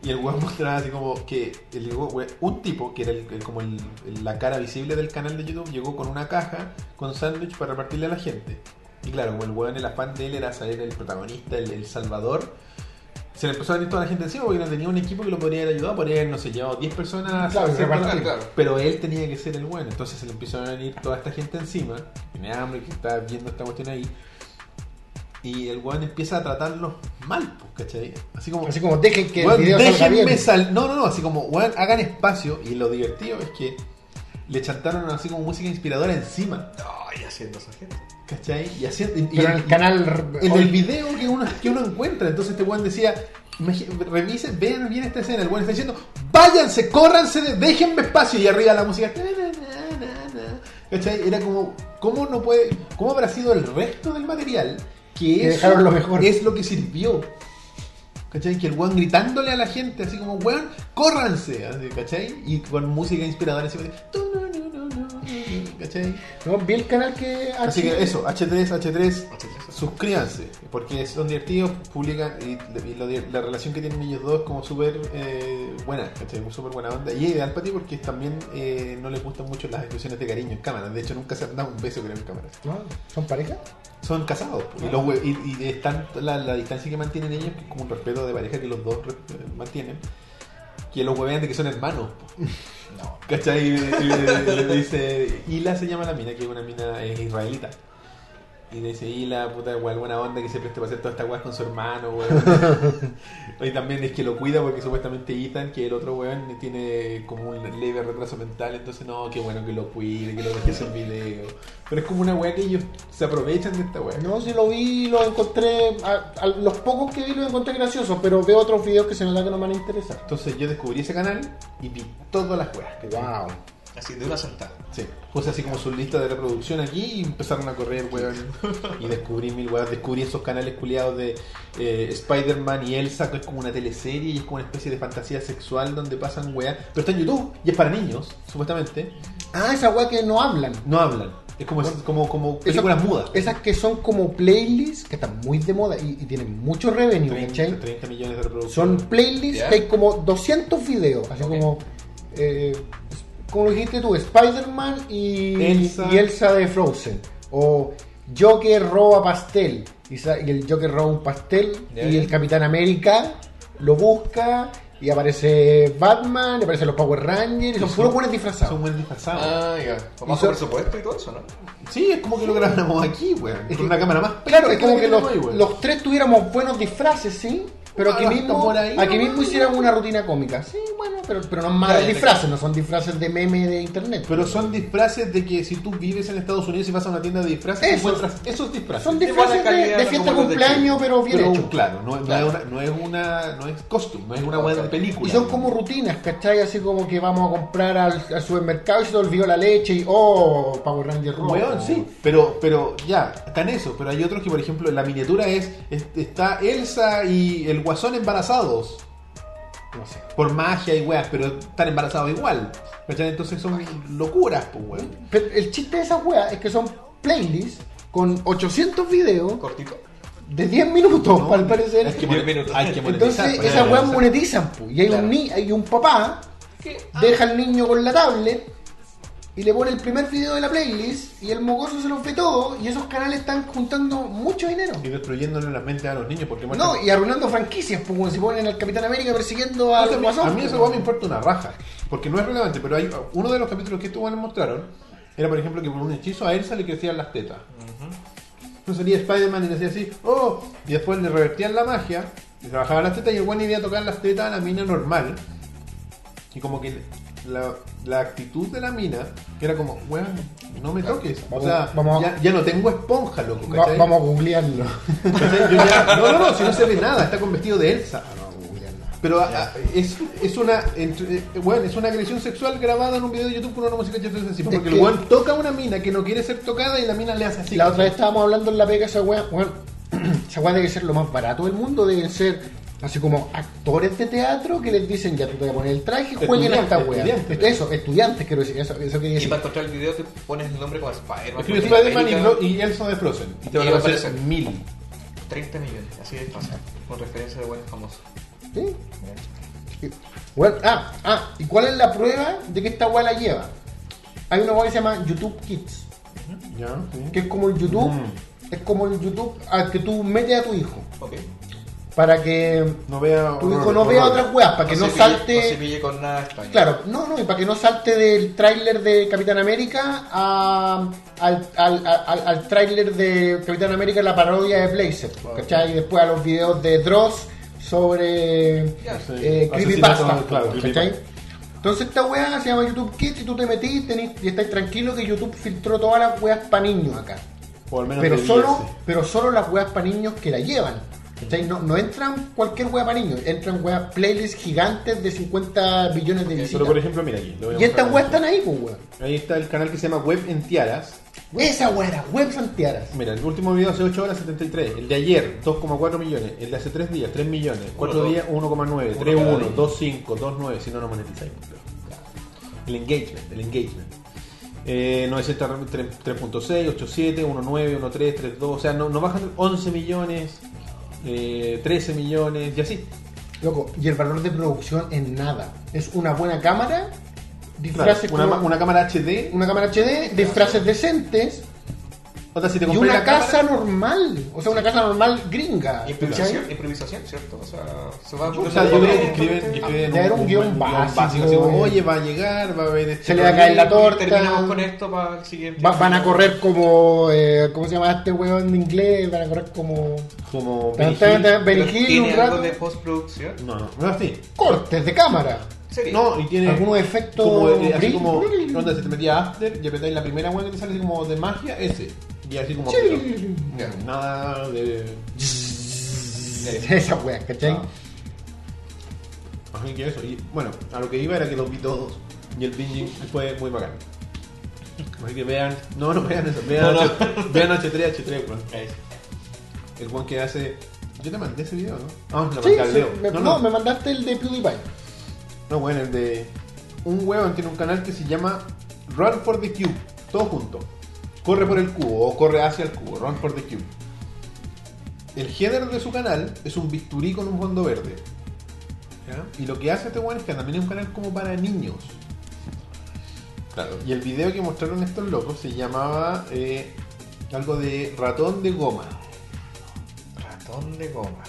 Speaker 1: Y el weón mostraba así como que el we- un tipo, que era el- el- como el- el- la cara visible del canal de YouTube, llegó con una caja con sándwich para repartirle a la gente. Y claro, como el weón, el afán de él era salir el protagonista, el, el salvador, se le empezó a venir toda la gente encima porque no tenía un equipo que lo podría haber ayudado, podría haber, no sé, llevado 10 personas.
Speaker 2: Claro,
Speaker 1: a hacer
Speaker 2: repartir.
Speaker 1: todo.
Speaker 3: Claro.
Speaker 1: Pero él tenía que ser el bueno. Entonces se le empezó a venir toda esta gente encima, que tiene hambre, que está viendo esta cuestión ahí. Y el weón empieza a tratarlos mal, pues, ¿cachai? Así como,
Speaker 2: Así como dejen que
Speaker 1: Weón,
Speaker 2: el video salga
Speaker 1: déjenme
Speaker 2: bien.
Speaker 1: sal- No, no, no, así como, weón, hagan espacio. Y lo divertido es que le chantaron así como música inspiradora encima.
Speaker 3: Ay, haciendo esa gente.
Speaker 1: ¿Cachai? Y haciendo. y- y
Speaker 2: Pero en
Speaker 1: el-
Speaker 2: el canal
Speaker 1: el
Speaker 2: hoy-
Speaker 1: del video que uno, que uno encuentra. Entonces este weón decía, imagi- revisen, vean bien esta escena. El weón está diciendo, váyanse, córranse, de- déjenme espacio. Y arriba la música. na, na, na, na, na. ¿Cachai? Era como, ¿cómo no puede, cómo habrá sido el resto del material? Que,
Speaker 2: Que
Speaker 1: eso
Speaker 2: dejaron lo mejor.
Speaker 1: es lo que sirvió. ¿Cachai? Que el weón gritándole a la gente, así como, weón, córranse. así, ¿Cachai? Y con música inspiradora encima. de- tu, nu, nu, nu, nu, nu, nu, ¿Cachai?
Speaker 2: No, vi el canal que...
Speaker 1: Así que eso, H3, H3,
Speaker 3: H3.
Speaker 1: suscríbanse, porque son divertidos, publican y, y lo di- la relación que tienen ellos dos es como súper eh, buena, ¿cachai? Como súper buena onda. Y es ideal para ti porque también eh, no les gustan mucho las expresiones de cariño en cámara. De hecho, nunca se han dado un beso creo en cámara.
Speaker 2: No, ¿Son pareja?
Speaker 1: Son casados pues, y, los hue- y, y están la, la distancia que mantienen ellos, que es como un respeto de pareja que los dos re- mantienen, que los huevean de que son hermanos. pues. ¿Cachai? Y le, le- le dice, Ila se llama la mina, que es una mina eh, israelita. Y le dice, Ila, puta, igual buena onda que se preste para hacer todas estas weas con su hermano, weón. y también es que lo cuida porque supuestamente Ethan, que el otro weón, tiene como un leve retraso mental, entonces no, qué bueno que lo cuide, que lo deje hacer video. Pero es como una wea que ellos se aprovechan de esta wea.
Speaker 2: No, si lo vi, lo encontré... A, a los pocos que vi los encontré graciosos, pero veo otros videos que se nota que no me van a interesar.
Speaker 1: Entonces yo descubrí ese canal y vi todas las weas. que
Speaker 2: Wow.
Speaker 3: Así, de una sentada.
Speaker 1: Sí, puse así como su lista de reproducción aquí y empezaron a correr, weón. Y descubrí mil weón, descubrí esos canales culiados de eh, Spider-Man y Elsa, que es como una teleserie y es como una especie de fantasía sexual donde pasan weas. Pero está en YouTube y es para niños, supuestamente.
Speaker 2: Ah, esa weá que no hablan.
Speaker 1: No hablan. Es como, es como, como películas
Speaker 2: Esas-
Speaker 1: mudas.
Speaker 2: Esas que son como playlists que están muy de moda y, y tienen mucho revenue,
Speaker 1: 30,
Speaker 2: ¿cachai?
Speaker 1: 30 millones de reproducciones.
Speaker 2: Son playlists
Speaker 3: Ya.
Speaker 2: que hay como 200 videos, así
Speaker 3: Ok.
Speaker 2: como. eh, como lo dijiste tú, Spider-Man y
Speaker 1: Elsa.
Speaker 2: y Elsa de Frozen. O Joker roba pastel. Y, sa- y el Joker roba un pastel.
Speaker 3: Ya,
Speaker 2: y
Speaker 3: ya.
Speaker 2: el Capitán América lo busca. Y aparece Batman, y aparecen los Power Rangers. Y son
Speaker 1: Sí,
Speaker 2: puros
Speaker 1: sí.
Speaker 2: buenos disfrazados.
Speaker 1: Son buen disfrazados.
Speaker 3: Ah, ya. Con
Speaker 2: Y
Speaker 3: bajo
Speaker 2: son-
Speaker 3: presupuesto y todo eso, ¿no?
Speaker 1: Sí, es como que lo grabamos aquí, weón. Con
Speaker 2: Es que-
Speaker 1: una cámara más
Speaker 2: Claro,
Speaker 1: penca
Speaker 2: es como que
Speaker 1: tenemos
Speaker 2: los,
Speaker 1: hoy, weón.
Speaker 2: los tres tuviéramos buenos disfraces, sí. Pero aquí
Speaker 1: Ah,
Speaker 2: mismo,
Speaker 1: por ahí,
Speaker 2: aquí
Speaker 1: no,
Speaker 2: mismo
Speaker 1: no,
Speaker 2: hicieran
Speaker 1: no.
Speaker 2: una rutina cómica. Sí, bueno, pero, pero no más
Speaker 3: Ya, ya,
Speaker 2: disfraces, no son disfraces de meme de internet.
Speaker 1: Pero son disfraces de que si tú vives en Estados Unidos y vas a una tienda de disfraces,
Speaker 2: Eso.
Speaker 1: encuentras esos disfraces.
Speaker 2: Son
Speaker 3: de
Speaker 2: disfraces
Speaker 3: buena
Speaker 2: de,
Speaker 3: calidad,
Speaker 2: de
Speaker 3: no
Speaker 2: fiesta de
Speaker 3: como los de
Speaker 2: cumpleaños, pero bien
Speaker 1: Pero,
Speaker 2: hecho.
Speaker 1: claro, no, no
Speaker 3: Claro.
Speaker 1: es una, no es una, no es costume, no es una buena
Speaker 3: Ok.
Speaker 1: película.
Speaker 2: Y son como rutinas, ¿cachai? Así como que vamos a comprar al, al supermercado y se te olvidó la leche y oh, Power Ranger rojo.
Speaker 1: Weón, sí, pero, pero ya, está en eso, pero hay otros que por ejemplo la miniatura es, es- está Elsa y el guasón embarazados,
Speaker 2: No sé.
Speaker 1: por magia y weas, pero están embarazados igual. ¿Cachai? Entonces son locuras, pues weón.
Speaker 2: Pero el chiste de esas weas es que son playlists con 800 videos
Speaker 3: Cortito.
Speaker 2: de 10 minutos,
Speaker 1: No,
Speaker 2: Pues, al parecer.
Speaker 1: Hay que,
Speaker 3: Diez
Speaker 1: monet-
Speaker 3: minutos.
Speaker 1: hay que monetizar.
Speaker 2: Entonces
Speaker 1: pues,
Speaker 2: esas
Speaker 1: hay que
Speaker 2: weas
Speaker 1: monetizar.
Speaker 2: monetizan, pues. Y hay,
Speaker 3: Claro.
Speaker 2: un ni hay un papá
Speaker 3: ¿Qué?
Speaker 2: deja al niño con la tablet y le pone el primer video de la playlist y el mocoso se los ve todo y esos canales están juntando mucho dinero.
Speaker 1: Y destruyéndole las mentes a los niños porque muestran-
Speaker 2: No, y arruinando franquicias, pues como si ponen al Capitán América persiguiendo al
Speaker 1: a mí,
Speaker 2: Guasón.
Speaker 1: a mí esa weá me importa una raja. Porque no es relevante, pero hay uno de los capítulos que estos weones mostraron era, por ejemplo, que por un hechizo a Elsa le crecían las tetas. No salía Spider-Man y le hacía así, ¡oh! Y después le revertían la magia, le trabajaban las tetas y el weón iba a tocar las tetas a la mina normal. Y como que la, la actitud de la mina era como, weón, no me toques.
Speaker 2: Vamos-
Speaker 1: o sea,
Speaker 2: vamos-
Speaker 1: ya, ya no tengo esponja, loco.
Speaker 2: Va-
Speaker 1: ¿cachai?
Speaker 2: vamos a googlearlo.
Speaker 1: ¿Cachai? Yo ya- no, no, no, si no se ve nada, está con vestido de Elsa. Pero a- a- es, es una entre- eh, weón, es una agresión sexual grabada en un video de YouTube con una música de así. Porque
Speaker 2: Es
Speaker 1: el
Speaker 2: que-
Speaker 1: weón toca a una mina que no quiere ser tocada y la mina le hace así.
Speaker 2: La otra vez estábamos hablando en la pega, esa weá, weón, esa weá debe ser lo más barato del mundo, deben ser así como actores de teatro que les dicen, ya tú te voy a poner el traje, jueguen a esta weá.
Speaker 1: Estudiantes, estudiantes.
Speaker 2: Eso, estudiantes, quiero decir, eso, eso quería
Speaker 3: Y
Speaker 2: decir.
Speaker 3: para encontrar el video te pones el nombre como Spider-Man.
Speaker 1: Escribe
Speaker 3: Capitán
Speaker 1: Spider-Man y,
Speaker 3: América,
Speaker 1: Fro- y Elsa de Frozen. Y te
Speaker 3: Y
Speaker 1: van a
Speaker 3: va a
Speaker 1: aparecer
Speaker 3: aparecer.
Speaker 1: mil.
Speaker 3: 30 millones, así de fácil. Con referencia de buenos famosos.
Speaker 2: ¿Sí? Bueno, ah, ah, ¿y cuál es la prueba de que esta weá la lleva? Hay una weá que se llama YouTube Kids,
Speaker 1: Ya, sí.
Speaker 2: que es como el YouTube,
Speaker 1: Mm.
Speaker 2: es como el YouTube al que tú metes a tu hijo.
Speaker 3: Ok.
Speaker 2: para que
Speaker 1: No vea
Speaker 2: tu hijo
Speaker 1: horrores,
Speaker 2: no vea
Speaker 1: horrores.
Speaker 2: otras weas, para que no
Speaker 3: se pille- No se
Speaker 2: salte.
Speaker 3: pille con nada extraño.
Speaker 2: Claro, no, no, y para que no salte del tráiler de Capitán América a- al, al, al- al tráiler de Capitán América la parodia de Blazer, ¿cachai? Y después a los videos de Dross sobre
Speaker 3: Ya, sí.
Speaker 2: eh,
Speaker 1: Asesinato,
Speaker 2: Creepypasta,
Speaker 1: claro,
Speaker 2: ¿cachai?
Speaker 1: creepypasta.
Speaker 2: Entonces esta weá se llama YouTube Kids y tú te metís tenés- y estáis tranquilo que YouTube filtró todas las weas para niños acá.
Speaker 1: O al menos
Speaker 2: Pero
Speaker 1: debería
Speaker 2: solo,
Speaker 1: ser.
Speaker 2: pero solo las weas para niños que la llevan. ¿cachai? No, no entran cualquier wea para niños, entran weas playlists gigantes de 50 billones de
Speaker 1: Pero,
Speaker 2: visitas.
Speaker 1: por ejemplo, mira aquí. lo voy a
Speaker 2: Y estas
Speaker 1: mostrar.
Speaker 2: weas están ahí, pues weón.
Speaker 1: Ahí está el canal que se llama Web en Tiaras.
Speaker 2: Esa wea era web santiaras.
Speaker 1: Mira, el último video hace 8 horas 73. El de ayer, 2,4 millones. El de hace 3 días, 3 millones. 4
Speaker 3: dos.
Speaker 1: días, 1,9.
Speaker 3: Uno
Speaker 1: 3,
Speaker 3: cada
Speaker 1: 1,
Speaker 3: día.
Speaker 1: 2, 5, 2, 9. Si no, no monetizáis. pues, claro. El engagement, el engagement. Eh, 900, 3- 3.6, 87, 1.9, 1.3, 3.2, o sea, no, no bajan 11 millones, eh, 13 millones, y así.
Speaker 2: Loco, y el valor de producción es nada. Es una buena cámara,
Speaker 1: Claro,
Speaker 2: disfraces
Speaker 1: una,
Speaker 2: como-
Speaker 1: ma- una cámara HD,
Speaker 2: una cámara HD, disfraces decentes
Speaker 1: o sea, si te
Speaker 2: y
Speaker 1: compras
Speaker 2: una
Speaker 1: la
Speaker 2: casa
Speaker 1: cámara-
Speaker 2: normal. O sea, una casa normal gringa.
Speaker 3: Improvisación,
Speaker 2: ¿cachai?
Speaker 3: improvisación, ¿cierto? O sea, se va
Speaker 1: O sea, yo creo que escriben, que escriben
Speaker 2: Ya era un guión básico,
Speaker 1: así como,
Speaker 2: güey.
Speaker 1: oye, va a llegar, va a haber este
Speaker 2: Se le va a caer la torta.
Speaker 3: Terminamos con esto para el siguiente.
Speaker 2: Va- van a correr como. eh, ¿Cómo se llama este weón de inglés? Van a correr como.
Speaker 1: como
Speaker 2: Berenjil,
Speaker 3: Pero
Speaker 2: un
Speaker 3: ¿Tiene algo
Speaker 2: rato.
Speaker 3: de postproducción?
Speaker 1: No, no, no es así.
Speaker 2: Cortes de cámara.
Speaker 3: Sería.
Speaker 1: No, y tiene
Speaker 2: Algunos efectos
Speaker 1: como, eh, así
Speaker 2: brillo,
Speaker 1: como
Speaker 2: brillo.
Speaker 1: onda, si te metía after y apretáis la primera weá que te sale así como de magia, ese. Y así como
Speaker 2: Sí.
Speaker 1: Ya, nada de
Speaker 2: Esa wea, ¿cachai?
Speaker 1: Ah. así que eso. Y bueno, a lo que iba era que los vi todos y el binging fue muy bacán. Así que vean, no, no vean eso, vean,
Speaker 3: No, no.
Speaker 1: H- vean H3, H3, weón.
Speaker 3: Ahí.
Speaker 1: El one que hace. Yo te mandé ese video, ¿no? Ah, la
Speaker 2: Sí,
Speaker 1: mandé al
Speaker 2: sí,
Speaker 1: Leo.
Speaker 2: me- no, me mandaste el de PewDiePie.
Speaker 1: No, bueno, el de. Un huevón tiene un canal que se llama Run for the Cube, todo junto. Corre por el cubo o corre hacia el cubo, Run for the Cube. El género de su canal es un bisturí con un fondo verde.
Speaker 3: ¿Ya?
Speaker 1: Y lo que hace este weón es que también es un canal como para niños. Claro. Y el video que mostraron estos locos se llamaba eh, algo de ratón de goma.
Speaker 3: Ratón de goma.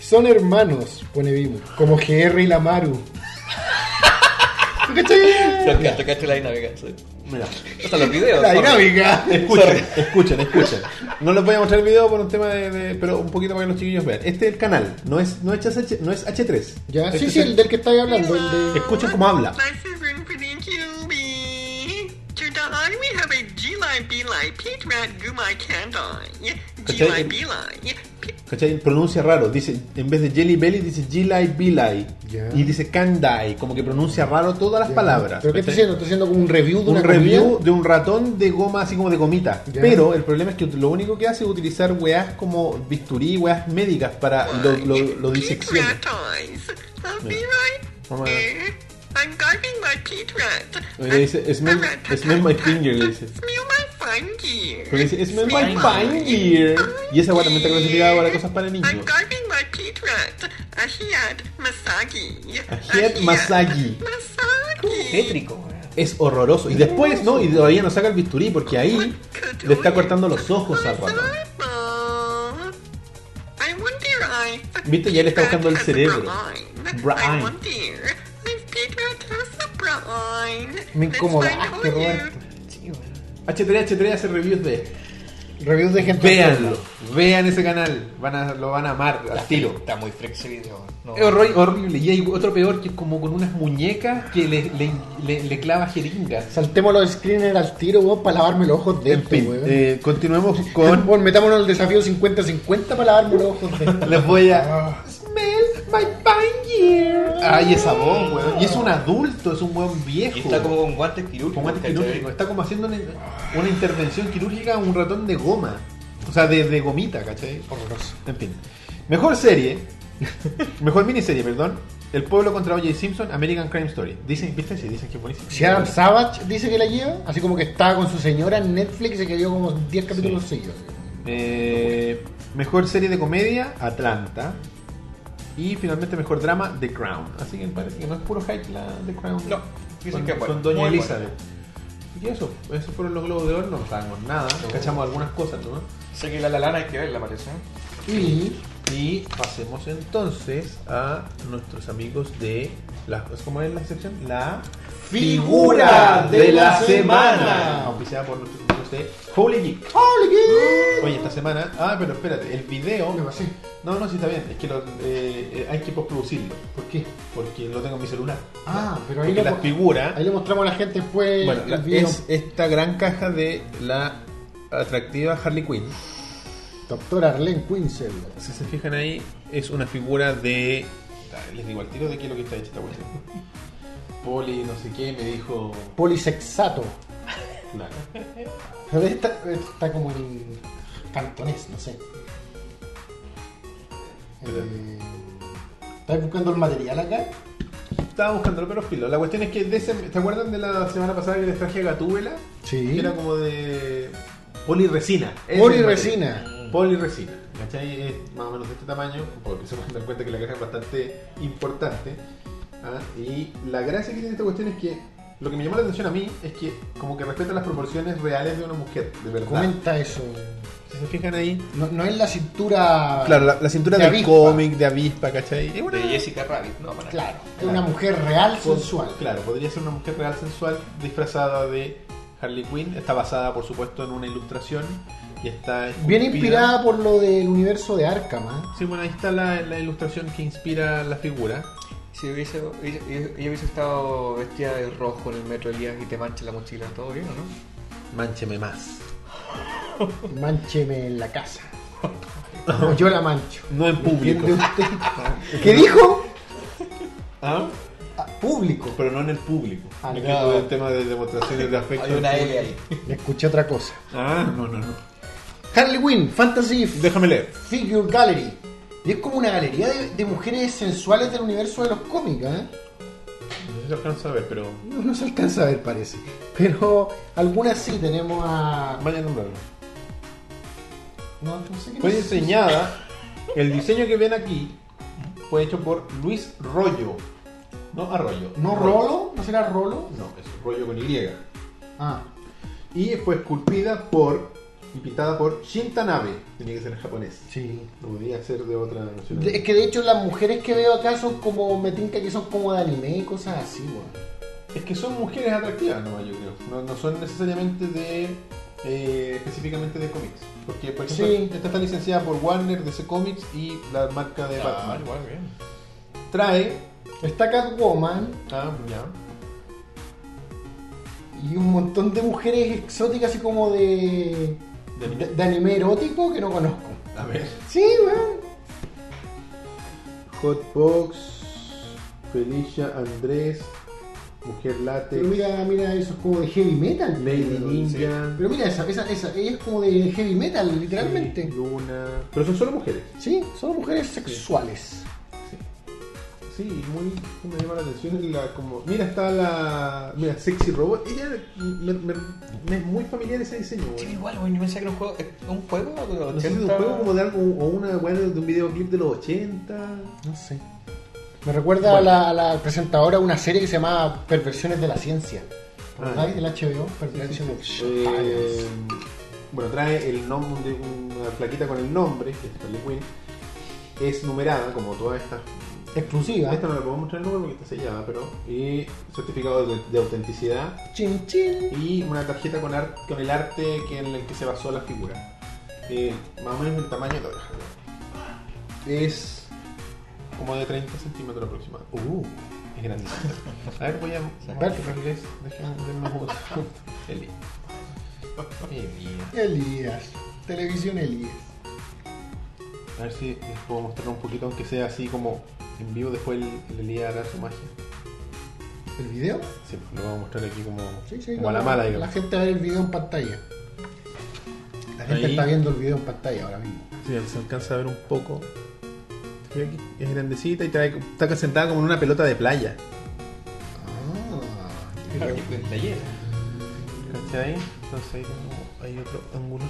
Speaker 2: Son hermanos, pone Vimo. Como GR y la Maru.
Speaker 3: Te
Speaker 2: ¿Cachai?
Speaker 3: cacho, cacho la dinámica. sí.
Speaker 1: Mira,
Speaker 3: O sea, los videos.
Speaker 2: La
Speaker 3: sorry.
Speaker 2: dinámica.
Speaker 1: Escuchen, escuchen, escuchen. No les voy a mostrar el video por un tema de, de- Pero un poquito para que los chiquillos vean. Este es el canal, no es, no es, H, no es H3.
Speaker 2: Ya,
Speaker 1: Este
Speaker 2: sí,
Speaker 1: es
Speaker 2: sí, el del que estáis hablando, el de.
Speaker 1: Escuchen cómo habla.
Speaker 4: Life is room for the cubie. To the line we have a G-Line, B-Line, Pete Rat, Gumai, Candine.
Speaker 1: Okay.
Speaker 4: G-Line, B-Line. Pete
Speaker 1: ¿Cachai? Pronuncia raro. Dice, en vez de Jelly Belly, dice G-Lai, B-Lai.
Speaker 2: Ya.
Speaker 1: Y dice Kandai. Como que pronuncia raro todas las palabras.
Speaker 2: ¿Pero qué
Speaker 1: ¿Cachai?
Speaker 2: estoy haciendo? Estoy haciendo como un review de
Speaker 1: un
Speaker 2: una
Speaker 1: review
Speaker 2: comida?
Speaker 1: de un ratón de goma así como de gomita.
Speaker 2: Ya.
Speaker 1: Pero el problema es que lo único que hace es utilizar weas como bisturí, weas médicas para lo, lo, lo disecciona.
Speaker 4: Rat eyes. I'll be
Speaker 1: Yeah.
Speaker 4: right
Speaker 1: Oh my
Speaker 4: there. I'm guarding my Pete Rat.
Speaker 1: Oye, dice, smell, smell my finger, le dice.
Speaker 4: Smell my finger.
Speaker 1: Pero dice, smell my
Speaker 4: Smell
Speaker 1: fine year. Y esa weá también está clasificada para cosas para niños.
Speaker 4: I'm guarding my Pete Rat. A head Masagi.
Speaker 1: A head Masagi.
Speaker 4: Masagi.
Speaker 3: Tétrico, weón.
Speaker 1: Es horroroso. Y después, no, y todavía no saca el bisturí porque ahí le está cortando los ojos al ratón.
Speaker 4: Viste, ya le está buscando el cerebro.
Speaker 1: Brain.
Speaker 4: Brian.
Speaker 2: Me incomodaste, Roberto.
Speaker 3: Sí, weón.
Speaker 1: H3, H3 hace reviews de...
Speaker 2: Reviews de gente.
Speaker 1: Véanlo. Vean ese canal. Van a, lo van a amar al tiro.
Speaker 3: Está muy freak ese video. weón. No.
Speaker 1: Es horri- horrible. Y hay otro peor que es como con unas muñecas que le, le, le- le clava jeringas.
Speaker 2: Saltemos los screeners al tiro, weón, para lavarme los ojos de
Speaker 1: En
Speaker 2: esto,
Speaker 1: fin,
Speaker 2: weón.
Speaker 1: eh, continuemos
Speaker 2: Weón,
Speaker 1: con...
Speaker 2: metámonos en el desafío 50-50 para lavarme los ojos de esto.
Speaker 1: Les voy a...
Speaker 2: Ah.
Speaker 1: Smell my pine year. Ay, esa voz, weón. Y es un adulto, es un weón viejo.
Speaker 3: Y está como con guantes quirúrgicos.
Speaker 1: Con guantes
Speaker 3: ¿cachai?
Speaker 1: quirúrgicos. Está como haciendo una, una intervención quirúrgica a un ratón de goma. O sea, de, de gomita, ¿cachai?
Speaker 2: Horroroso.
Speaker 1: En fin. Mejor serie. mejor miniserie, perdón. El pueblo contra O.J. Simpson, American Crime Story. Dicen, ¿viste? Sí, dicen que es buenísimo.
Speaker 2: Si Adam Savage dice que la lleva, así como que estaba con su señora en Netflix y se quedó como 10 capítulos seguidos.
Speaker 1: Eh, mejor serie de comedia, Atlanta. Y finalmente mejor drama, The Crown. Así que parece que no es puro hype la The Crown.
Speaker 3: No, dicen
Speaker 1: Con-
Speaker 3: que es bueno,
Speaker 1: Con Doña
Speaker 3: muy
Speaker 1: Elizabeth. Y eso, esos fueron los globos de oro, no sabemos nada, cachamos algunas cosas, ¿no?
Speaker 3: Sé que la la lana hay que verla, parece.
Speaker 2: Y
Speaker 1: Y pasemos entonces a nuestros amigos de la, ¿cómo es la sección? La
Speaker 2: Figura de la semana.
Speaker 1: Auspiciada por nuestros amigos de Holy Geek. Oye, esta semana. Ah, pero espérate, el video.
Speaker 2: ¿Qué pasé?
Speaker 1: No, no, sí está bien. Es que lo, eh, eh, hay que postproducirlo.
Speaker 2: ¿Por qué?
Speaker 1: Porque lo tengo en mi celular.
Speaker 2: Ah, pero ahí
Speaker 1: Porque
Speaker 2: le,
Speaker 1: la
Speaker 2: mo-
Speaker 1: figura.
Speaker 2: ahí le mostramos a la gente después
Speaker 1: Bueno,
Speaker 2: el
Speaker 1: la-
Speaker 2: video.
Speaker 1: es esta gran caja de la atractiva Harley Quinn.
Speaker 2: Doctor Arlene Quinzel.
Speaker 1: Si se fijan ahí, es una figura de. Ah, Les digo al tiro de qué es lo que está hecha esta cuestión. Poli, no sé qué, me dijo.
Speaker 2: Polisexato.
Speaker 1: Claro.
Speaker 2: Pero esta está como en cantonés, no sé.
Speaker 1: Pero-
Speaker 2: Eh, ¿Estás buscando el material acá?
Speaker 1: Estaba buscándolo, pero filo. La cuestión es que. De ese- ¿Te acuerdan de la semana pasada que les traje a Gatúbela?
Speaker 2: Sí.
Speaker 1: Que era como de. Poliresina. Ese
Speaker 2: Poliresina.
Speaker 1: es el material. Poliresina. ¿Cachai? Es más o menos de este tamaño, porque se pueden dar cuenta que la caja es bastante importante. ¿ah? Y la gracia que tiene esta cuestión es que lo que me llamó la atención a mí es que, como que respeta las proporciones reales de una mujer, de verdad.
Speaker 2: Comenta eso.
Speaker 1: Si se fijan ahí.
Speaker 2: No, no es la cintura.
Speaker 1: Claro, la, la cintura
Speaker 2: De
Speaker 1: del
Speaker 2: avispa.
Speaker 1: cómic, de avispa, ¿cachai? Es una-
Speaker 3: De Jessica Rabbit, no, para
Speaker 2: Claro, es
Speaker 1: Claro.
Speaker 2: una mujer real,
Speaker 1: Pod-
Speaker 2: sensual.
Speaker 1: Claro, podría ser una mujer real sensual disfrazada de Harley Quinn. Está basada, por supuesto, en una ilustración y está
Speaker 2: Bien
Speaker 1: esculpida-
Speaker 2: inspirada por lo del universo de Arkham. ¿ah?
Speaker 1: Sí, bueno, ahí está la, la ilustración que inspira la figura.
Speaker 3: Si hubiese, ella, ella hubiese estado vestida de rojo en el metro Elías y te mancha la mochila, todo bien, ¿o ¿no?
Speaker 1: Máncheme más.
Speaker 2: Máncheme en la casa. O yo la mancho.
Speaker 1: No en público.
Speaker 2: ¿Entiende usted? ¿Qué dijo?
Speaker 1: ¿Ah?
Speaker 2: Ah, público.
Speaker 1: Pero no en el público.
Speaker 2: Ah,
Speaker 1: es que
Speaker 2: no.
Speaker 1: todo el tema de demostraciones de afecto.
Speaker 3: Hay una L ahí.
Speaker 2: Le escuché otra cosa.
Speaker 1: Ah, no, no, no.
Speaker 2: Harley Quinn, Fantasy
Speaker 1: Déjame leer.
Speaker 2: Figure Gallery. Y es como una galería de, de mujeres sensuales del universo de los cómics, ¿eh?
Speaker 1: No sé si alcanzo a ver, pero.
Speaker 2: No, no se alcanza a ver, parece. Pero algunas sí tenemos a.
Speaker 1: Vaya a nombrarlo.
Speaker 2: No, no sé qué
Speaker 1: Fue
Speaker 2: es.
Speaker 1: diseñada, el diseño que ven aquí fue hecho por Luis Rollo. No Arroyo.
Speaker 2: ¿No Rolo? ¿No será Rolo?
Speaker 1: No, es Rollo con Y.
Speaker 2: Ah,
Speaker 1: Y fue esculpida por y pintada por Shintanabe. Tenía que ser en japonés.
Speaker 2: sí.
Speaker 1: No podía ser de otra nacionalidad.
Speaker 2: De- Es que de hecho las mujeres que veo acá son como, me tinca que son como de anime y cosas así, weón.
Speaker 1: Es que son mujeres atractivas, no, yo creo. No, no son necesariamente de. eh, específicamente de cómics. Porque, por ejemplo,
Speaker 2: Sí.
Speaker 1: esta está licenciada por Warner, DC Comics y la marca de Batman.
Speaker 3: Ah, igual, bien.
Speaker 1: Trae.
Speaker 2: Está Catwoman
Speaker 1: Ah, ya.
Speaker 2: y un montón de mujeres exóticas así como de,
Speaker 1: De
Speaker 2: de,
Speaker 1: anime.
Speaker 2: de anime erótico que no conozco.
Speaker 1: A ver.
Speaker 2: Sí, weón.
Speaker 1: Hotbox, Felicia Andrés, Mujer Late,
Speaker 2: Pero mira, mira, eso es como de heavy metal.
Speaker 1: Lady Ninja,
Speaker 2: Pero mira, esa, esa, esa, ella es como de heavy metal, literalmente.
Speaker 1: Luna. Pero son solo mujeres.
Speaker 2: Sí, son mujeres sexuales.
Speaker 1: Sí, muy me llama la atención la como mira está la mira sexy robot ella me, me- me es muy familiar ese diseño güey.
Speaker 3: Sí, igual, güey, yo pensaba que era un juego. ¿es ¿Un juego? de
Speaker 1: no
Speaker 3: 80?
Speaker 1: sé si es un juego como de algo o una weá de un videoclip de los 80
Speaker 2: No sé. Me recuerda
Speaker 1: Bueno.
Speaker 2: a, la, a la presentadora de una serie que se llamaba Perversiones de la Ciencia.
Speaker 1: Ah.
Speaker 2: ¿Verdad? Del HBO, Perversiones
Speaker 1: Eh,
Speaker 2: of Science.
Speaker 1: bueno, trae el nombre de una plaquita con el nombre, que es Harley Quinn. Es numerada, como todas estas.
Speaker 2: Exclusiva.
Speaker 1: Eh, Esta no la podemos mostrar el número porque está sellada, pero. Y certificado de, de autenticidad.
Speaker 2: Chin chin.
Speaker 1: Y una tarjeta con, ar- con el arte que en el que se basó la figura. Eh, más o menos el tamaño de la oreja. Es como de 30 centímetros aproximadamente.
Speaker 2: Uh,
Speaker 1: Es grandísimo. A ver, voy a.
Speaker 2: Sacar.
Speaker 1: Déjenme denme una foto. Eli. Eli.
Speaker 2: Elías. Televisión Elías.
Speaker 1: A ver si les puedo mostrar un poquito, aunque sea así como en vivo, después el, el Elías hará su magia.
Speaker 2: ¿El video?
Speaker 1: Sí, pues, lo vamos a mostrar aquí como,
Speaker 2: Sí, sí.
Speaker 1: como a
Speaker 2: no,
Speaker 1: la mala,
Speaker 2: La
Speaker 1: digamos.
Speaker 2: gente va a ver el video en pantalla. La gente
Speaker 1: Ahí.
Speaker 2: está viendo el video en pantalla ahora mismo.
Speaker 1: Sí, pues, se alcanza a ver un poco. Mira aquí, Es grandecita y trae- está sentada como en una pelota de playa.
Speaker 2: Ah.
Speaker 3: Claro, que fue en taller.
Speaker 1: ¿Cachai? Entonces ahí como hay otro ángulo.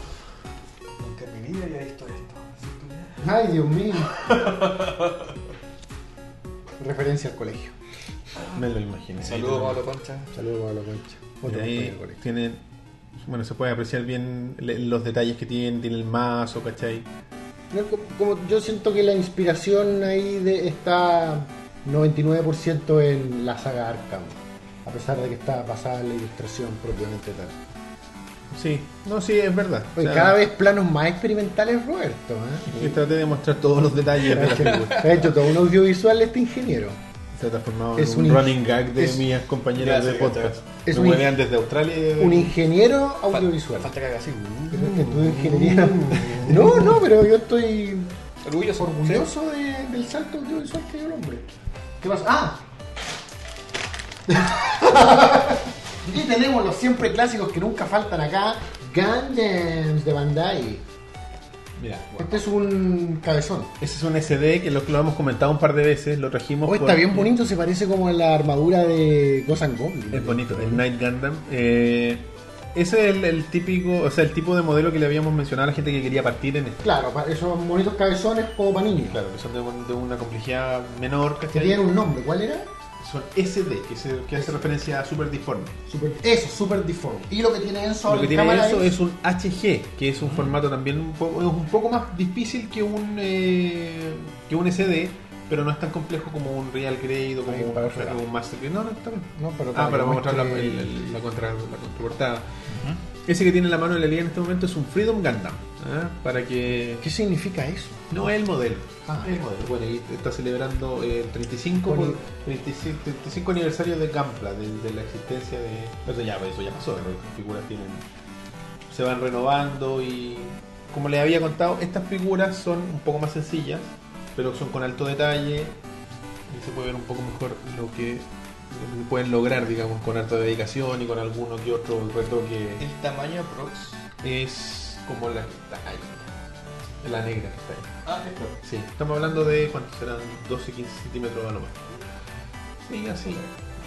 Speaker 3: Nunca en mi vida había visto esto. Así que-
Speaker 2: Ay, Dios mío. Referencia al colegio.
Speaker 1: Me lo imaginé.
Speaker 3: Saludos, Pablo Concha.
Speaker 2: Saludos a la concha.
Speaker 1: Mira,
Speaker 2: Otro compañero
Speaker 1: ahí
Speaker 2: del colegio.
Speaker 1: tienen, bueno, se puede apreciar bien le- los detalles que tienen, tiene el mazo, ¿cachai?
Speaker 2: No, co- como yo siento que la inspiración ahí de, está 99% en la saga Arkham, a pesar de que está basada en la ilustración propiamente tal.
Speaker 1: Sí, no, sí, es verdad.
Speaker 2: Oye,
Speaker 1: O sea,
Speaker 2: cada vez planos más experimentales, Roberto.
Speaker 1: Yo
Speaker 2: ¿eh?
Speaker 1: traté de mostrar todos los detalles de la película.
Speaker 2: Ha hecho todo un audiovisual este ingeniero.
Speaker 1: Se ha transformado
Speaker 2: Es
Speaker 1: en un,
Speaker 2: un-
Speaker 1: running gag de
Speaker 2: es-
Speaker 1: mis compañeras
Speaker 3: Ya,
Speaker 1: de
Speaker 3: sí,
Speaker 1: podcast.
Speaker 2: Es
Speaker 1: Me
Speaker 2: un-
Speaker 1: huevean desde Australia. y de-
Speaker 2: Un ingeniero
Speaker 3: Fal-
Speaker 2: audiovisual.
Speaker 3: Falta que haga así.
Speaker 1: Mm.
Speaker 2: Pero es que tú ingeniería. No, no, pero yo estoy
Speaker 3: Orgulloso.
Speaker 2: orgulloso de- del salto audiovisual que dio el hombre. ¿Qué pasa? ¡Ah!
Speaker 1: ¡Ah!
Speaker 2: y tenemos los siempre clásicos que nunca faltan acá: Gundams de Bandai.
Speaker 1: Mira, bueno.
Speaker 2: Este es un cabezón.
Speaker 1: Ese es un SD que lo, lo hemos comentado un par de veces, lo trajimos.
Speaker 2: Oh, está
Speaker 1: por-
Speaker 2: bien bonito, se parece como a la armadura de Gozan Goblin.
Speaker 1: Es bonito, el Night Gundam. Eh, ese es el, el típico, o sea, el tipo de modelo que le habíamos mencionado a la gente que quería partir en esto.
Speaker 2: Claro, pa- esos bonitos cabezones como para niños.
Speaker 1: Claro, que son de, un- de una complejidad menor,
Speaker 2: Que
Speaker 1: ¿cachai?
Speaker 2: tienen un nombre, ¿cuál era?
Speaker 1: Son SD, que, se- que hace referencia a Super Disforme.
Speaker 2: Super- eso, Super Deform. Y lo que tiene eso ahora
Speaker 1: Lo que
Speaker 2: en
Speaker 1: tiene
Speaker 2: cámara
Speaker 1: eso es un HG, que es
Speaker 2: Mm.
Speaker 1: un formato también un poco, es un poco más difícil que un eh, que un SD, pero no es tan complejo como un Real Grade o como
Speaker 2: Ahí,
Speaker 1: un,
Speaker 2: para mostrar.
Speaker 1: como un Master Grade. No, no, está bien.
Speaker 2: No, pero
Speaker 1: Ah, para
Speaker 2: que
Speaker 1: mostrar la,
Speaker 2: muestre-
Speaker 1: el- el- la contra, la contraportada. Ese que tiene en la mano el Elías en este momento es un Freedom Gundam. ¿ah? Para que.
Speaker 2: ¿Qué significa eso?
Speaker 1: No es el modelo.
Speaker 2: Ah.
Speaker 1: es el modelo. Bueno, y está celebrando eh, el 35,
Speaker 2: Con-
Speaker 1: por- 35, 35 aniversario de Gampla, de, de la existencia de. Pero ya, eso ya pasó, pero las figuras tienen. Se van renovando y. Como les había contado, estas figuras son un poco más sencillas, pero son con alto detalle y se puede ver un poco mejor lo que lo que pueden lograr, digamos, con harta dedicación y con alguno que otro retoque.
Speaker 3: El tamaño aprox.
Speaker 1: Es como la que está ahí, la negra que está ahí.
Speaker 3: Ah, esto.
Speaker 1: Sí, estamos hablando de cuánto serán 12, 15 centímetros a lo más. Sí, así.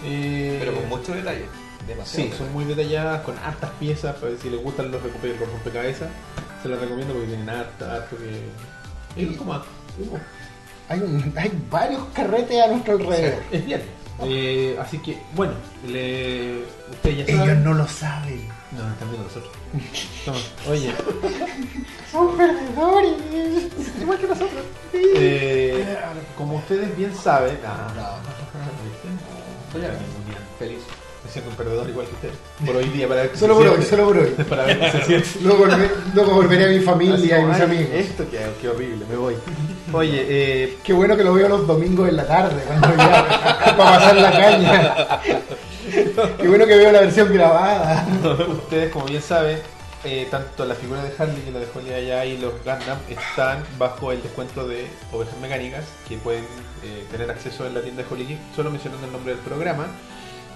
Speaker 1: Eh,
Speaker 3: Pero con mucho detalle. Demasiado.
Speaker 1: Sí, son muy detalladas, con hartas piezas. para Si les gustan los, recompe- los rompecabezas, se los recomiendo porque tienen harta, harto que. Es como. como-
Speaker 2: Hay, un- hay varios carretes a nuestro alrededor.
Speaker 1: Es bien. Eh, así que, bueno, le, ustedes ya
Speaker 2: Ellos
Speaker 1: saben.
Speaker 2: no lo saben.
Speaker 1: No, están viendo nosotros. Toma, oye.
Speaker 2: Son perdedores. Igual que nosotros.
Speaker 1: eh, como ustedes bien saben. Ah, ¿viste?
Speaker 3: Estoy aquí. Feliz.
Speaker 1: Me siento un perdedor igual que usted. Por hoy día, para ver qué
Speaker 2: Solo
Speaker 1: se
Speaker 2: por hoy,
Speaker 1: siente.
Speaker 2: solo por hoy.
Speaker 1: Para ver qué se siente.
Speaker 2: Luego, volver- luego volveré a mi
Speaker 1: Así
Speaker 2: familia y
Speaker 1: como,
Speaker 2: mis
Speaker 1: "Ay,
Speaker 2: amigos.
Speaker 1: Esto que, que horrible, me voy. Oye, eh,
Speaker 2: Qué bueno que lo veo los domingos en la tarde, cuando ya, para pasar la caña. Qué bueno que veo la versión grabada.
Speaker 1: ustedes como bien saben, eh, tanto la figura de Harley que la dejó el día allá y los Gundam están bajo el descuento de ovejas mecánicas que pueden eh, tener acceso en la tienda de Holy Geek, solo mencionando el nombre del programa.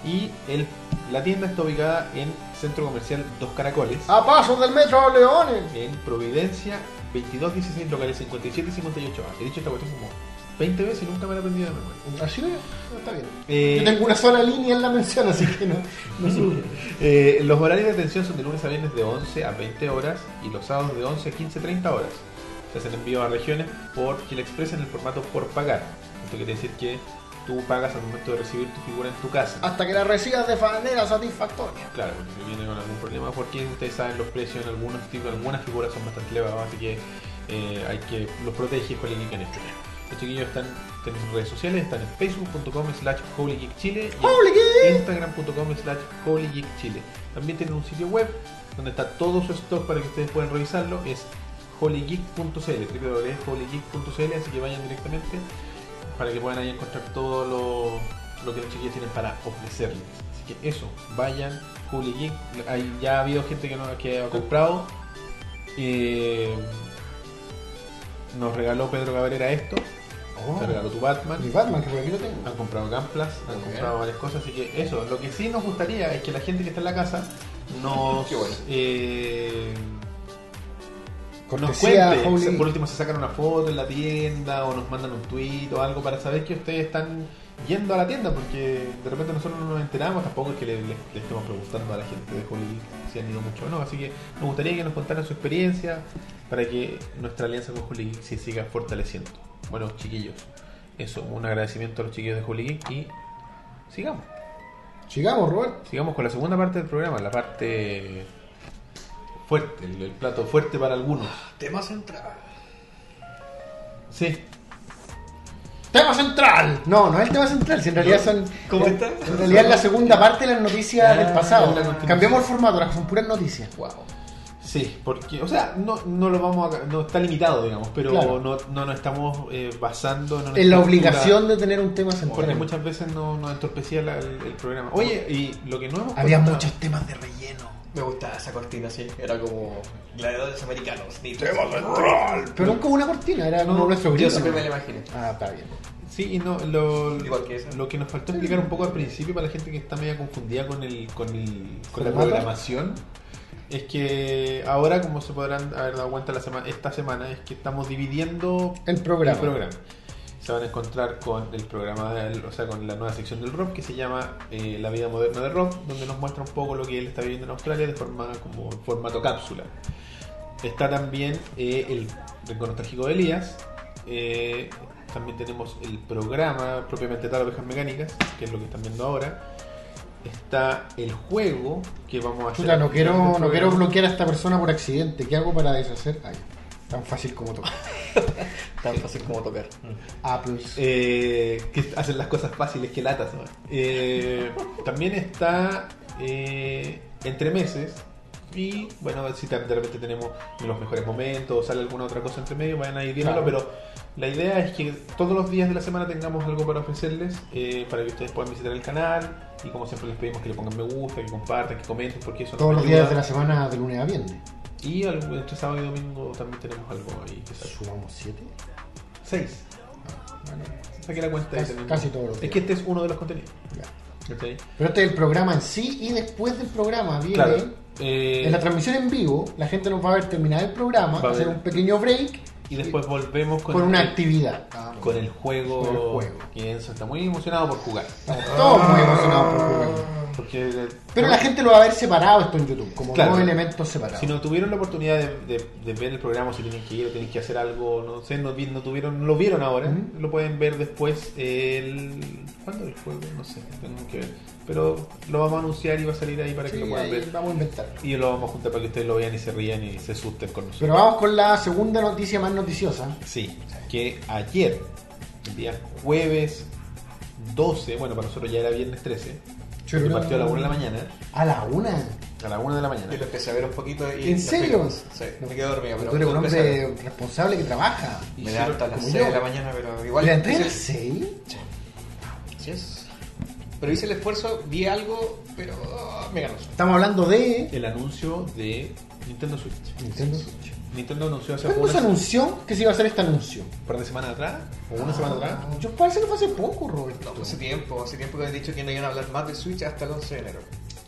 Speaker 1: Y el, la tienda está ubicada en Centro Comercial Dos Caracoles.
Speaker 2: A pasos del metro Leones.
Speaker 1: en Providencia 2216 locales 57 y 58 He dicho esta cuestión como 20 veces y nunca me la he aprendido de memoria.
Speaker 2: Así no, no, está bien.
Speaker 1: Eh,
Speaker 2: Yo tengo una sola línea en la mención, así que no, no sube.
Speaker 1: Eh, los horarios de atención son de lunes a viernes de 11 a 20 horas y los sábados de 11 a 15 30 horas. Se hacen envío a regiones por Chile Express en el formato por pagar. Esto quiere decir que tú pagas al momento de recibir tu figura en tu casa.
Speaker 2: Hasta que la recibas de manera satisfactoria.
Speaker 1: Claro, porque si viene con algún problema, porque ustedes saben los precios en algunos tipos, algunas figuras son bastante elevadas, así que eh, hay que los protege Holy Geek en esto. Los chiquillos están en sus redes sociales, están en facebook.com slash holygeekchile
Speaker 2: Holy
Speaker 1: y en instagram.com slash holygeekchile. También tienen un sitio web donde está todo su stock para que ustedes puedan revisarlo, es holygeek.cl, www.holygeek.cl, así que vayan directamente para que puedan ahí encontrar todo lo, lo que los chiquillos tienen para ofrecerles. Así que eso, vayan, Juli Geek. Hay- ya ha habido gente que, no, que ha comprado. Eh, nos regaló Pedro Cabrera esto.
Speaker 2: Oh,
Speaker 1: Te regaló tu Batman.
Speaker 2: mi Batman, que por aquí lo tengo.
Speaker 1: Han comprado Gamplas, han
Speaker 3: Ok.
Speaker 1: comprado varias cosas, así que eso. Lo que sí nos gustaría es que la gente que está en la casa nos,
Speaker 3: Qué bueno.
Speaker 1: eh, nos
Speaker 2: Cortesía,
Speaker 1: cuente.
Speaker 2: Holy
Speaker 1: Se-
Speaker 2: Geek.
Speaker 1: Por último, se sacan una foto en la tienda o nos mandan un tweet o algo para saber que ustedes están yendo a la tienda, porque de repente nosotros no nos enteramos, tampoco es que le, le- le estemos preguntando a la gente de Holy Geek si han ido mucho o no. Así que nos gustaría que nos contaran su experiencia para que nuestra alianza con Holy Geek se siga fortaleciendo. Bueno, chiquillos, eso, un agradecimiento a los chiquillos de Holy Geek y sigamos.
Speaker 2: Sigamos, Robert.
Speaker 1: Sigamos con la segunda parte del programa, la parte fuerte, el, el plato fuerte para algunos.
Speaker 3: Tema central.
Speaker 1: Sí.
Speaker 2: ¡Tema central! No, no es el tema central, si en realidad son.
Speaker 3: ¿Cómo
Speaker 2: en,
Speaker 3: está?
Speaker 2: en realidad es la segunda parte de las noticias
Speaker 1: Ah,
Speaker 2: del pasado.
Speaker 1: la continuación.
Speaker 2: Cambiamos el formato, ahora son puras noticias.
Speaker 3: Wow.
Speaker 1: Sí, porque, o sea, no, no lo vamos a, no está limitado, digamos, pero
Speaker 2: Claro.
Speaker 1: no, no nos estamos eh, basando en, una
Speaker 2: En la
Speaker 1: estructura,
Speaker 2: obligación de tener un tema
Speaker 1: porque
Speaker 2: central.
Speaker 1: muchas veces no nos entorpecía la- el, el programa. Oye, y lo que no hemos
Speaker 2: Había
Speaker 1: contado-
Speaker 2: muchos temas de relleno.
Speaker 3: Me gustaba esa cortina, sí. Era como gladiadores americanos. Ni
Speaker 2: Pero nunca hubo una cortina, era
Speaker 1: No,
Speaker 2: como nuestro
Speaker 3: Yo
Speaker 2: grito,
Speaker 3: siempre
Speaker 2: ¿no?
Speaker 3: me la imaginé.
Speaker 2: Ah, está bien.
Speaker 1: Sí, y no, lo,
Speaker 3: Igual que esa.
Speaker 1: lo que nos faltó explicar un poco al principio para la gente que está media confundida con el, con el, con la
Speaker 2: ¿Formato?
Speaker 1: programación. Es que ahora, como se podrán haber dado cuenta la semana, esta semana, es que estamos dividiendo
Speaker 2: El programa.
Speaker 1: el programa. Se van a encontrar con el programa, del- o sea, con la nueva sección del rock que se llama eh, La vida moderna de rock, donde nos muestra un poco lo que él está viviendo en Australia de forma como en formato cápsula. Está también eh, el Rincón Nostálgico de Elías. eh, también tenemos el programa propiamente tal Ovejas Mecánicas, que es lo que están viendo ahora. Está el juego que vamos a hacer.
Speaker 2: Chuta, no quiero,
Speaker 1: durante
Speaker 2: no
Speaker 1: el
Speaker 2: quiero
Speaker 1: programa.
Speaker 2: bloquear a esta persona por accidente. ¿Qué hago para deshacer? Ay, tan fácil como tocar.
Speaker 3: Tan fácil como tocar.
Speaker 2: Mm. Apples.
Speaker 1: Eh, que hacen las cosas fáciles que latas. ¿no? Eh, también está eh, entre meses. Y bueno, si de repente tenemos los mejores momentos o sale alguna otra cosa entre medio, vayan a ir viéndolo.
Speaker 2: Claro.
Speaker 1: Pero la idea es que todos los días de la semana tengamos algo para ofrecerles, eh, para que ustedes puedan visitar el canal. Y como siempre, les pedimos que le pongan me gusta, que compartan, que comenten, porque eso nos
Speaker 2: Todos los
Speaker 1: ayuda.
Speaker 2: días de la semana, de lunes a viernes.
Speaker 1: Y algo- entre sábado y domingo también tenemos algo ahí que sale.
Speaker 2: Sumamos siete. Ah,
Speaker 1: Seis.
Speaker 2: Bueno,
Speaker 1: Saqué la cuenta ahí
Speaker 2: Casi-
Speaker 1: también.
Speaker 2: casi todos los
Speaker 1: Es
Speaker 2: días.
Speaker 1: que este es uno de los contenidos.
Speaker 2: ya.
Speaker 1: ¿cachai?
Speaker 2: Pero este es el programa en sí y después del programa viene.
Speaker 1: Claro. eh,
Speaker 2: En la transmisión en vivo, la gente nos va a ver terminar el programa,
Speaker 1: Va a
Speaker 2: hacer
Speaker 1: ver.
Speaker 2: un pequeño break
Speaker 1: y después volvemos con,
Speaker 2: con una
Speaker 1: el,
Speaker 2: actividad.
Speaker 1: con el juego.
Speaker 2: Con el juego.
Speaker 1: que Enzo está muy emocionado por jugar.
Speaker 2: Todos muy emocionados por jugar.
Speaker 1: Porque eh,
Speaker 2: Ah. Pero la gente lo va a ver separado esto en YouTube, como
Speaker 1: Claro.
Speaker 2: dos elementos separados.
Speaker 1: si no tuvieron la oportunidad de, de- de ver el programa, si tienen que ir o tienen que hacer algo, no sé, no, vi- no tuvieron, no lo vieron ahora,
Speaker 2: Ujú.
Speaker 1: lo pueden ver después el... ¿Cuándo el juego? No sé, tengo que ver. Pero lo vamos a anunciar y va a salir ahí para
Speaker 2: Sí,
Speaker 1: que lo puedan
Speaker 2: ahí
Speaker 1: ver.
Speaker 2: vamos a inventar.
Speaker 1: Y lo vamos a juntar para que ustedes lo vean y se rían y se asusten con nosotros.
Speaker 2: Pero vamos con la segunda noticia más noticiosa.
Speaker 1: Sí, que ayer, el día jueves 12, bueno, para nosotros ya era viernes 13, que partió a la 1 de la mañana.
Speaker 2: A la una.
Speaker 1: A la 1 de la
Speaker 3: Yo lo
Speaker 1: mañana.
Speaker 3: empecé a ver un poquito y...
Speaker 2: ¿En serio?
Speaker 3: Sí, me quedé dormido. Pero
Speaker 2: Tú eres un
Speaker 3: lo empecé a ver.
Speaker 2: hombre responsable que trabaja.
Speaker 3: Me da hasta las
Speaker 2: Como
Speaker 3: 6
Speaker 2: yo.
Speaker 3: de la mañana, pero igual...
Speaker 2: ¿Le entré a las
Speaker 3: hice-
Speaker 2: seis?
Speaker 3: Sí. Así es. Pero hice el esfuerzo, vi algo, pero ah, me ganó.
Speaker 2: Estamos hablando de
Speaker 1: El anuncio de Nintendo Switch.
Speaker 2: Nintendo Switch.
Speaker 1: Nintendo anunció hace
Speaker 2: ¿Cuándo se
Speaker 1: una-
Speaker 2: anunció que se iba a hacer este anuncio?
Speaker 1: un par de semanas atrás, o una semana atrás.
Speaker 2: Yo parece que fue hace poco, Roberto.
Speaker 1: pues,
Speaker 3: Hace tiempo, hace tiempo que han dicho que no iban a hablar más de Switch hasta el 11 de enero.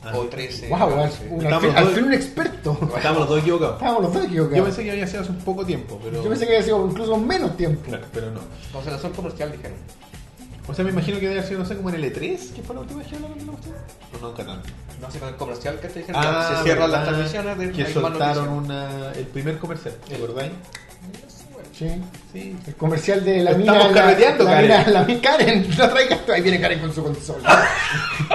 Speaker 1: Ah.
Speaker 3: O 13.
Speaker 2: wow,
Speaker 3: no
Speaker 2: al,
Speaker 3: sé.
Speaker 2: un- al
Speaker 1: Estamos
Speaker 2: fin, al
Speaker 1: todos-
Speaker 2: fin un
Speaker 3: Ah.
Speaker 2: experto.
Speaker 1: Estábamos los dos equivocados.
Speaker 2: Estábamos los dos equivocados.
Speaker 1: Yo pensé que había sido hace un poco tiempo, pero.
Speaker 2: que había sido incluso menos tiempo.
Speaker 1: Claro, pero no.
Speaker 3: No se lanzó el comercial, dijeron.
Speaker 1: O sea, me imagino que debe haber sido, no sé, como en el E3, que fue la última vez que hablaron de la cuestión. O no, nunca tanto.
Speaker 3: No sé, con el comercial que te dijeron. ya se cierran las
Speaker 1: ¿verdad?
Speaker 3: transmisiones de
Speaker 1: Ah, Que
Speaker 3: ¿eh? hay más
Speaker 1: soltaron
Speaker 3: noticias.
Speaker 1: una, el primer comercial, ¿te acordáis?
Speaker 2: Sí.
Speaker 1: Sí.
Speaker 2: El comercial de la
Speaker 1: Estamos
Speaker 2: mina. la-
Speaker 1: carreteando,
Speaker 2: la,
Speaker 1: Karen.
Speaker 2: mina- la mina- Karen, no traigas tú. Ahí viene Karen con su consola.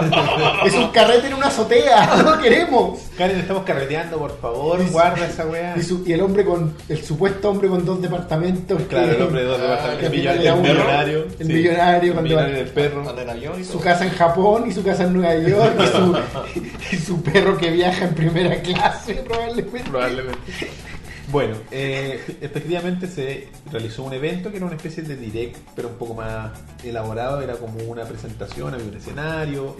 Speaker 2: es un carrete en una azotea. No lo queremos.
Speaker 1: Karen, estamos carreteando, por favor,
Speaker 2: Y-
Speaker 1: guarda esa weá.
Speaker 2: Y, su- y el hombre con. El supuesto hombre con dos departamentos.
Speaker 1: Claro,
Speaker 2: que-
Speaker 1: el hombre de dos
Speaker 3: Ah,
Speaker 1: departamentos.
Speaker 2: el
Speaker 1: El, millonario,
Speaker 2: millonario,
Speaker 1: el millonario.
Speaker 2: el millonario
Speaker 1: El
Speaker 2: cuando
Speaker 1: millonario
Speaker 2: va-
Speaker 1: del perro.
Speaker 3: Anda en avión y
Speaker 2: Su
Speaker 3: todo.
Speaker 2: casa en Japón y su casa en Nueva York y su, y su perro que viaja en primera clase probablemente.
Speaker 1: Probablemente. Bueno, eh, efectivamente se realizó un evento que era una especie de direct, pero un poco más elaborado. Era como una presentación, había un escenario.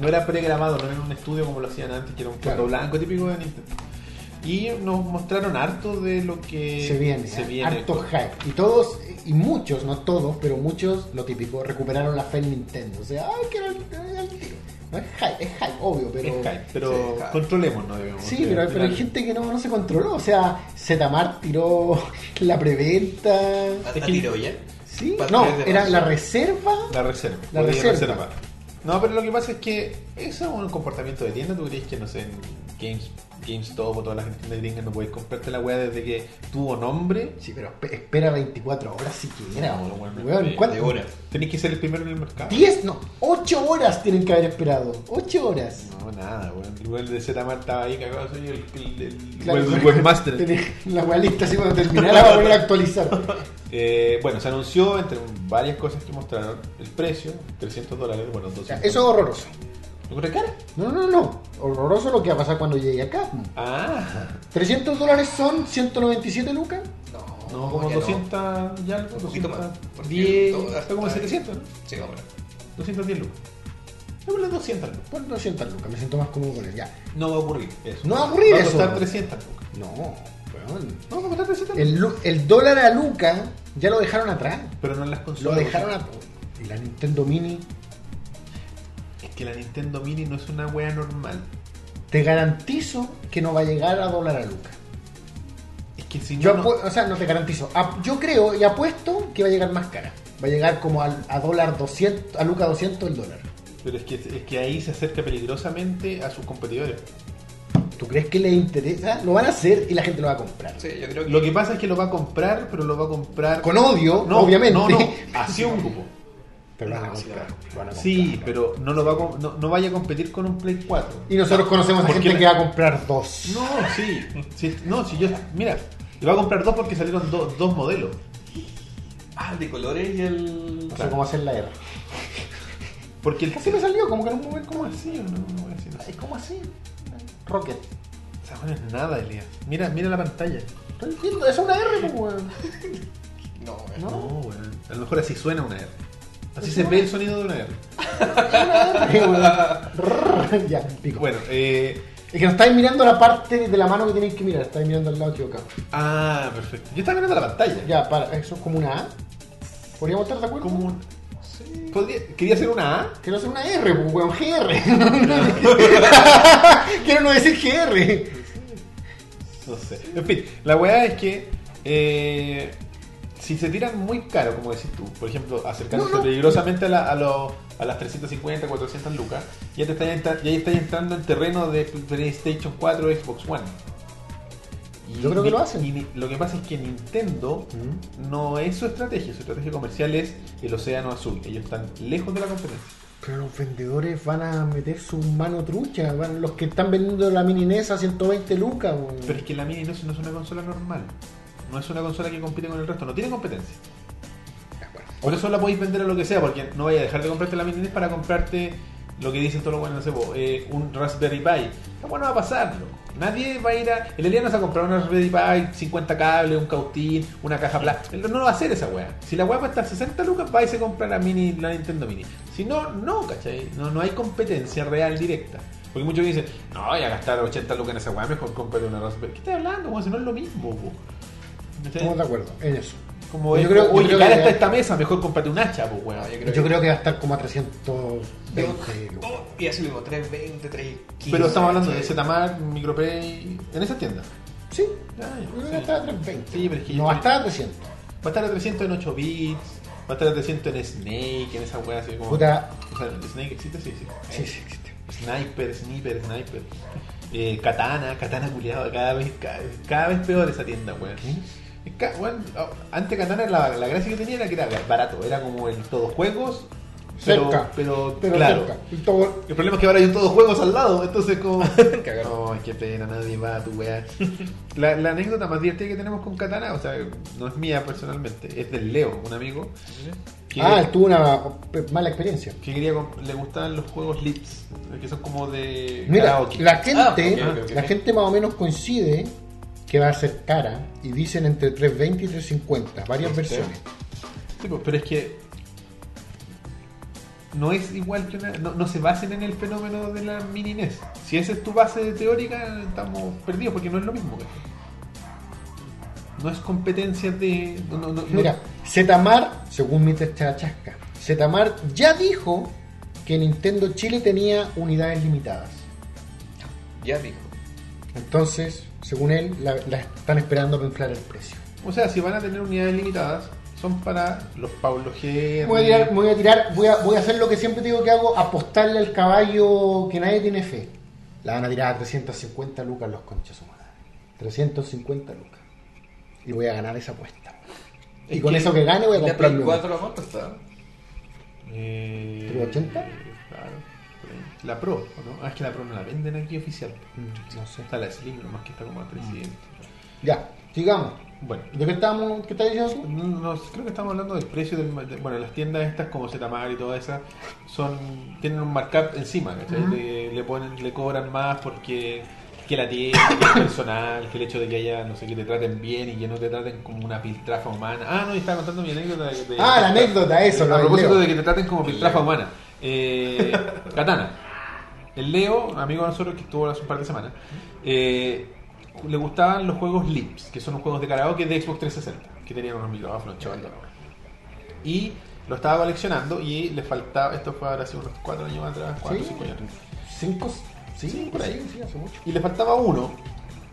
Speaker 1: No era pregrabado, no era un estudio como lo hacían antes, que era un plato
Speaker 2: Claro.
Speaker 1: blanco típico de Nintendo. Y nos mostraron harto de lo que
Speaker 2: se viene,
Speaker 1: se
Speaker 2: ¿eh?
Speaker 1: viene.
Speaker 2: harto hype. Y todos, y muchos, no todos, pero muchos, lo típico, recuperaron la fe en Nintendo. O sea, ay, que era el- era el tío. No es hype, es hype, obvio, pero.
Speaker 1: Es hype, pero
Speaker 3: Sí, claro.
Speaker 1: controlemos, ¿no? Digamos,
Speaker 2: Sí,
Speaker 1: que
Speaker 2: pero,
Speaker 1: al
Speaker 2: pero hay
Speaker 1: final-
Speaker 2: gente que no, no se controló. O sea, Zetamar tiró la preventa.
Speaker 3: ¿A a tiro ya?
Speaker 2: Sí,
Speaker 3: Para
Speaker 2: no,
Speaker 3: tres de
Speaker 2: era
Speaker 3: marzo.
Speaker 2: la reserva.
Speaker 1: La reserva.
Speaker 2: La
Speaker 1: podía
Speaker 2: reserva.
Speaker 1: reservar. No, pero lo que pasa es que eso es un comportamiento de tienda. ¿Tú crees que, no sé, en Games, GameStop o todas las tiendas gringas no puedes comprarte la weá desde que tuvo nombre?
Speaker 2: Sí, pero espe- espera 24 horas siquiera,
Speaker 1: No,
Speaker 2: weón.
Speaker 1: bueno,
Speaker 2: Weón,
Speaker 1: de-
Speaker 2: ¿cuánto?
Speaker 3: De hora.
Speaker 1: Tenés que ser el primero en el mercado.
Speaker 2: 10, no, 8 horas tienen que haber esperado. 8 horas.
Speaker 1: No, nada, weón. El weón de Zetamar estaba ahí cagado. Soy el, el, el,
Speaker 2: Claro,
Speaker 1: el
Speaker 2: pero-
Speaker 1: webmaster.
Speaker 2: tenés La weá lista así cuando terminara va a poner a actualizar.
Speaker 1: Eh, bueno, se anunció entre varias cosas que mostraron el precio, 300 dólares, bueno,
Speaker 2: O sea,
Speaker 1: 200.
Speaker 2: eso es horroroso.
Speaker 1: ¿Lo encontré caro?
Speaker 2: No, no, no. Horroroso lo que va a pasar cuando llegue acá.
Speaker 1: Ah,
Speaker 2: 300 dólares son 197 lucas.
Speaker 3: No,
Speaker 1: no, como
Speaker 3: ya
Speaker 1: 200 y algo,
Speaker 3: Un poquito
Speaker 1: 200,
Speaker 3: más, porque
Speaker 1: 10,
Speaker 3: todo-
Speaker 1: está como en 700, ¿no?
Speaker 3: Sí, no, bueno.
Speaker 1: 210 lucas. No, pero 200 lucas.
Speaker 2: Por 200 Pues lucas, me siento más cómodo con él. Ya.
Speaker 1: No va a ocurrir eso.
Speaker 2: No va a ocurrir
Speaker 1: Va a
Speaker 2: eso.
Speaker 1: costar 300 lucas.
Speaker 2: No, weón.
Speaker 1: No, va a costar 300 lucas.
Speaker 2: El, lu- el dólar a Luca ya lo dejaron atrás.
Speaker 1: Pero no en las
Speaker 2: Lo
Speaker 1: consolas.
Speaker 2: dejaron a. y La Nintendo Mini
Speaker 1: Es que la Nintendo Mini no es una wea normal.
Speaker 2: Te garantizo que no va a llegar a dólar a Luca.
Speaker 1: Es que si no.
Speaker 2: Yo
Speaker 1: no-
Speaker 2: apu- o sea, no te garantizo. Ap- yo creo y apuesto que va a llegar más cara. Va a llegar como al- a, dólar 200, a Luca 200 el dólar.
Speaker 1: Pero es que, es que ahí se acerca peligrosamente a sus competidores.
Speaker 2: ¿Tú crees que le interesa? Lo van a hacer y la gente lo va a comprar.
Speaker 3: Sí, yo creo que.
Speaker 1: Lo que pasa es que lo va a comprar, pero lo va a comprar.
Speaker 2: Con odio,
Speaker 1: No,
Speaker 2: obviamente.
Speaker 1: No, no, así un grupo.
Speaker 2: Pero lo van a
Speaker 3: Ah, sí,
Speaker 2: comprar. lo van a
Speaker 1: Sí,
Speaker 2: comprar.
Speaker 1: pero no lo va a, com- no, no vaya a competir con un Play 4.
Speaker 2: Y nosotros conocemos a
Speaker 1: Porque
Speaker 2: gente
Speaker 1: la-
Speaker 2: que va a comprar dos.
Speaker 1: No, sí. sí, no, si yo. Mira, le va a comprar dos porque salieron do- dos modelos.
Speaker 3: Ah, el de colores y el.
Speaker 2: No sé
Speaker 1: claro.
Speaker 2: cómo hacer la R.
Speaker 1: Porque el
Speaker 2: Casi me salió, como que no me
Speaker 1: ¿Cómo así o no? No voy a decir
Speaker 2: Es
Speaker 1: así.
Speaker 2: como así. Rocket.
Speaker 1: O sea, no es nada, Elías. Mira, mira la pantalla.
Speaker 2: No entiendo, es una R, pues, weón.
Speaker 3: No, bueno.
Speaker 1: No, weón. A lo mejor así suena una R. Así
Speaker 2: Pues
Speaker 1: se
Speaker 2: no.
Speaker 1: ve el sonido de una R.
Speaker 2: Es una R, weón. ya, pico.
Speaker 1: Bueno, eh.
Speaker 2: Es que no estáis mirando la parte de la mano que tenéis que mirar, estáis mirando al lado equivocado.
Speaker 1: Ah, perfecto. Yo estaba mirando la pantalla.
Speaker 2: Ya, para, eso es como una A. ¿Podríamos estar de acuerdo?
Speaker 1: Como un-
Speaker 3: Sí.
Speaker 1: podría- Quería hacer una A.
Speaker 2: Quiero hacer una R, pues, weón, GR. Quiero no decir GR.
Speaker 1: No sé. En fin, la weá es que. eh, si se tiran muy caro, como decís tú, por ejemplo, acercándose
Speaker 2: No, no.
Speaker 1: peligrosamente a, la- a los- a las 350, 400 lucas, ya te estáis entra- ya estáis entrando en terreno de PlayStation 4 Xbox One. Y
Speaker 2: Yo creo que
Speaker 1: ni-
Speaker 2: lo hacen.
Speaker 1: y ni- lo que pasa es que Nintendo
Speaker 2: Mm,
Speaker 1: no es su estrategia, su estrategia comercial es el océano azul. Ellos están lejos de la competencia.
Speaker 2: Pero los vendedores van a meter su mano trucha, van- los que están vendiendo la mini NES a 120 lucas, weón.
Speaker 1: Pero es que la Mini no es, no es una consola normal. No es una consola que compite con el resto, no tiene competencia. Por eso la podéis vender a lo que sea, porque no vaya a dejar de comprarte la Mini NES para comprarte lo que dicen todos los buenos, no sé, po, eh, un Raspberry Pi. No, bueno, va a pasarlo. Nadie va a ir a. El Eliano se va a comprar un Raspberry Pi, 50 cables, un cautín, una caja plástica. Él no lo va a hacer esa weá. Si la weá va a estar 60 lucas, va y se compra la mini, la Nintendo Mini. Si no, no, ¿cachai? No, no hay competencia real directa. Porque muchos dicen, no, voy a gastar 80 lucas en esa weá, mejor compraré una Raspberry. ¿Qué estás hablando? weón? si no es lo mismo, po. ¿Cachai?
Speaker 2: Estamos de acuerdo en eso.
Speaker 1: Como
Speaker 2: Pues Yo
Speaker 1: es,
Speaker 2: creo- yo
Speaker 1: oye,
Speaker 2: creo
Speaker 1: cara
Speaker 2: que-
Speaker 1: está esta mesa, mejor comprate un hacha, pues,
Speaker 3: No,
Speaker 1: weón.
Speaker 3: yo creo
Speaker 2: Yo
Speaker 3: que.
Speaker 2: creo que va a estar como a 320 lucas.
Speaker 3: Oh, y así mismo, 320, 315.
Speaker 1: Pero estamos hablando de Zmar, Micropay, en esas tiendas.
Speaker 2: Sí,
Speaker 1: Ah,
Speaker 2: yo
Speaker 1: ya.
Speaker 2: creo que va a estar a 320.
Speaker 1: Sí, pero es que yo
Speaker 2: no va a
Speaker 1: creo-
Speaker 2: estar a 300.
Speaker 1: Va a estar a 300 en 8 bits, va a estar a 300 en Snake, en esa weá así como.
Speaker 2: Puta.
Speaker 1: O sea, Snake existe, sí, sí.
Speaker 2: Sí, sí, existe.
Speaker 1: Sniper, sniper, sniper. Eh, katana, katana culiado, cada vez, cada, cada vez peor esa tienda, weón. Es ca- weón, ah, antes Katana la, la gracia que tenía era que era barato, era como el todos juegos, pero,
Speaker 2: Cerca.
Speaker 1: pero,
Speaker 2: Pero
Speaker 1: claro.
Speaker 2: cerca. Y todo-
Speaker 1: El problema es que ahora hay un todos juegos al lado, entonces como...
Speaker 3: Cagaron.
Speaker 1: No, qué pena, nadie va a tu weá. La, la anécdota más divertida que tenemos con Katana, o sea, no es mía personalmente, es del Leo, un amigo. que-
Speaker 2: Ah, él tuvo una mala experiencia.
Speaker 1: que quería comp- le gustaban los juegos lips que son como de
Speaker 2: Mira,
Speaker 1: karaoke.
Speaker 2: la gente,
Speaker 3: Ah, ok, ok, ok.
Speaker 2: la gente más o menos coincide que va a ser cara y dicen entre 320 y 350, varias
Speaker 3: Sí, sí.
Speaker 2: versiones.
Speaker 1: Sí, pues, pero es que no es igual que una no, no se basen en el fenómeno de la mini NES si esa es tu base teórica estamos perdidos porque no es lo mismo ¿cachai? no es competencia de no, no, no-
Speaker 3: Mm.
Speaker 1: no-
Speaker 2: Mira, Zetamar, según mi chasca, Zetamar ya dijo que Nintendo Chile tenía unidades limitadas.
Speaker 3: Ya dijo.
Speaker 2: Entonces, según él, la, la están esperando para inflar el precio.
Speaker 1: o sea si van a tener unidades limitadas son para los Pablo G
Speaker 2: Voy a tirar, voy a, tirar voy, a, voy a hacer lo que siempre digo que hago, apostarle al caballo que nadie tiene fe. La van a tirar a 350 lucas los conchas su madre. 350 lucas. Y voy a ganar esa apuesta. Y
Speaker 3: Es
Speaker 2: con
Speaker 3: que
Speaker 2: eso que gane voy a
Speaker 3: La Play
Speaker 2: comprarme una.
Speaker 3: 4 la cuánto está?
Speaker 1: Eh,
Speaker 2: ¿380?
Speaker 1: Claro. por ahí. La Pro, ¿o ¿no? Ah, es que la Pro no la venden aquí oficial.
Speaker 2: Mm, No sé.
Speaker 1: Está la Slim, nomás que está como a 300.
Speaker 2: Ya, sigamos.
Speaker 1: Bueno,
Speaker 2: ¿De qué estábamos? ¿Qué estás diciendo tú?
Speaker 1: no, no, creo que estamos hablando del precio del. ma- de- bueno, las tiendas estas como Zetamar y todas esas son tienen un markup encima, ¿cachai?
Speaker 2: Ujú.
Speaker 1: le, le ponen, le cobran más porque que la tienda, que el personal, que el hecho de que haya, no sé, que te traten bien y que no te traten como una piltrafa humana. Ah, no, y estaba contando mi anécdota de, de-
Speaker 2: Ah, la anécdota, eso, lo
Speaker 1: a
Speaker 2: del
Speaker 1: propósito
Speaker 2: Leo.
Speaker 1: de que te traten como piltrafa humana. Eh, Katana. El Leo, amigo de nosotros que estuvo hace un par de semanas, eh, le gustaban los juegos Lips, que son los juegos de karaoke de Xbox 360, que tenían unos micrófonos chaval. Y lo estaba coleccionando y le faltaba, esto fue ahora hace unos 4 años atrás, 4 o
Speaker 2: Sí.
Speaker 1: 5 años atrás.
Speaker 2: ¿Cinco? Sí,
Speaker 1: Sí,
Speaker 2: por
Speaker 1: por
Speaker 2: ahí,
Speaker 1: ahí.
Speaker 2: sí, hace mucho.
Speaker 1: Y le faltaba uno,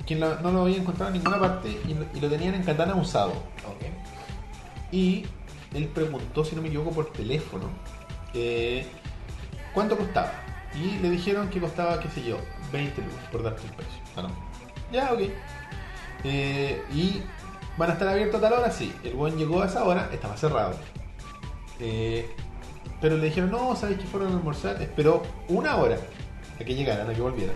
Speaker 1: que no no lo había encontrado en ninguna parte y lo, y lo tenían en katana usado.
Speaker 3: Ok.
Speaker 1: Y él preguntó, si no me equivoco, por teléfono, eh, ¿cuánto costaba? Y le dijeron que costaba, qué sé yo, 20 lucas, por darte el precio. Ah, no. Ya, ok. Eh, y van a estar abiertos a tal hora, sí. El buen llegó a esa hora, estaba cerrado. Eh, pero le dijeron, no, ¿sabes que fueron a almorzar? Esperó una hora a que llegaran, a que volvieran.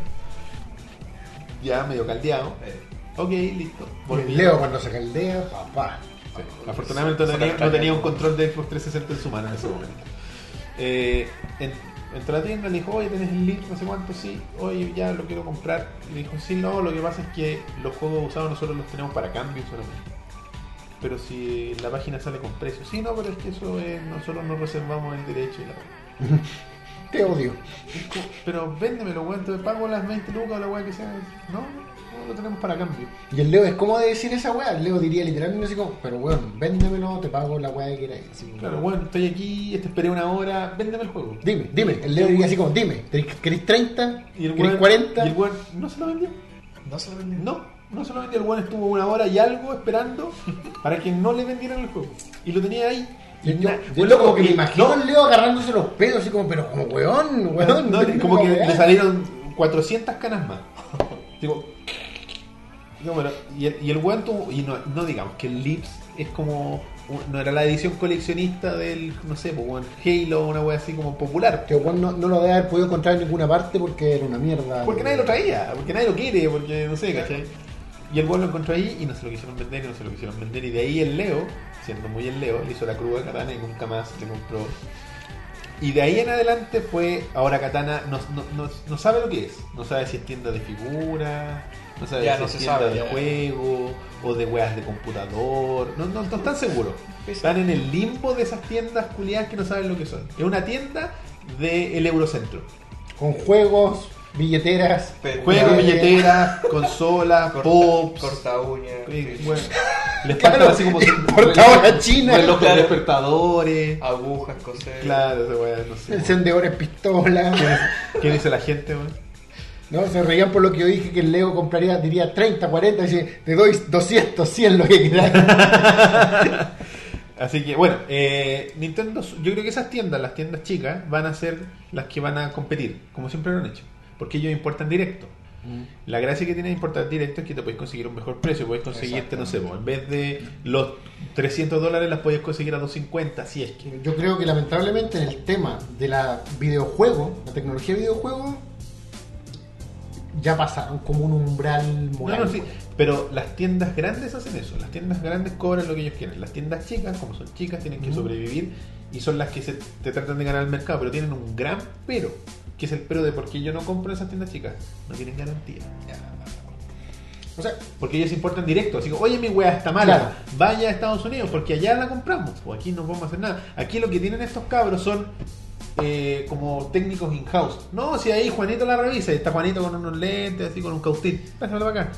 Speaker 1: Ya medio caldeado.
Speaker 3: Eh,
Speaker 1: Ok, listo.
Speaker 2: El
Speaker 1: Volví.
Speaker 2: Leo cuando se caldea, papá.
Speaker 1: Sí. Afortunadamente no
Speaker 3: Saca
Speaker 1: tenía, no
Speaker 3: el cañón.
Speaker 1: tenía un control de Xbox 360 en su mano en ese momento. Eh, en- entró a la tienda, le dijo, oye, tenés el link, no sé cuánto, sí, oye, ya lo quiero comprar. Y le dijo, sí, no, lo que pasa es que los juegos usados nosotros los tenemos para cambio solamente. Pero si la página sale con precios, sí, no, pero es que eso es, nosotros nos reservamos el derecho y la
Speaker 2: Te odio.
Speaker 1: Dijo, pero véndemelo, weón, te pago las 20 lucas o la weá que sea. No, no, lo tenemos para cambio.
Speaker 2: Y el Leo es como de decir esa weá. El Leo diría literalmente así como, pero weón, véndemelo, te pago la weá que quieras. Así,
Speaker 1: Claro, bueno, estoy aquí, te esperé una hora, véndeme el juego.
Speaker 2: Dime, dime. El Leo diría así como, dime, ¿querés querés 30?
Speaker 1: Y el
Speaker 2: ¿Querés
Speaker 1: weón-
Speaker 2: 40?
Speaker 1: Y el weón no se lo vendió.
Speaker 3: No se lo vendió.
Speaker 1: No, no se lo vendió. El weón estuvo una hora y algo esperando para que no le vendieran el juego. Y lo tenía ahí.
Speaker 2: Yo,
Speaker 1: Y
Speaker 2: yo,
Speaker 1: na-
Speaker 2: yo
Speaker 1: weón,
Speaker 2: como que me
Speaker 1: no,
Speaker 2: imagino al Leo agarrándose los pedos, así como, pero como weón, weón.
Speaker 1: no,
Speaker 2: véndeme
Speaker 1: como
Speaker 2: la
Speaker 1: que
Speaker 2: weá.
Speaker 1: le salieron 400 canas más. Digo, no, pero- y, el, y el weón tuvo- y no, no digamos que el Lips es como, no era la edición coleccionista del, no sé, pues, weón, Halo, una wea así como popular.
Speaker 2: Que weón no, no lo debe haber podido encontrar en ninguna parte porque era una mierda.
Speaker 1: Porque nadie lo traía, porque nadie lo quiere, porque no sé, ¿cachai? Y el weón lo encontró ahí y no se lo quisieron vender, y no se lo quisieron vender. Y de ahí el Leo, siendo muy el Leo, le hizo la cruda a Katana y nunca más le compró. Y de ahí en adelante fue, ahora Katana no, no, no- no sabe lo que es. No sabe si es tienda de figuras, no sabe
Speaker 3: Ya,
Speaker 1: si
Speaker 3: no
Speaker 1: es
Speaker 3: se
Speaker 1: tienda
Speaker 3: sabe,
Speaker 1: de
Speaker 3: ya.
Speaker 1: juego o de weas de computador. No, no, no están seguros.
Speaker 3: Pues,
Speaker 1: Están en el limbo de esas tiendas culiadas que no saben lo que son. Es una tienda del Eurocentro.
Speaker 2: Con juegos, billeteras.
Speaker 3: Pero-
Speaker 1: Juegos,
Speaker 2: Eh,
Speaker 1: billeteras, consolas,
Speaker 3: Corta,
Speaker 1: pops.
Speaker 3: Corta uña.
Speaker 1: eh,
Speaker 3: sí.
Speaker 1: bueno, les
Speaker 2: Claro,
Speaker 1: faltan así como
Speaker 2: importadora china.
Speaker 1: relojes
Speaker 3: Claro.
Speaker 1: despertadores.
Speaker 3: Agujas, coser.
Speaker 1: Claro, esa weá, no sé. weón.
Speaker 2: Encendedores, pistolas.
Speaker 1: ¿Qué dice la gente, weón?
Speaker 2: No, se reían por lo que yo dije que el Leo compraría, diría 30, 40, y dice, te doy 200, 100, lo que quieras.
Speaker 1: Así que, bueno, eh, Nintendo, yo creo que esas tiendas, las tiendas chicas, van a ser las que van a competir, como siempre lo han hecho. Porque ellos importan directo. La gracia que tiene importar directo es que te puedes conseguir un mejor precio, puedes conseguirte, no sé, vos, en vez de los 300 dólares las puedes conseguir a 250, si es que.
Speaker 2: Yo creo que lamentablemente en el tema de la videojuego, la tecnología de videojuego, ya pasaron como un umbral
Speaker 1: No,
Speaker 2: moral.
Speaker 1: no, sí, pero las tiendas grandes hacen eso, las tiendas grandes cobran lo que ellos quieren, las tiendas chicas, como son chicas, tienen que
Speaker 2: Ujú.
Speaker 1: sobrevivir y son las que se te tratan de ganar el mercado, pero tienen un gran pero, que es el pero de por qué yo no compro en esas tiendas chicas, no tienen garantía.
Speaker 2: O sea,
Speaker 1: Porque ellos importan directo. Así que, oye, mi weá está mala.
Speaker 2: Claro.
Speaker 1: Vaya a Estados Unidos, porque allá la compramos. O aquí no podemos hacer nada. Aquí lo que tienen estos cabros son eh, como técnicos in-house. No, si ahí Juanito la revisa. Y está Juanito con unos lentes, así con un cautín. Pásamelo para acá.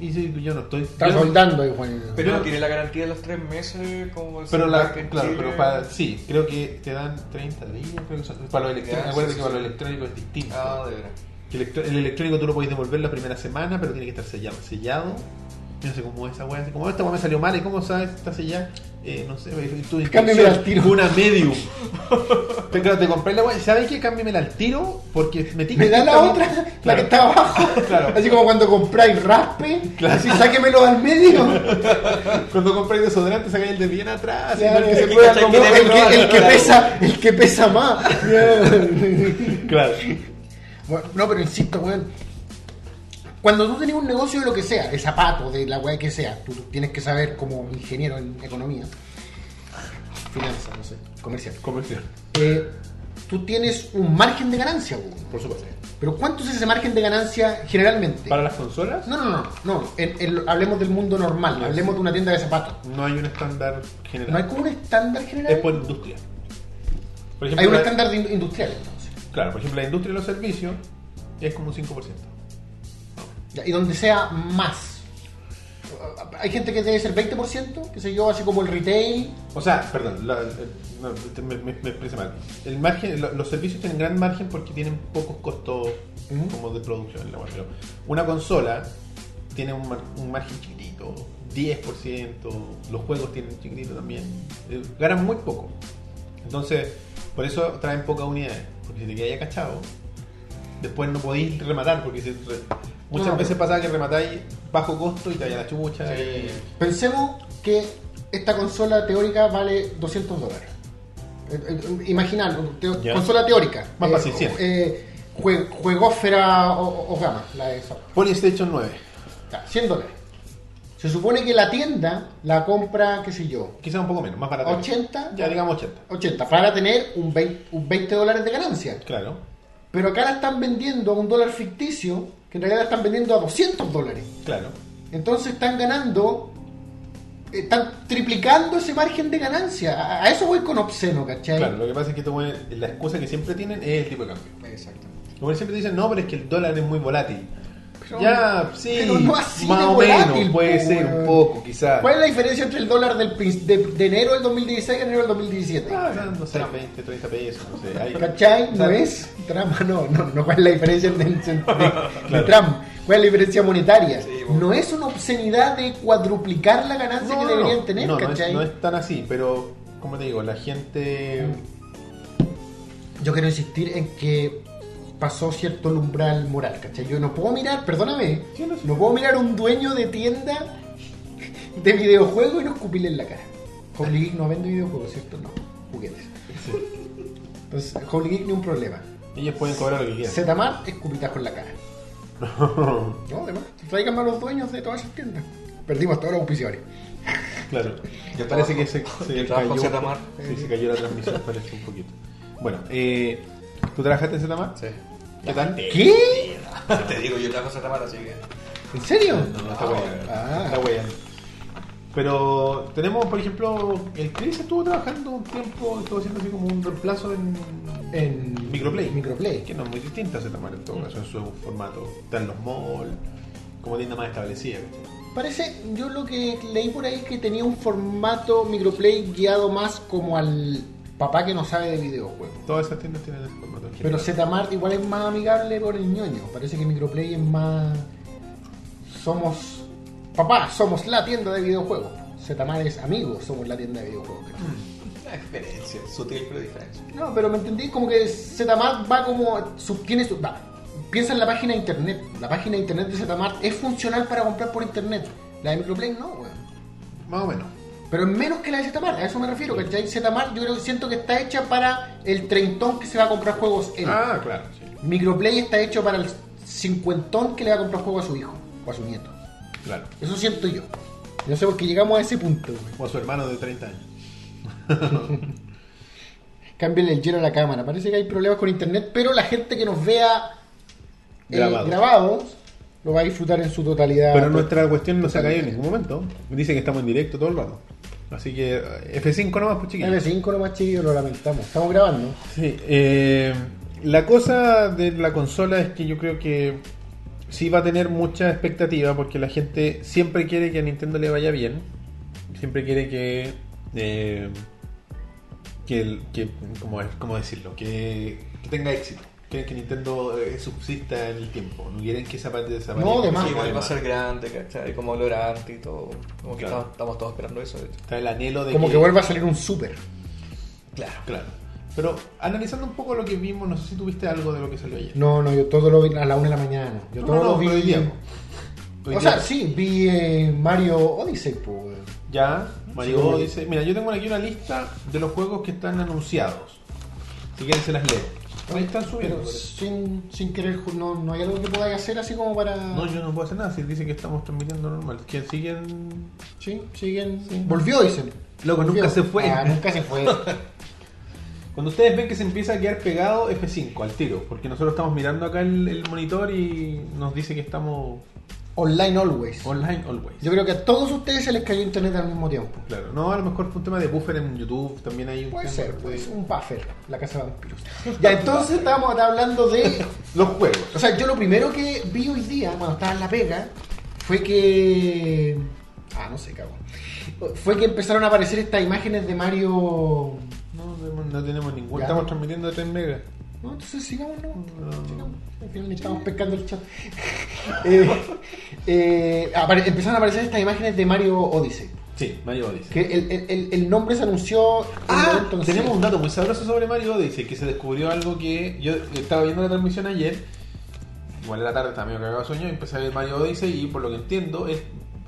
Speaker 1: Y sí, yo no estoy.
Speaker 2: está
Speaker 1: yo no-
Speaker 2: soldando ahí, Juan.
Speaker 3: Pero
Speaker 1: Yo-
Speaker 3: tiene la garantía de los tres meses como el
Speaker 1: pero la,
Speaker 3: Spark en
Speaker 1: claro,
Speaker 3: Chile.
Speaker 1: pero para, sí, creo que te dan 30 días. Creo que son, para lo electrónico,
Speaker 3: Ya,
Speaker 1: acuérdate
Speaker 3: sí,
Speaker 1: que
Speaker 3: sí,
Speaker 1: para lo
Speaker 3: sí.
Speaker 1: electrónico es distinto.
Speaker 3: Ah, de verdad.
Speaker 1: Que electro- el electrónico tú lo podés devolver la primera semana, pero tiene que estar sellado. Sellado. Yo no sé cómo es esa weá. así Como "Oh, esta weá me salió mal. ¿Y cómo sabes que está sellada? Eh, no sé. y Tu
Speaker 2: Cámbiamela al
Speaker 1: intención
Speaker 2: tiro.
Speaker 1: fue Una medium. Te, claro, te compré la weá. ¿Sabes qué? Cámbiamela al tiro porque metí
Speaker 2: Me da la
Speaker 1: esta-
Speaker 2: otra, la
Speaker 1: Claro.
Speaker 2: que está abajo.
Speaker 1: Claro.
Speaker 2: Así como cuando compráis raspe,
Speaker 1: Claro.
Speaker 2: así sáquemelo al medio.
Speaker 1: Cuando compré desodorante, sacáis el de bien atrás.
Speaker 2: Claro,
Speaker 1: y no-
Speaker 2: ese
Speaker 3: que
Speaker 2: fue
Speaker 3: cachai
Speaker 2: como
Speaker 3: que
Speaker 2: el
Speaker 3: te
Speaker 2: que-
Speaker 3: roban,
Speaker 2: el que
Speaker 3: claro.
Speaker 2: pesa, el que pesa más.
Speaker 1: Claro.
Speaker 2: Bueno, no, pero insisto, weón. Cuando tú tenés un negocio de lo que sea, de zapatos, de la weá que sea, tú, tú tienes que saber como ingeniero en economía, finanzas, no sé, comercial.
Speaker 1: Comercial,
Speaker 2: Eh, tú tienes un margen de ganancia, weón.
Speaker 1: por supuesto.
Speaker 2: Pero ¿cuánto es ese margen de ganancia generalmente?
Speaker 1: Para las consolas
Speaker 2: No, no, no, no. En- en- hablemos del mundo normal,
Speaker 1: Ah,
Speaker 2: hablemos de una tienda de zapatos.
Speaker 1: no hay un estándar general.
Speaker 2: No hay como un estándar general.
Speaker 1: Es por industria. Por ejemplo,
Speaker 2: Hay un
Speaker 1: la-
Speaker 2: estándar de in- industrial entonces.
Speaker 1: Claro, por ejemplo, la industria de los servicios es como un 5%.
Speaker 2: Ya, Y donde sea más. Hay gente que debe ser 20%, que sé yo, así como el retail.
Speaker 1: O sea, perdón, la- eh, no, te- me, me- me expresé mal. El margen, lo- los servicios tienen gran margen porque tienen pocos costos
Speaker 2: Ujú.
Speaker 1: como de producción. la weá, pero una consola tiene un, mar- un margen chiquitito, 10%, los juegos tienen chiquitito también. eh, ganan muy poco. Entonces, por eso traen pocas unidades. Porque si te quedas cachado, después no podéis rematar. Porque si re- muchas
Speaker 2: No, no,
Speaker 1: veces
Speaker 2: pero-
Speaker 1: pasa que rematáis bajo costo y te vaya la chucha. y-
Speaker 2: Pensemos que esta consola teórica vale 200 dólares. Eh, eh, Imaginar, te-
Speaker 1: Ya.
Speaker 2: consola teórica.
Speaker 1: Más
Speaker 2: Eh,
Speaker 1: fácil, 100.
Speaker 2: eh, jue- juegósfera o, o- o gama, la de esa.
Speaker 1: PlayStation 9.
Speaker 2: Ya, 100 dólares. Se supone que la tienda la compra, qué sé yo,
Speaker 1: Quizás un poco menos, más barato.
Speaker 2: 80,
Speaker 1: Ya digamos 80.
Speaker 2: 80 para tener un 20, un 20 dólares de ganancia.
Speaker 1: Claro.
Speaker 2: Pero acá la están vendiendo a un dólar ficticio, que en realidad la están vendiendo a 200 dólares.
Speaker 1: Claro.
Speaker 2: Entonces están ganando, están triplicando ese margen de ganancia. A, a eso voy con obsceno, ¿cachai?
Speaker 1: Claro, lo que pasa es que estos güeyes, la excusa que siempre tienen es el tipo de cambio.
Speaker 3: Exacto.
Speaker 1: Los güeyes siempre dicen, no, pero es que el dólar es muy volátil.
Speaker 2: Pero-
Speaker 1: ya, sí,
Speaker 2: pero no así
Speaker 1: más
Speaker 2: de
Speaker 1: o
Speaker 2: volátil,
Speaker 1: menos, puede
Speaker 2: po,
Speaker 1: ser
Speaker 2: weón.
Speaker 1: un poco, quizás.
Speaker 2: ¿Cuál es la diferencia entre el dólar del prin- de, de enero del 2016 y enero del 2017?
Speaker 1: Ah, no, no sé, 20, 30 pesos, no sé. Hay...
Speaker 2: ¿Cachai? No
Speaker 1: Claro.
Speaker 2: es trama, no, no, no. ¿Cuál es la diferencia de, de, de Trump? ¿Cuál es la diferencia monetaria?
Speaker 3: Sí, bueno.
Speaker 2: no es una obscenidad de cuadruplicar la ganancia que deberían tener,
Speaker 1: no, no
Speaker 2: ¿cachai?
Speaker 1: es, no es tan así, pero, como te digo, la gente...
Speaker 2: Yo quiero insistir en que pasó cierto el umbral moral, ¿cachai? Yo no puedo mirar, perdóname,
Speaker 1: Sí, no sé.
Speaker 2: no puedo mirar a un dueño de tienda de videojuegos y no escupirle en la cara. Holy Geek no vende videojuegos, ¿cierto? No, juguetes. Entonces, Holy Geek ni un problema.
Speaker 1: Ellos pueden cobrar lo que quieran.
Speaker 2: Zetamar, escupitajos en la cara. No, además, tráiganme a los dueños de todas esas tiendas. Perdimos todos los auspiciadores.
Speaker 1: Claro.
Speaker 3: Yo
Speaker 1: parece
Speaker 3: trabajo-
Speaker 1: que se,
Speaker 3: yo
Speaker 1: se
Speaker 3: trabajo
Speaker 1: cayó.
Speaker 3: en Zetamar.
Speaker 1: Sí, se cayó la transmisión, parece un poquito. Bueno, eh, ¿tú trabajaste en Zetamar?
Speaker 3: Sí.
Speaker 1: ¿Qué tal?
Speaker 2: ¿Qué?
Speaker 3: Te digo, yo trabajo en Santa Mara, así que.
Speaker 2: ¿En serio?
Speaker 1: No, no, está weyando.
Speaker 2: Ah.
Speaker 1: Está weyando. Pero tenemos, por ejemplo, el Chris estuvo trabajando un tiempo, estuvo haciendo así como un reemplazo en,
Speaker 2: En
Speaker 1: Microplay.
Speaker 2: Microplay.
Speaker 1: Que no es muy distinta a Zetamar en todo caso, en su formato. Está en los malls, como tienda más establecida. ¿cachai?
Speaker 2: Parece, yo lo que leí por ahí es que tenía un formato microplay guiado más como al papá que no sabe de videojuegos.
Speaker 1: Todas esas tiendas tienen ese formato. en
Speaker 2: Pero
Speaker 1: general.
Speaker 2: Zmart igual es más amigable por el ñoño. Parece que microplay es más. Somos. Papá, somos la tienda de videojuegos. Zmart es amigo, somos la tienda de videojuegos. creo.
Speaker 3: Una diferencia, sutil pero diferencia.
Speaker 2: No, pero me entendí como que Zmart va como. Subtiene su. Va, piensa en la página de internet. La página de internet de Zmart es funcional para comprar por internet. La de microplay no, weón.
Speaker 1: Más o menos.
Speaker 2: Pero es menos que la de Zetamar, a eso me refiero, ¿cachai? Zetamar yo creo, siento que está hecha para el treintón que se va a comprar juegos él.
Speaker 1: Ah, claro, sí.
Speaker 2: Microplay está hecho para el cincuentón que le va a comprar juegos a su hijo o a su nieto.
Speaker 1: Claro.
Speaker 2: Eso siento yo. No sé por qué llegamos a ese punto, güey.
Speaker 1: Como su hermano de 30 años.
Speaker 2: Cámbiale el giro a la cámara. Parece que hay problemas con internet, pero la gente que nos vea eh,
Speaker 1: Grabado.
Speaker 2: grabados lo va a disfrutar en su totalidad.
Speaker 1: Pero nuestra cuestión no se ha caído en ningún momento. Dice que estamos en directo todo el rato. Así que eh, F5 nomás, pues chiquillos.
Speaker 2: M5 nomás chiquillo, lo lamentamos. Estamos grabando.
Speaker 1: Sí, eh, la cosa de la consola es que yo creo que sí va a tener mucha expectativa porque la gente siempre quiere que a Nintendo le vaya bien. Siempre quiere que. eh, que, el- que- ¿cómo, es- cómo decirlo? Que, que tenga éxito. Quieren que Nintendo eh, subsista en el tiempo. No quieren que esa parte desaparezca.
Speaker 2: No, de más.
Speaker 3: Sí, igual va a
Speaker 1: además,
Speaker 3: ser grande, ¿cachai? Como olor a arte y todo. Como que
Speaker 1: Claro.
Speaker 3: estamos, estamos todos esperando eso, de hecho.
Speaker 1: Está el anhelo de
Speaker 2: Como que vuelva a salir un super.
Speaker 3: Claro.
Speaker 1: Claro. Pero analizando un poco lo que vimos, no sé si tuviste algo de lo que salió ayer.
Speaker 2: No, no, yo todo lo vi a la una de la mañana. Yo
Speaker 1: No,
Speaker 2: todo
Speaker 1: no, no,
Speaker 2: lo vi.
Speaker 1: pero hoy día. Hoy día.
Speaker 2: o sea, sí, vi eh, Mario Odyssey, pues. weón.
Speaker 1: Ya, Mario
Speaker 2: Sí, como que-
Speaker 1: dice, mira, yo tengo aquí una lista de los juegos que están anunciados. Si quieren se las leo. Ahí están subiendo.
Speaker 2: Pero
Speaker 1: parece.
Speaker 2: sin, sin querer, ju- no, no hay algo que podáis hacer así como para.
Speaker 1: No, yo no puedo hacer nada. Si dicen que estamos transmitiendo normal. Que siguen.
Speaker 2: Sí, siguen. Volvió, dicen.
Speaker 1: Loco, nunca
Speaker 2: Volvió.
Speaker 1: se fue.
Speaker 2: Ah, nunca se fue.
Speaker 1: Cuando ustedes ven que se empieza a quedar pegado F5 al tiro, porque nosotros estamos mirando acá el, el monitor y nos dice que estamos
Speaker 2: Online always.
Speaker 1: online always.
Speaker 2: Yo creo que a todos ustedes se les cayó internet al mismo tiempo.
Speaker 1: Claro, no, a lo mejor fue un tema de buffer en YouTube, también hay un
Speaker 2: Puede
Speaker 1: tema
Speaker 2: ser,
Speaker 1: de-
Speaker 2: puede ser. Un buffer, la casa de vampiros. Ya, entonces estábamos acá hablando de.
Speaker 1: Los juegos.
Speaker 2: O sea, yo lo primero que vi hoy día, cuando estaba en la pega, fue que. Ah, no sé, cabrón. Fue que empezaron a aparecer estas imágenes de Mario.
Speaker 1: No, no- no tenemos ningún.
Speaker 2: Ya.
Speaker 1: Estamos transmitiendo de 3 megas.
Speaker 2: No, entonces sigamos, no.
Speaker 1: No.
Speaker 2: Sigamos. Al final le estamos pescando el chat. Eh, eh, apare- empezaron a aparecer estas imágenes de Mario Odyssey.
Speaker 1: Sí, Mario Odyssey.
Speaker 2: Que el, el- el- el nombre se anunció. en el
Speaker 1: Ah,
Speaker 2: momento en que
Speaker 1: tenemos
Speaker 2: se-
Speaker 1: un dato muy sabroso sobre Mario Odyssey, que se descubrió algo que yo estaba viendo la transmisión ayer, igual en la tarde estaba medio cagado de sueño, y empecé a ver Mario Odyssey y por lo que entiendo es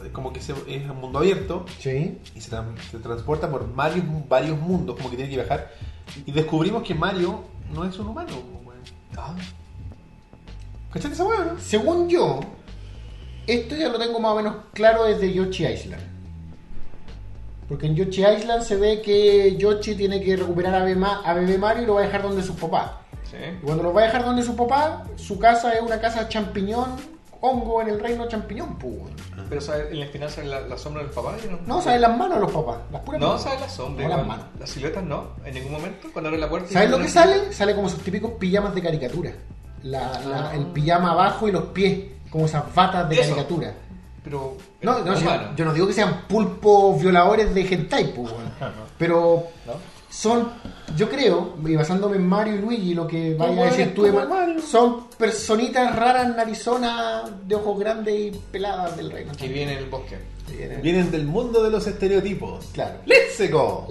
Speaker 1: es como que se- es un mundo abierto
Speaker 2: Sí.
Speaker 1: y se, tran- se transporta por varios, varios mundos, como que tiene que viajar, y descubrimos que Mario no es un humano. po, weón. ¿Cachaste esa weá, no?
Speaker 2: Según yo, esto ya lo tengo más o menos claro desde Yoshi Island. Porque en Yoshi Island se ve que Yoshi tiene que recuperar a, Bema- a bebé Mario y lo va a dejar donde sus papás. Y
Speaker 3: Sí.
Speaker 2: cuando lo va a dejar donde su papá, su casa es una casa champiñón, hongo en el reino champiñón, pues. weón.
Speaker 3: Ah. Pero ¿sabes? en el final sale la, la sombra del papá. Yo no,
Speaker 2: No, saben las manos de los papás, las puras
Speaker 3: No,
Speaker 2: manos.
Speaker 3: sale la sombra.
Speaker 2: No, las
Speaker 3: igual.
Speaker 2: manos.
Speaker 3: Las siluetas no, en ningún momento. Cuando abre la puerta.
Speaker 2: ¿Sabes lo que sale? Sale como sus típicos pijamas de caricatura. La- la- el pijama abajo y los pies, como esas batas de
Speaker 3: Eso.
Speaker 2: caricatura.
Speaker 3: Pero.
Speaker 2: No, no,
Speaker 3: pero
Speaker 2: si-
Speaker 3: humano.
Speaker 2: yo no digo que sean pulpos violadores de hentai, pues, weón. pero son, yo creo, y basándome en Mario y Luigi, lo que vaya a
Speaker 1: weón,
Speaker 2: decir
Speaker 1: es
Speaker 2: tú de
Speaker 1: como
Speaker 2: Ma-
Speaker 1: Mario.
Speaker 2: son personitas raras, narizonas, de ojos grandes y peladas del reino.
Speaker 3: Que viene en el bosque.
Speaker 1: Vienen del mundo de los estereotipos.
Speaker 2: Claro.
Speaker 1: ¡Let's go!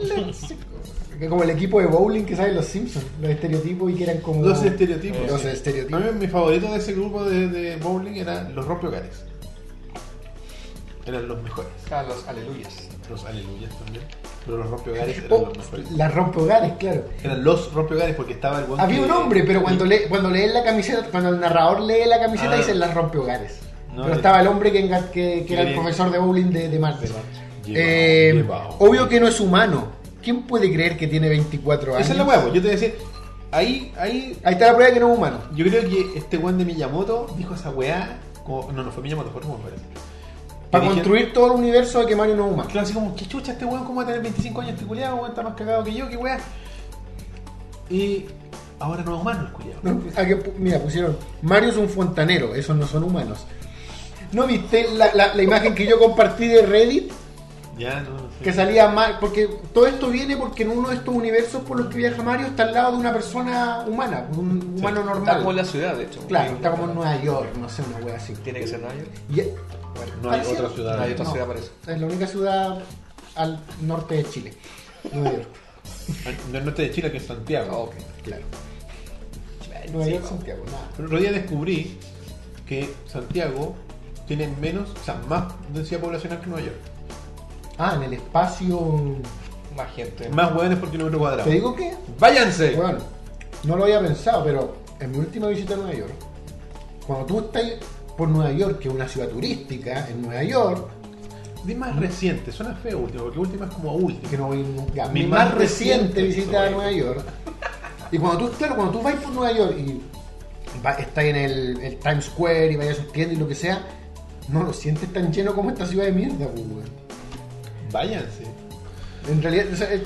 Speaker 2: Que Como el equipo de bowling que saben los Simpsons, los estereotipos y que eran como...
Speaker 1: Los estereotipos.
Speaker 2: Los
Speaker 1: sí. A
Speaker 2: estereotipos.
Speaker 1: mí mi favorito de ese grupo de, de bowling era los rompehogares. Eran los mejores.
Speaker 3: Ah, los aleluyas.
Speaker 1: Los aleluyas también. Pero los rompehogares eran
Speaker 2: Oh,
Speaker 1: los mejores.
Speaker 2: las rompehogares, claro.
Speaker 1: Eran los rompehogares porque estaba el buen
Speaker 2: Había
Speaker 1: que-
Speaker 2: un hombre, pero cuando
Speaker 1: y-
Speaker 2: lee, cuando lee la camiseta, cuando el narrador lee la camiseta
Speaker 1: Ah.
Speaker 2: dicen las rompehogares.
Speaker 1: No,
Speaker 2: pero
Speaker 1: es-
Speaker 2: estaba el hombre que, enga- que- que era el
Speaker 1: Quería-
Speaker 2: profesor de bowling de, de Marte.
Speaker 1: Llevado,
Speaker 2: Eh,
Speaker 1: llevado.
Speaker 2: obvio que no es humano. ¿Quién puede creer que tiene 24 años?
Speaker 1: Esa es la huevo. Yo te voy a decir, ahí, ahí.
Speaker 2: Ahí está la prueba de que no es humano.
Speaker 1: Yo creo que este weón de Miyamoto dijo esa weá. Como, no, no fue Miyamoto, fue Romo, me parece.
Speaker 2: Para
Speaker 1: Y dijeron-
Speaker 2: construir todo el universo de que Mario no es humano.
Speaker 1: Claro, así como, ¿qué chucha este weón? ¿Cómo va a tener 25 años este culiado? Weón está más cagado que yo, qué weá. Y ahora no es humano el culiado.
Speaker 2: No, a que pu- mira, pusieron Mario es un fontanero, esos no son humanos. ¿No viste la, la- la imagen que yo compartí de Reddit?
Speaker 1: Ya, no, no sé.
Speaker 2: Que salía mal, porque todo esto viene porque en uno de estos universos por los que viaja Mario está al lado de una persona humana, un humano
Speaker 3: Está como en
Speaker 2: normal.
Speaker 3: la ciudad, de hecho.
Speaker 2: Claro, está como en Nueva York, no sé, una wea así.
Speaker 3: Tiene que ser Nueva York.
Speaker 2: Y-
Speaker 1: No hay
Speaker 2: Parecía-
Speaker 1: otra ciudad.
Speaker 3: No hay otra
Speaker 2: No.
Speaker 3: ciudad para eso.
Speaker 2: Es la única ciudad al norte de Chile. Nueva York,
Speaker 1: Del norte de Chile que es Santiago.
Speaker 3: Ah, ok.
Speaker 2: claro. Nueva York, Santiago, nada.
Speaker 1: Pero otro día descubrí que Santiago tiene menos, o sea, más densidad poblacional que Nueva York.
Speaker 2: Ah, en el espacio.
Speaker 3: Más gente.
Speaker 1: Más hueones por kilómetro cuadrado.
Speaker 2: ¿Te digo qué?
Speaker 1: ¡Váyanse!
Speaker 2: Bueno, no lo había pensado, pero en mi última visita a Nueva York, cuando tú estás por Nueva York, que es una ciudad turística, en Nueva York,
Speaker 1: Mi más reciente, suena feo último, porque última es como última.
Speaker 2: que no voy nunca,
Speaker 1: Mi
Speaker 2: mi
Speaker 1: más
Speaker 2: más reciente
Speaker 1: reciente
Speaker 2: visita a
Speaker 1: soy.
Speaker 2: Nueva York, y cuando tú, claro, cuando tú vas por Nueva York y va- estás en el, el Times Square y vayas a sus tiendas y lo que sea, no lo sientes tan lleno como esta ciudad de mierda, pues, weón.
Speaker 1: Váyanse.
Speaker 2: En realidad, o sea, eh,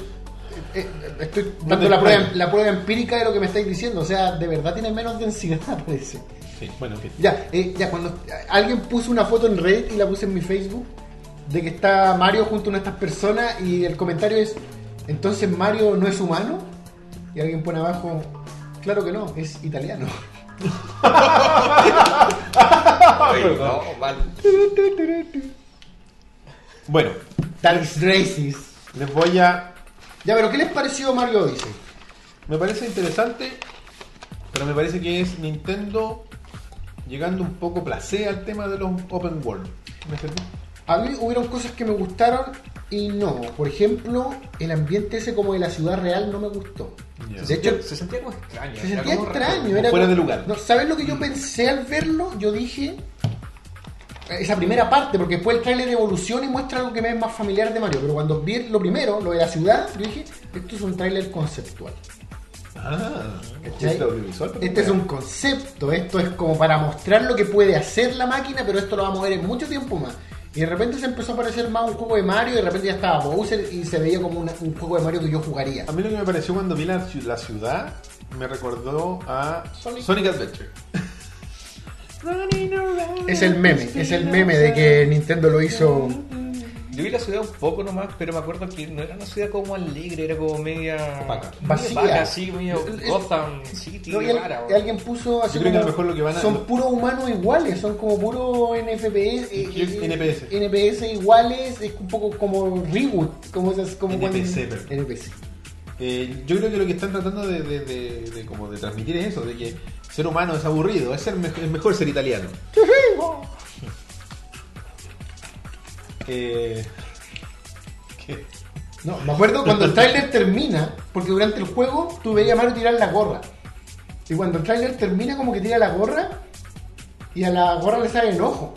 Speaker 2: eh, eh, estoy
Speaker 1: No
Speaker 2: dando
Speaker 1: te
Speaker 2: la prueba,
Speaker 1: extraña.
Speaker 2: la prueba empírica de lo que me estáis diciendo, o sea, de verdad tiene menos densidad, parece.
Speaker 1: Sí, bueno, que
Speaker 2: Ya, eh, ya, cuando eh, alguien puso una foto en Reddit y la puse en mi Facebook de que está Mario junto a una de estas personas y el comentario es, entonces Mario no es humano. Y alguien pone abajo, claro que no, es italiano.
Speaker 3: Ay, no, mal.
Speaker 1: Bueno,
Speaker 2: That is racist.
Speaker 1: les voy a.
Speaker 2: Ya, pero ¿qué les pareció Mario Odyssey?
Speaker 1: Me parece interesante, pero me parece que es Nintendo llegando un poco placé al tema de los open world. ¿Me entendés?
Speaker 2: A mí hubieron cosas que me gustaron y no. Por ejemplo, el ambiente ese como de la ciudad real no me gustó.
Speaker 1: Ya.
Speaker 2: De hecho,
Speaker 3: se sentía como extraño.
Speaker 2: se sentía
Speaker 3: como raro.
Speaker 2: extraño. Era
Speaker 1: Fuera de
Speaker 2: como-
Speaker 1: lugar.
Speaker 2: No, ¿Sabes lo que yo pensé al verlo? Yo dije. Esa primera parte, porque después el trailer evoluciona y muestra algo que me es más familiar de Mario. Pero cuando vi lo primero, lo de la ciudad, yo dije: Esto es un trailer conceptual.
Speaker 1: Ah, este
Speaker 2: ¿Cachai?
Speaker 1: es audiovisual. pero
Speaker 2: Este es un concepto, esto es como para mostrar lo que puede hacer la máquina, pero esto lo vamos a ver en mucho tiempo más. Y de repente se empezó a parecer más un juego de Mario, y de repente ya estaba Bowser y se veía como una- un juego de Mario que yo jugaría.
Speaker 1: A mí lo que me pareció cuando vi la, ci- la ciudad me recordó a
Speaker 2: Sonic.
Speaker 1: Sonic, Adventure.
Speaker 2: Es el meme, es el meme de que Nintendo lo hizo.
Speaker 3: Yo vi la ciudad un poco nomás, pero me acuerdo que no era una ciudad como alegre, era como media.
Speaker 1: Opaca.
Speaker 3: media
Speaker 2: Vacía.
Speaker 3: Vaca, sí, medio
Speaker 2: El- el-
Speaker 3: Gotham City,
Speaker 2: No, y al-
Speaker 3: rara.
Speaker 2: y alguien puso así
Speaker 1: Yo creo que a
Speaker 2: como,
Speaker 1: lo mejor lo que van a-
Speaker 2: son puros humanos iguales, son como puros NFPS, eh,
Speaker 1: Yo-
Speaker 2: eh,
Speaker 1: NPS.
Speaker 2: NPS iguales, es un poco como reboot, como esas como cuando-
Speaker 1: NPC, perdón.
Speaker 2: NPC.
Speaker 1: Eh, yo creo que lo que están tratando de, de- de- de como de transmitir es eso, de que ser humano es aburrido, es, ser mej- es mejor ser italiano. Eh, ¿qué?
Speaker 2: No, me acuerdo cuando el tráiler termina, porque durante el juego tú veías a Mario tirar la gorra. Y cuando el tráiler termina como que tira la gorra y a la gorra le sale el ojo.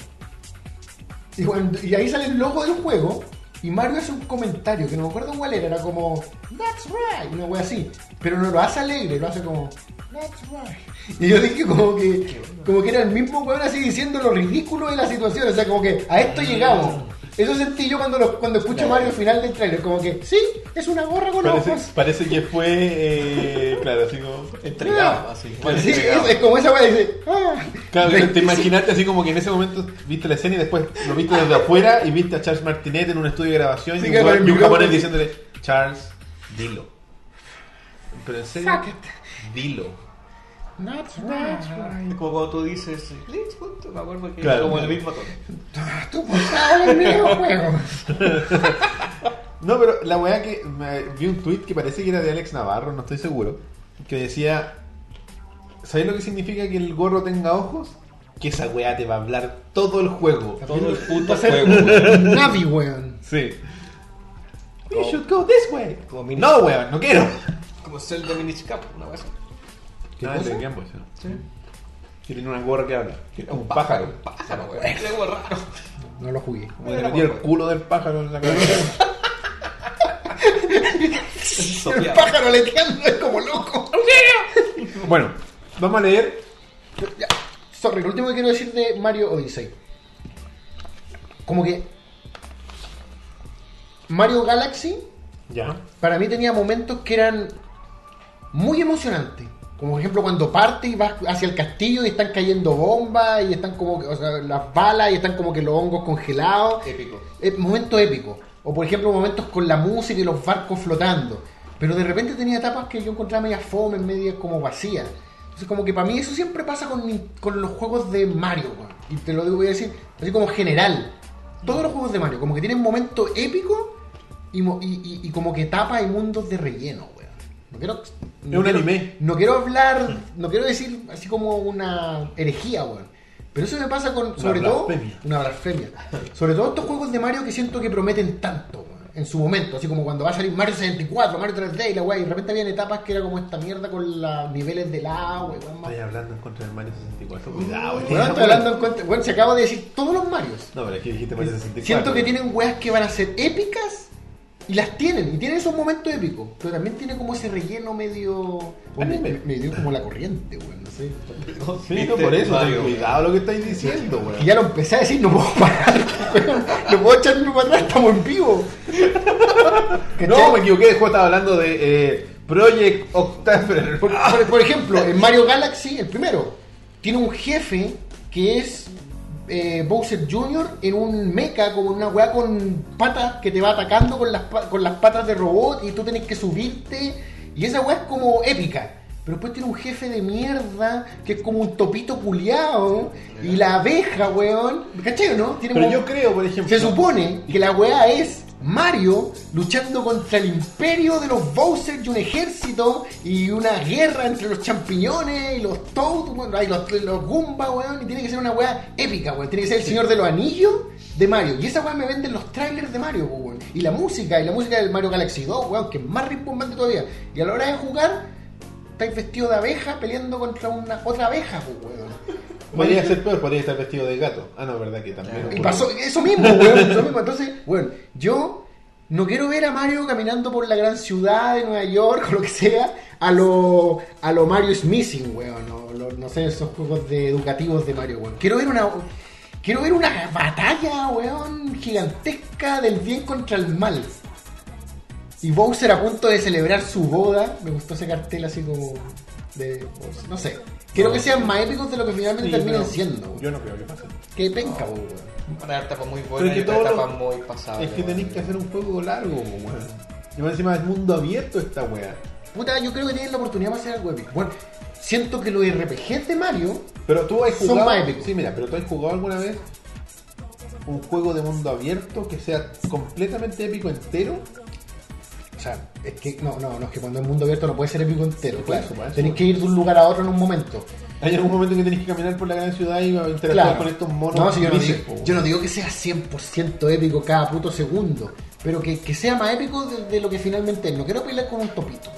Speaker 2: Y, cuando- y ahí sale el logo del juego y Mario hace un comentario que no me acuerdo cuál era, era como That's right, una wea así. Pero no lo hace alegre, lo hace como That's right. Y yo dije como que, como que era el mismo weón así diciendo lo ridículo de la situación, o sea, como que a esto llegamos. Eso sentí yo cuando, lo- cuando escucho a Mario al final del trailer, como que sí, es una gorra con
Speaker 1: Parece,
Speaker 2: ojos.
Speaker 1: parece que fue, eh, claro, así como...
Speaker 3: Entregado, así.
Speaker 1: Bueno,
Speaker 2: Ah. Sí,
Speaker 1: entregado.
Speaker 2: es, es como esa wea dice, ah.
Speaker 1: Claro,
Speaker 2: Ve-
Speaker 1: te- te imaginaste así como que en ese momento viste la escena y después lo viste desde afuera y viste a Charles Martinet en un estudio de grabación
Speaker 2: Ah. Sí,
Speaker 1: y,
Speaker 2: que
Speaker 1: un,
Speaker 2: con el
Speaker 1: weón- y un
Speaker 2: micrófono.
Speaker 1: japonés diciéndole, Charles, dilo. Pero en serio,
Speaker 2: Fuck it.
Speaker 1: dilo.
Speaker 2: That's right.
Speaker 3: Como cuando tú dices, "Let's go", me acuerdo que
Speaker 1: Claro.
Speaker 3: era como el mismo tono.
Speaker 2: Tú pues sabes el videojuego.
Speaker 1: No, pero la weá que me- vi un tweet que parece que era de Alex Navarro, no estoy seguro, que decía, ¿sabes lo que significa que el gorro tenga ojos? Que esa weá te va a hablar todo el juego.
Speaker 3: Todo el puto
Speaker 2: Va a ser-
Speaker 3: juego, güey.
Speaker 2: Navi, weón.
Speaker 1: Sí. We
Speaker 3: Como-
Speaker 1: should go this way.
Speaker 3: como mini-
Speaker 1: No, weón, no quiero.
Speaker 3: Como Zelda Minish Cup, una cosa.
Speaker 2: ¿Qué
Speaker 1: Ah,
Speaker 2: cosa?
Speaker 1: el de Game Boy, sí.
Speaker 3: Sí.
Speaker 1: Que tiene una gorra que habla. Que era un pájaro.
Speaker 3: Un pájaro, güey. Era como raro.
Speaker 2: No lo jugué.
Speaker 1: Como que le metía el culo del pájaro en la cabeza.
Speaker 2: El
Speaker 3: Sopeado.
Speaker 2: pájaro aleteando es como loco.
Speaker 1: bueno, vamos a leer.
Speaker 2: Ya, Sorry, lo último que quiero decir de Mario Odyssey. Como que Mario Galaxy
Speaker 1: Ya.
Speaker 2: para mí tenía momentos que eran muy emocionantes. Como por ejemplo cuando parte y vas hacia el castillo y están cayendo bombas y están como que, o sea, las balas y están como que los hongos congelados.
Speaker 3: Épico.
Speaker 2: Eh, momentos épicos. O por ejemplo, momentos con la música y los barcos flotando. Pero de repente tenía etapas que yo encontraba media fome, media como vacía. Entonces, como que para mí eso siempre pasa con, mi- con los juegos de Mario, weón. Y te lo digo, voy a decir, así como general. Todos los juegos de Mario, como que tienen momentos épicos y, mo- y- y- y como que etapas y mundos de relleno, weón. No quiero. no
Speaker 1: un
Speaker 2: quiero-
Speaker 1: anime.
Speaker 2: No quiero hablar, no quiero decir así como una herejía, weón. Pero eso me pasa con, sobre todo,
Speaker 1: blasfemia.
Speaker 2: una blasfemia. Sobre todo estos juegos de Mario que siento que prometen tanto weón, en su momento. Así como cuando va a salir Mario 64, Mario 3D y la weá. Y de repente habían etapas que era como esta mierda con los niveles del agua. y weón, más-
Speaker 1: Estoy hablando en contra del Mario 64. Cuidado,
Speaker 2: Weón, estoy hablando en cuenta- Bueno, se acaba de decir todos los Marios.
Speaker 1: No, pero aquí dijiste Mario 64.
Speaker 2: Siento que tienen weas que van a ser épicas y las tienen. Y tienen esos momentos épicos. Pero también tiene como ese relleno medio.
Speaker 1: Anime.
Speaker 2: Me- Medio como la corriente, weón. No sé.
Speaker 1: Sí, no, por eso.
Speaker 3: Mario, güey.
Speaker 1: cuidado lo que estáis diciendo, weón.
Speaker 2: Y ya lo empecé a decir, no puedo parar, weón. no puedo echarme para atrás, estamos en vivo.
Speaker 1: No,
Speaker 2: ¿Cachai?
Speaker 1: me equivoqué. Después estaba hablando de eh, Project Octavre.
Speaker 2: Por, por- por ejemplo, en Mario Galaxy, el primero, tiene un jefe que es eh, Bowser Jr. en un mecha, como una weá con patas que te va atacando con las, pa- con las patas de robot y tú tenés que subirte. Y esa weá es como épica. Pero después tiene un jefe de mierda que es como un topito culiao y la abeja, weón. ¿Cachai o no? Tiene
Speaker 1: Pero
Speaker 2: como-
Speaker 1: yo creo, por ejemplo.
Speaker 2: se supone que la weá es Mario luchando contra el imperio de los Bowser y un ejército y una guerra entre los champiñones y los Toad, weón, ay, los, los Goomba, weón, y tiene que ser una weá épica, weón. Tiene que ser el señor de los anillos de Mario. Y esa weá me venden los trailers de Mario, pues, weón. Y la música, y la música del Mario Galaxy 2, weón, que es más rimbombante todavía. Y a la hora de jugar, estáis vestido de abeja peleando contra una otra abeja, pues, weón.
Speaker 1: Podría ser peor, podría estar vestido de gato. Ah, no, verdad que también.
Speaker 3: Claro.
Speaker 2: Y pasó eso mismo, weón, eso mismo. Entonces, weón, yo no quiero ver a Mario caminando por la gran ciudad de Nueva York o lo que sea, a lo, a lo Mario is Missing, weón, o lo- no sé, esos juegos de educativos de Mario, weón. Quiero ver una... Quiero ver una batalla, weón, gigantesca del bien contra el mal. Y Bowser a punto de celebrar su boda. Me gustó ese cartel así como de... No sé. Quiero que sean más épicos de lo que finalmente
Speaker 1: Sí,
Speaker 2: terminan
Speaker 1: pero
Speaker 2: siendo. weón.
Speaker 1: Yo no creo que pase.
Speaker 2: Qué penca, weón.
Speaker 3: Una etapa muy
Speaker 1: Pero
Speaker 3: buena
Speaker 1: es que
Speaker 3: y una
Speaker 1: todo
Speaker 3: etapa
Speaker 1: lo-
Speaker 3: muy pasada.
Speaker 1: Es que tenéis que hacer un juego largo, po, weón. Y más encima es mundo abierto esta weá.
Speaker 2: Puta, yo creo que tienen la oportunidad para hacer algo épico. Bueno, siento que los RPGs de Mario,
Speaker 1: Pero tú has
Speaker 2: Son
Speaker 1: jugado.
Speaker 2: más épicos.
Speaker 1: Sí, mira, pero tú has jugado alguna vez un juego de mundo abierto que sea completamente épico entero.
Speaker 2: o sea, es que no, no, no, es que cuando es mundo abierto no puede ser épico entero,
Speaker 1: Por
Speaker 2: claro.
Speaker 1: eso, por eso.
Speaker 2: Tenés que ir de un lugar a otro en un momento.
Speaker 1: Hay algún momento que tenés que caminar por la gran ciudad y interactuar
Speaker 2: Claro.
Speaker 1: con estos monos.
Speaker 2: no, si yo, no
Speaker 1: grises,
Speaker 2: digo,
Speaker 1: po,
Speaker 2: yo no digo que sea 100% épico cada puto segundo, pero que, que sea más épico de, de lo que finalmente es. No quiero pelear con un topito.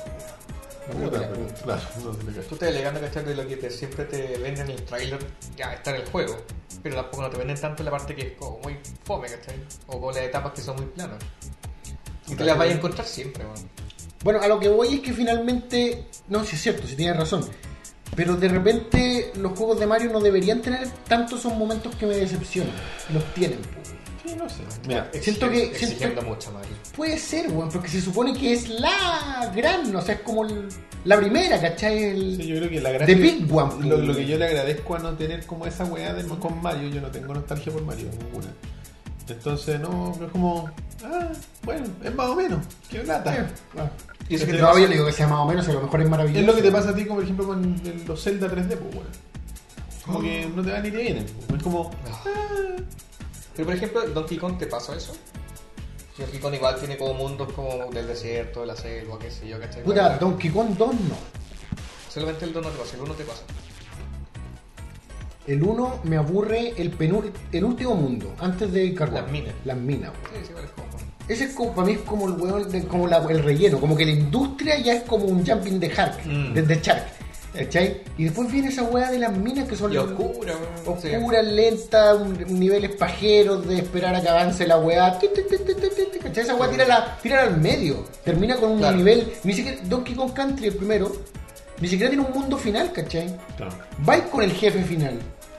Speaker 2: No quiero
Speaker 1: Puta,
Speaker 2: pelear con
Speaker 1: pero,
Speaker 2: un topito.
Speaker 1: claro, no se me cayó.
Speaker 3: Tú estás elegante, ¿cachai? De lo que te- siempre te venden en el trailer, ya está en el juego. Pero tampoco no te venden tanto la parte que es como muy fome, ¿cachai? O con las etapas que son muy planas. Y te las vas a encontrar siempre, weón.
Speaker 2: Bueno, a lo que voy es que finalmente. No, si es cierto, si tienes razón. Pero de repente los juegos de Mario no deberían tener tantos son momentos que me decepcionan. Los tienen. pues.
Speaker 1: Sí, no sé. Mira,
Speaker 2: Eh, Siento que-
Speaker 3: Exigen- Exigiendo
Speaker 2: siento-
Speaker 3: mucho, Mario.
Speaker 2: Puede ser, weón, porque se supone que es la gran, o sea, es como el- la primera, ¿cachai? El-
Speaker 1: Sí, yo creo que la
Speaker 2: The
Speaker 1: gracia.
Speaker 2: Big One.
Speaker 1: Lo, lo que yo le agradezco a no tener como esa weá de, con Mario, yo no tengo nostalgia por Mario, ninguna. Entonces, no, pero es como. Ah, bueno, es más o menos. Qué plata.
Speaker 3: Y eso que te
Speaker 2: No,
Speaker 3: pasa-
Speaker 2: yo le digo que sea más o menos, a lo mejor es maravilloso.
Speaker 1: Es lo que te pasa a ti, como por ejemplo, con el- los Zelda 3D, pues, weón. Como que no te van ni te vienen. Es como. ah,
Speaker 3: Pero por ejemplo, Donkey Kong te pasó eso. Donkey Kong igual tiene como mundos como del desierto, de la selva, qué sé yo, ¿cachai?
Speaker 2: Puta,
Speaker 3: Bueno,
Speaker 2: Donkey Kong 2 no.
Speaker 3: Solamente el 2 no te pasa, el 1 te pasa.
Speaker 2: El 1 me aburre el penúl- el último mundo, antes de Carbón.
Speaker 3: Las minas.
Speaker 2: Las minas, weón.
Speaker 3: Sí, sí, igual es como.
Speaker 2: Ese es como, para mí es como el hueón de- como la- el relleno, como que la industria ya es como un jumping de Shark,
Speaker 3: Mm.
Speaker 2: de, de Shark, ¿cachai? Y después viene esa hueá de las minas que son
Speaker 3: Y oscura, weón.
Speaker 2: oscuras, lentas, un- niveles pajeros de esperar a que avance la hueá, tu, tu, tu, tu, tu, tu, tu, ¿cachai? Esa hueá tira, la, tira al medio, termina con un
Speaker 3: Claro.
Speaker 2: nivel, ni siquiera Donkey Kong Country el primero, ni siquiera tiene un mundo final, ¿cachai?
Speaker 1: no.
Speaker 2: vais con el jefe final.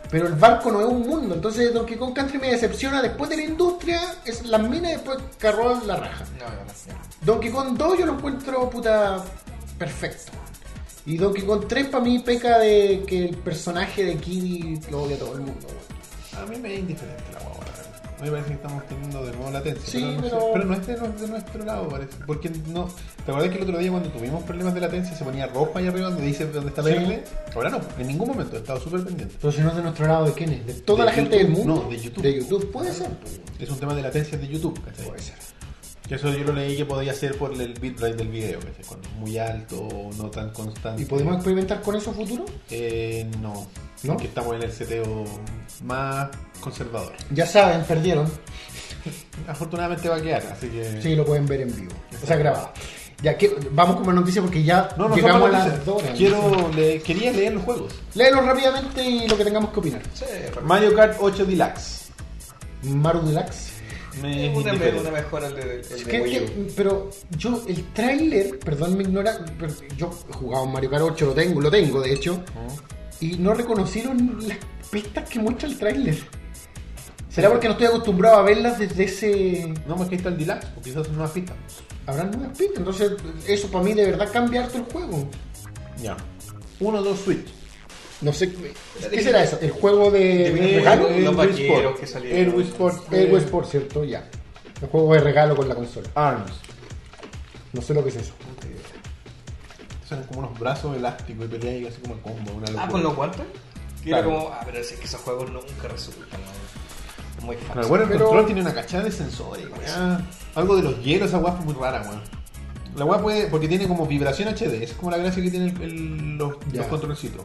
Speaker 2: Pero el barco no es un mundo, entonces Donkey Kong Country me decepciona después de la industria, es las minas y después Carroll la raja.
Speaker 3: Sí. No, no, no, no.
Speaker 2: Donkey Kong 2 yo lo encuentro puta perfecto. Y Donkey Kong 3 para mí peca de que el personaje de Kiddy lo odia a todo el mundo. weón.
Speaker 1: A mí me es indiferente la guagua, la verdad. A mí me parece que estamos teniendo de nuevo latencia.
Speaker 2: Sí,
Speaker 1: pero, no sé.
Speaker 2: pero-
Speaker 1: Pero no es de, no es de nuestro lado, parece. Porque no. ¿Te acuerdas que el otro día cuando tuvimos problemas de latencia se ponía rojo ahí arriba donde dice dónde está
Speaker 2: Sí.
Speaker 1: verde? Ahora no, en ningún momento. He estado súper pendiente.
Speaker 2: Pero si no es de nuestro lado, ¿de quién es? ¿De toda
Speaker 1: ¿De
Speaker 2: la gente del
Speaker 1: YouTube?
Speaker 2: mundo?
Speaker 1: No, de YouTube.
Speaker 2: De YouTube, puede ser. pues,
Speaker 1: Es un tema de latencias de YouTube, ¿cachai?
Speaker 2: Puede ser.
Speaker 1: Que eso yo lo leí que podía ser por el bitrate del video, ¿cachai? Cuando es muy alto o no tan constante.
Speaker 2: ¿Y podemos experimentar con eso a futuro?
Speaker 1: Eh, no.
Speaker 2: ¿No?
Speaker 1: Porque estamos en el seteo más conservador.
Speaker 2: Ya saben, perdieron.
Speaker 1: Afortunadamente va a quedar, así que.
Speaker 2: Sí, lo pueden ver en vivo. O sea, grabado. Ya, que, vamos con más noticias porque ya
Speaker 1: No, no,
Speaker 2: llegamos a
Speaker 1: son malas
Speaker 2: las
Speaker 1: noticias.
Speaker 2: dos horas.
Speaker 1: Quiero, le- quería leer los juegos.
Speaker 2: Léelo rápidamente y lo que tengamos que opinar.
Speaker 3: Sí,
Speaker 1: Mario Kart 8 Deluxe.
Speaker 2: Maru Deluxe.
Speaker 1: Me es
Speaker 3: una,
Speaker 1: indiferente.
Speaker 3: una mejora el de, el de
Speaker 2: ¿Qué-
Speaker 3: Wii U.
Speaker 2: qué- pero yo, el tráiler, perdón mi ignorancia, yo he jugado en Mario Kart 8, lo tengo, lo tengo de hecho, y no reconocieron las pistas que muestra el tráiler. ¿Será porque no estoy acostumbrado a verlas desde ese...
Speaker 1: No, más que ahí está el Deluxe, o quizás es una pista.
Speaker 2: Habrán nuevas pistas? Entonces, eso para mí de verdad cambia harto el juego.
Speaker 1: Ya. 1, 2, Switch.
Speaker 2: No sé, ¿qué será eso? ¿El juego de,
Speaker 3: De-
Speaker 2: regalo?
Speaker 3: Los
Speaker 1: Eh, Wii
Speaker 3: vaqueros
Speaker 1: Sport.
Speaker 3: que salieron.
Speaker 1: El Wii Sport.
Speaker 2: El
Speaker 1: eh,
Speaker 2: Wii Sport, ¿cierto? Ya. El juego de regalo con la consola.
Speaker 1: Arms.
Speaker 2: No sé lo que es eso.
Speaker 1: Son como unos brazos elásticos y peleas y así como el combo. Una locura.
Speaker 3: Ah, con los guantes. Que era
Speaker 1: Claro.
Speaker 3: como, ah, pero es que esos juegos nunca resultan. ¿no? Muy fácil.
Speaker 1: Pero bueno, el
Speaker 2: Pero-
Speaker 1: control tiene una cachada de sensores, weá. Algo de los hielos, esa weá fue muy rara, weón. La weá puede, porque tiene como vibración HD, es como la gracia que tienen los,
Speaker 2: Ya.
Speaker 1: los controlcitos.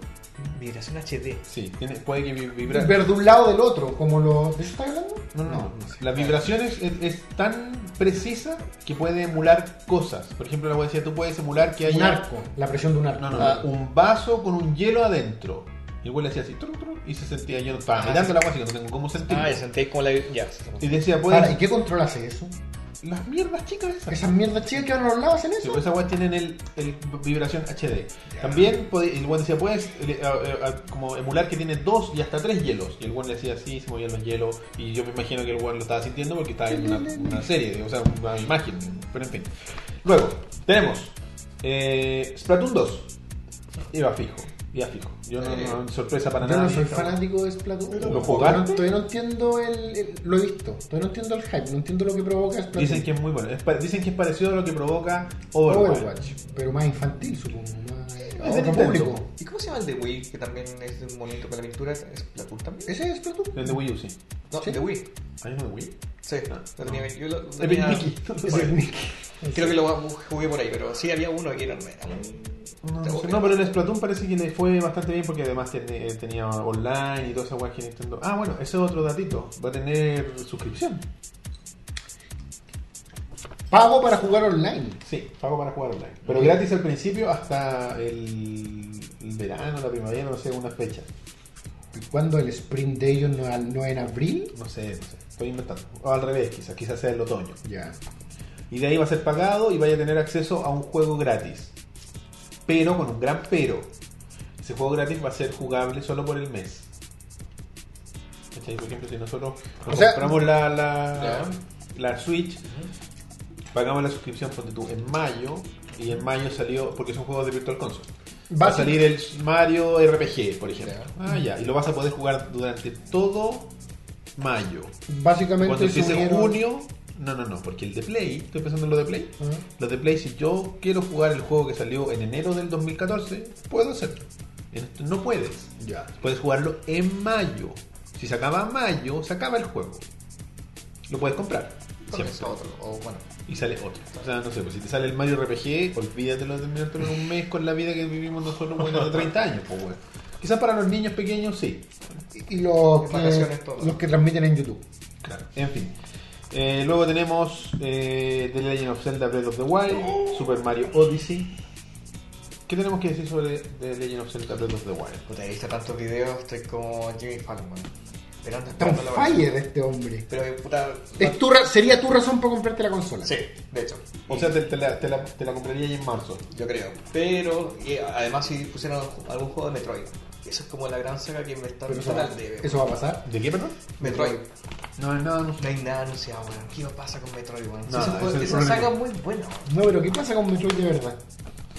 Speaker 3: Vibración HD.
Speaker 1: Sí, tiene, puede que vibrar.
Speaker 2: Ver de un lado del otro, como lo. ¿De eso estás hablando?
Speaker 1: No, no, no.
Speaker 2: no sé.
Speaker 1: Las vibraciones es, es tan precisa que puede emular cosas. Por ejemplo, la weá decía, tú puedes emular que haya
Speaker 2: Un arco, la presión de un arco.
Speaker 1: No, no,
Speaker 2: Ah,
Speaker 1: no. Un vaso con un hielo adentro. Y el güey le hacía así, tru, tru, y se sentía yo. Estaba
Speaker 3: Ah,
Speaker 1: mirando la agua, así que no tengo cómo sentir.
Speaker 3: Ah, ya sentéis como la. Ya.
Speaker 1: y decía, pues,
Speaker 2: Ahora, ¿y qué control hace eso?
Speaker 1: las mierdas chicas esas.
Speaker 2: Esas mierdas chicas que van a los lados hacen
Speaker 1: Sí,
Speaker 2: eso.
Speaker 1: pues, esas weas tienen el, el vibración HD. También podi- el güey decía, puedes eh, eh, eh, como emular que tiene dos y hasta tres hielos. Y el güey le decía así, se movían los hielos. Y yo me imagino que el güey lo estaba sintiendo porque estaba en una, una serie, o sea, una imagen. Pero en fin. Luego, tenemos eh, Splatoon 2. Iba fijo, iba fijo. Yo no,
Speaker 3: Eh,
Speaker 1: no- sorpresa para
Speaker 2: Yo
Speaker 1: nada.
Speaker 2: no soy fanático de Splatoon.
Speaker 1: ¿Lo
Speaker 2: todavía, no,
Speaker 1: jugaste?
Speaker 2: todavía no entiendo el, el- Lo he visto. Todavía no entiendo el hype. No entiendo lo que provoca Splatoon.
Speaker 1: Dicen que es muy bueno. Es pa- dicen que es parecido a lo que provoca Overwatch.
Speaker 2: Overwatch. Pero más infantil, supongo. Más a
Speaker 1: de
Speaker 2: otro
Speaker 1: Nintendo.
Speaker 2: público.
Speaker 3: ¿Y cómo se llama el de Wii? Que también es de un monito con la pintura. ¿Es Platoon también?
Speaker 2: ¿Ese es Splatoon?
Speaker 1: El de Wii U, sí.
Speaker 3: No,
Speaker 2: ¿Sí?
Speaker 3: el de Wii.
Speaker 1: ¿Hay uno de Wii?
Speaker 3: Sí,
Speaker 1: Ah,
Speaker 3: lo tenía. Yo lo, lo
Speaker 1: El
Speaker 3: tenía-
Speaker 1: Mickey.
Speaker 2: Ese es Nick.
Speaker 3: Creo que lo jugué por ahí, pero sí había uno que era. era un-
Speaker 1: No,
Speaker 3: Te
Speaker 1: no sé.
Speaker 3: voy.
Speaker 1: No, pero el Splatoon parece que le fue bastante bien porque además tiene- eh, tenía online y toda esa guay que Nintendo. Ah, bueno, ese es otro datito. Va a tener suscripción.
Speaker 2: Pago para jugar online.
Speaker 1: Sí, pago para jugar online. Pero gratis al principio hasta el, el verano, la primavera, no sé, una fecha.
Speaker 2: ¿Y cuándo el sprint de ellos no, no en abril?
Speaker 1: No sé, no sé. Estoy inventando. O al revés, quizás, quizás sea el otoño.
Speaker 2: Ya.
Speaker 1: Y de ahí va a ser pagado y vaya a tener acceso a un juego gratis. Pero con un gran pero. Ese juego gratis va a ser jugable solo por el mes. ¿Cachai? Por ejemplo, si nosotros nos
Speaker 2: O sea-
Speaker 1: compramos la, la, la Switch, pagamos la suscripción ponte tú, en mayo. Y en mayo salió, porque son juegos de Virtual Console. Va a
Speaker 2: Básico.
Speaker 1: salir el Mario RPG, por ejemplo.
Speaker 3: Ya.
Speaker 1: Ah, ya. Y lo vas a poder jugar durante todo mayo. Cuando
Speaker 2: Básicamente es
Speaker 1: empiece junio. No, no, no, porque el de Play, estoy pensando en lo de Play. Los de Play, si yo quiero jugar el juego que salió en enero del 2014, puedo hacerlo. En esto No puedes.
Speaker 2: Ya.
Speaker 1: Puedes jugarlo en mayo. Si se acaba mayo, se acaba el juego. Lo puedes comprar.
Speaker 3: Con
Speaker 1: Siempre.
Speaker 3: eso, otro. O bueno.
Speaker 1: Y sale otro. O sea, no sé, pues si te sale el Mario RPG, olvídatelo de terminártelo en un mes con la vida que vivimos nosotros bueno, de 30 años. Pues, bueno. Quizás para los niños pequeños sí.
Speaker 2: Y los que,
Speaker 3: Vacaciones todas.
Speaker 2: los que transmiten en YouTube.
Speaker 1: Claro. En fin. Eh, luego tenemos eh, The Legend of Zelda Breath of the Wild, Super Mario Odyssey. ¿Qué tenemos que decir sobre The Legend of Zelda Breath of the Wild?
Speaker 3: Puta, he visto tantos videos, estoy como Jimmy Fallon, man. Esperando,
Speaker 2: Está un
Speaker 3: esperando la hora.
Speaker 2: fire este hombre.
Speaker 3: Pero que puta.
Speaker 2: Es tu ra- sería tu razón para comprarte la consola.
Speaker 3: Sí, de hecho.
Speaker 1: O sea, te, te la, te la- te la compraría ya en marzo.
Speaker 3: Yo creo. Pero, y además, si pusieran algún juego de Metroid. Eso es como la gran saga que me está
Speaker 2: Pero eso
Speaker 3: está
Speaker 2: va,
Speaker 3: al debe.
Speaker 2: eso va a pasar.
Speaker 1: ¿De qué, perdón?
Speaker 3: Metroid.
Speaker 1: No, no, no.
Speaker 3: No hay nada anunciado, weón. ¿Qué pasa con Metroid, weón?
Speaker 1: Nada,
Speaker 3: Ese
Speaker 1: ese
Speaker 3: juego-
Speaker 1: es el
Speaker 3: esa
Speaker 1: problema.
Speaker 3: saga es muy buena, weón.
Speaker 2: No, pero ¿qué pasa con Metroid de verdad?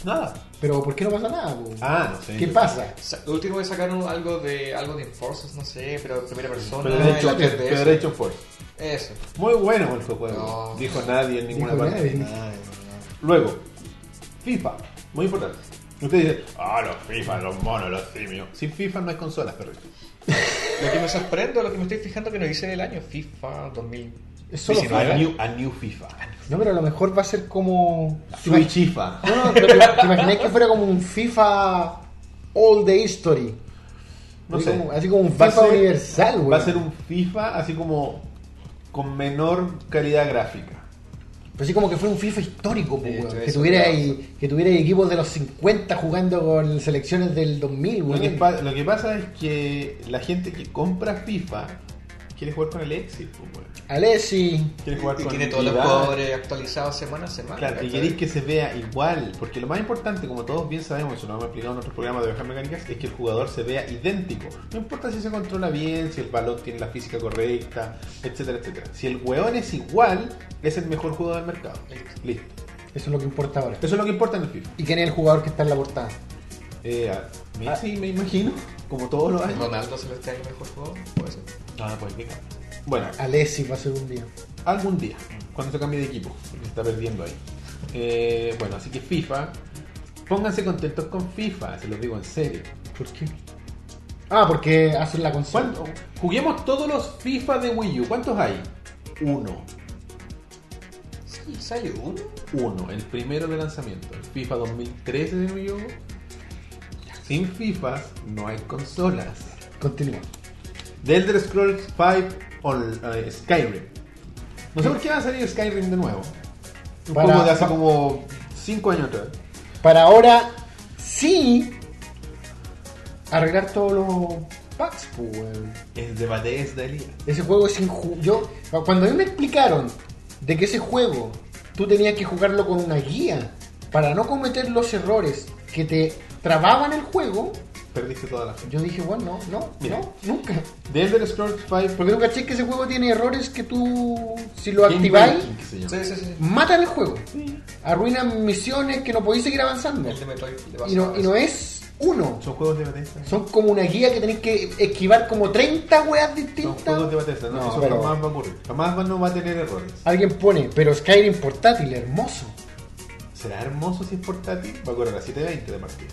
Speaker 1: Nada.
Speaker 2: Pero ¿por qué no pasa nada? po?
Speaker 1: Ah, no sé.
Speaker 2: ¿Qué pasa?
Speaker 3: O sea, Lo último que sacaron algo de algo de Enforces, no sé, pero en primera persona.
Speaker 1: Pero de
Speaker 3: en
Speaker 1: hecho,
Speaker 3: Ah, la 3DS.
Speaker 1: pero de hecho fue.
Speaker 3: Eso.
Speaker 1: Muy bueno el juego.
Speaker 3: No.
Speaker 1: Dijo nadie en ninguna
Speaker 2: Dijo
Speaker 1: parte.
Speaker 2: nadie.
Speaker 3: Ay,
Speaker 1: Luego, FIFA, muy importante. Usted dice, ah, los FIFA, los monos, los simios. Sin FIFA no hay consolas, perrito.
Speaker 3: Lo que me sorprende, lo que me estoy fijando que nos dicen el año FIFA 2000.
Speaker 2: Es solo
Speaker 1: Dicen, a,
Speaker 2: FIFA.
Speaker 1: new, a new FIFA.
Speaker 2: No, pero a lo mejor va a ser como.
Speaker 1: Switch FIFA.
Speaker 2: No, no, pero te, te imagináis que fuera como un FIFA All the History.
Speaker 1: No
Speaker 2: así
Speaker 1: sé.
Speaker 2: Como, así como un
Speaker 1: Va a
Speaker 2: FIFA
Speaker 1: ser-
Speaker 2: universal, güey.
Speaker 1: Va a ser un FIFA así como con menor calidad gráfica.
Speaker 2: Pero así como que fuera un FIFA histórico, pues,
Speaker 3: De hecho,
Speaker 2: weón. que,
Speaker 3: eso,
Speaker 2: tuviera
Speaker 3: claro.
Speaker 2: ahí- que tuviera equipos de los 50 jugando con selecciones del 2000,
Speaker 1: Lo que,
Speaker 2: weón.
Speaker 1: pa- lo que pasa es que la gente que compra FIFA quiere jugar con el Exit. pues, weón.
Speaker 2: Alessi.
Speaker 1: Quiere jugar
Speaker 3: Y
Speaker 1: con
Speaker 3: tiene todos los
Speaker 1: Vidal.
Speaker 3: jugadores actualizados semana a semana.
Speaker 1: Claro, y
Speaker 3: ¿cachai?
Speaker 1: queréis que se vea igual, porque lo más importante, como todos bien sabemos, eso lo hemos explicado en otros programas de bajas mecánicas, es que el jugador se vea idéntico. No importa si se controla bien, si el balón tiene la física correcta, etcétera, etcétera. Si el weón es igual, es el mejor jugador del mercado. Listo.
Speaker 2: Eso es lo que importa ahora.
Speaker 1: Eso es lo que importa en el FIFA.
Speaker 2: ¿Y quién es el jugador que está en la portada?
Speaker 1: Eh, a- Messi, me imagino, como todos los años.
Speaker 3: Ronaldo se lo está en el mejor juego, puede ser.
Speaker 1: Ah, pues venga. Bueno,
Speaker 2: Alessi va a ser un día.
Speaker 1: algún día, cuando se cambie de equipo, porque se está perdiendo ahí. Eh, bueno, así que FIFA, pónganse contentos con FIFA, se los digo en serio.
Speaker 2: ¿Por qué? Ah, porque hacen la consola.
Speaker 1: ¿Cuánto? Juguemos todos los FIFA de Wii U. ¿Cuántos hay? Uno.
Speaker 3: ¿Sale uno?
Speaker 1: Uno, el primero de lanzamiento, el FIFA 2013 de New York. Sin FIFA no hay consolas.
Speaker 2: Continúa.
Speaker 1: The Elder Scrolls 5 on eh, Skyrim. No sé por qué va a salir Skyrim de nuevo. Un
Speaker 2: Para-
Speaker 1: juego de hace como 5 años atrás.
Speaker 2: Para ahora, sí. Arreglar todos los packs, pues, weón.
Speaker 1: Es de Bethesda, Elías.
Speaker 2: Ese juego es injusto. Yo, cuando a mí me explicaron de que ese juego tú tenías que jugarlo con una guía para no cometer los errores que te trababan el juego,
Speaker 1: Perdiste toda la fe.
Speaker 2: yo dije, bueno, no, no,
Speaker 1: Mira.
Speaker 2: no, nunca.
Speaker 1: The Elder Scrolls 5
Speaker 2: Porque no caché que ese juego tiene errores que tú, si lo
Speaker 1: Game
Speaker 2: activáis,
Speaker 1: Breaking, que se llama.
Speaker 3: Sí, sí, sí.
Speaker 2: matan el juego. Arruinan misiones que no podéis seguir avanzando.
Speaker 3: El de Metroid. le pasa
Speaker 2: Y no, y no
Speaker 3: eso.
Speaker 2: es uno.
Speaker 1: Son juegos de Bethesda.
Speaker 2: Son como una guía que tenéis que esquivar como 30 weas
Speaker 1: Son
Speaker 2: distintas.
Speaker 1: juegos de Bethesda. No,
Speaker 2: No,
Speaker 1: eso
Speaker 2: pero-
Speaker 1: jamás va a ocurrir. Jamás va- no va a tener errores.
Speaker 2: Alguien pone, pero Skyrim portátil, hermoso.
Speaker 1: Será hermoso si es portátil. Va a correr a 720 de partida.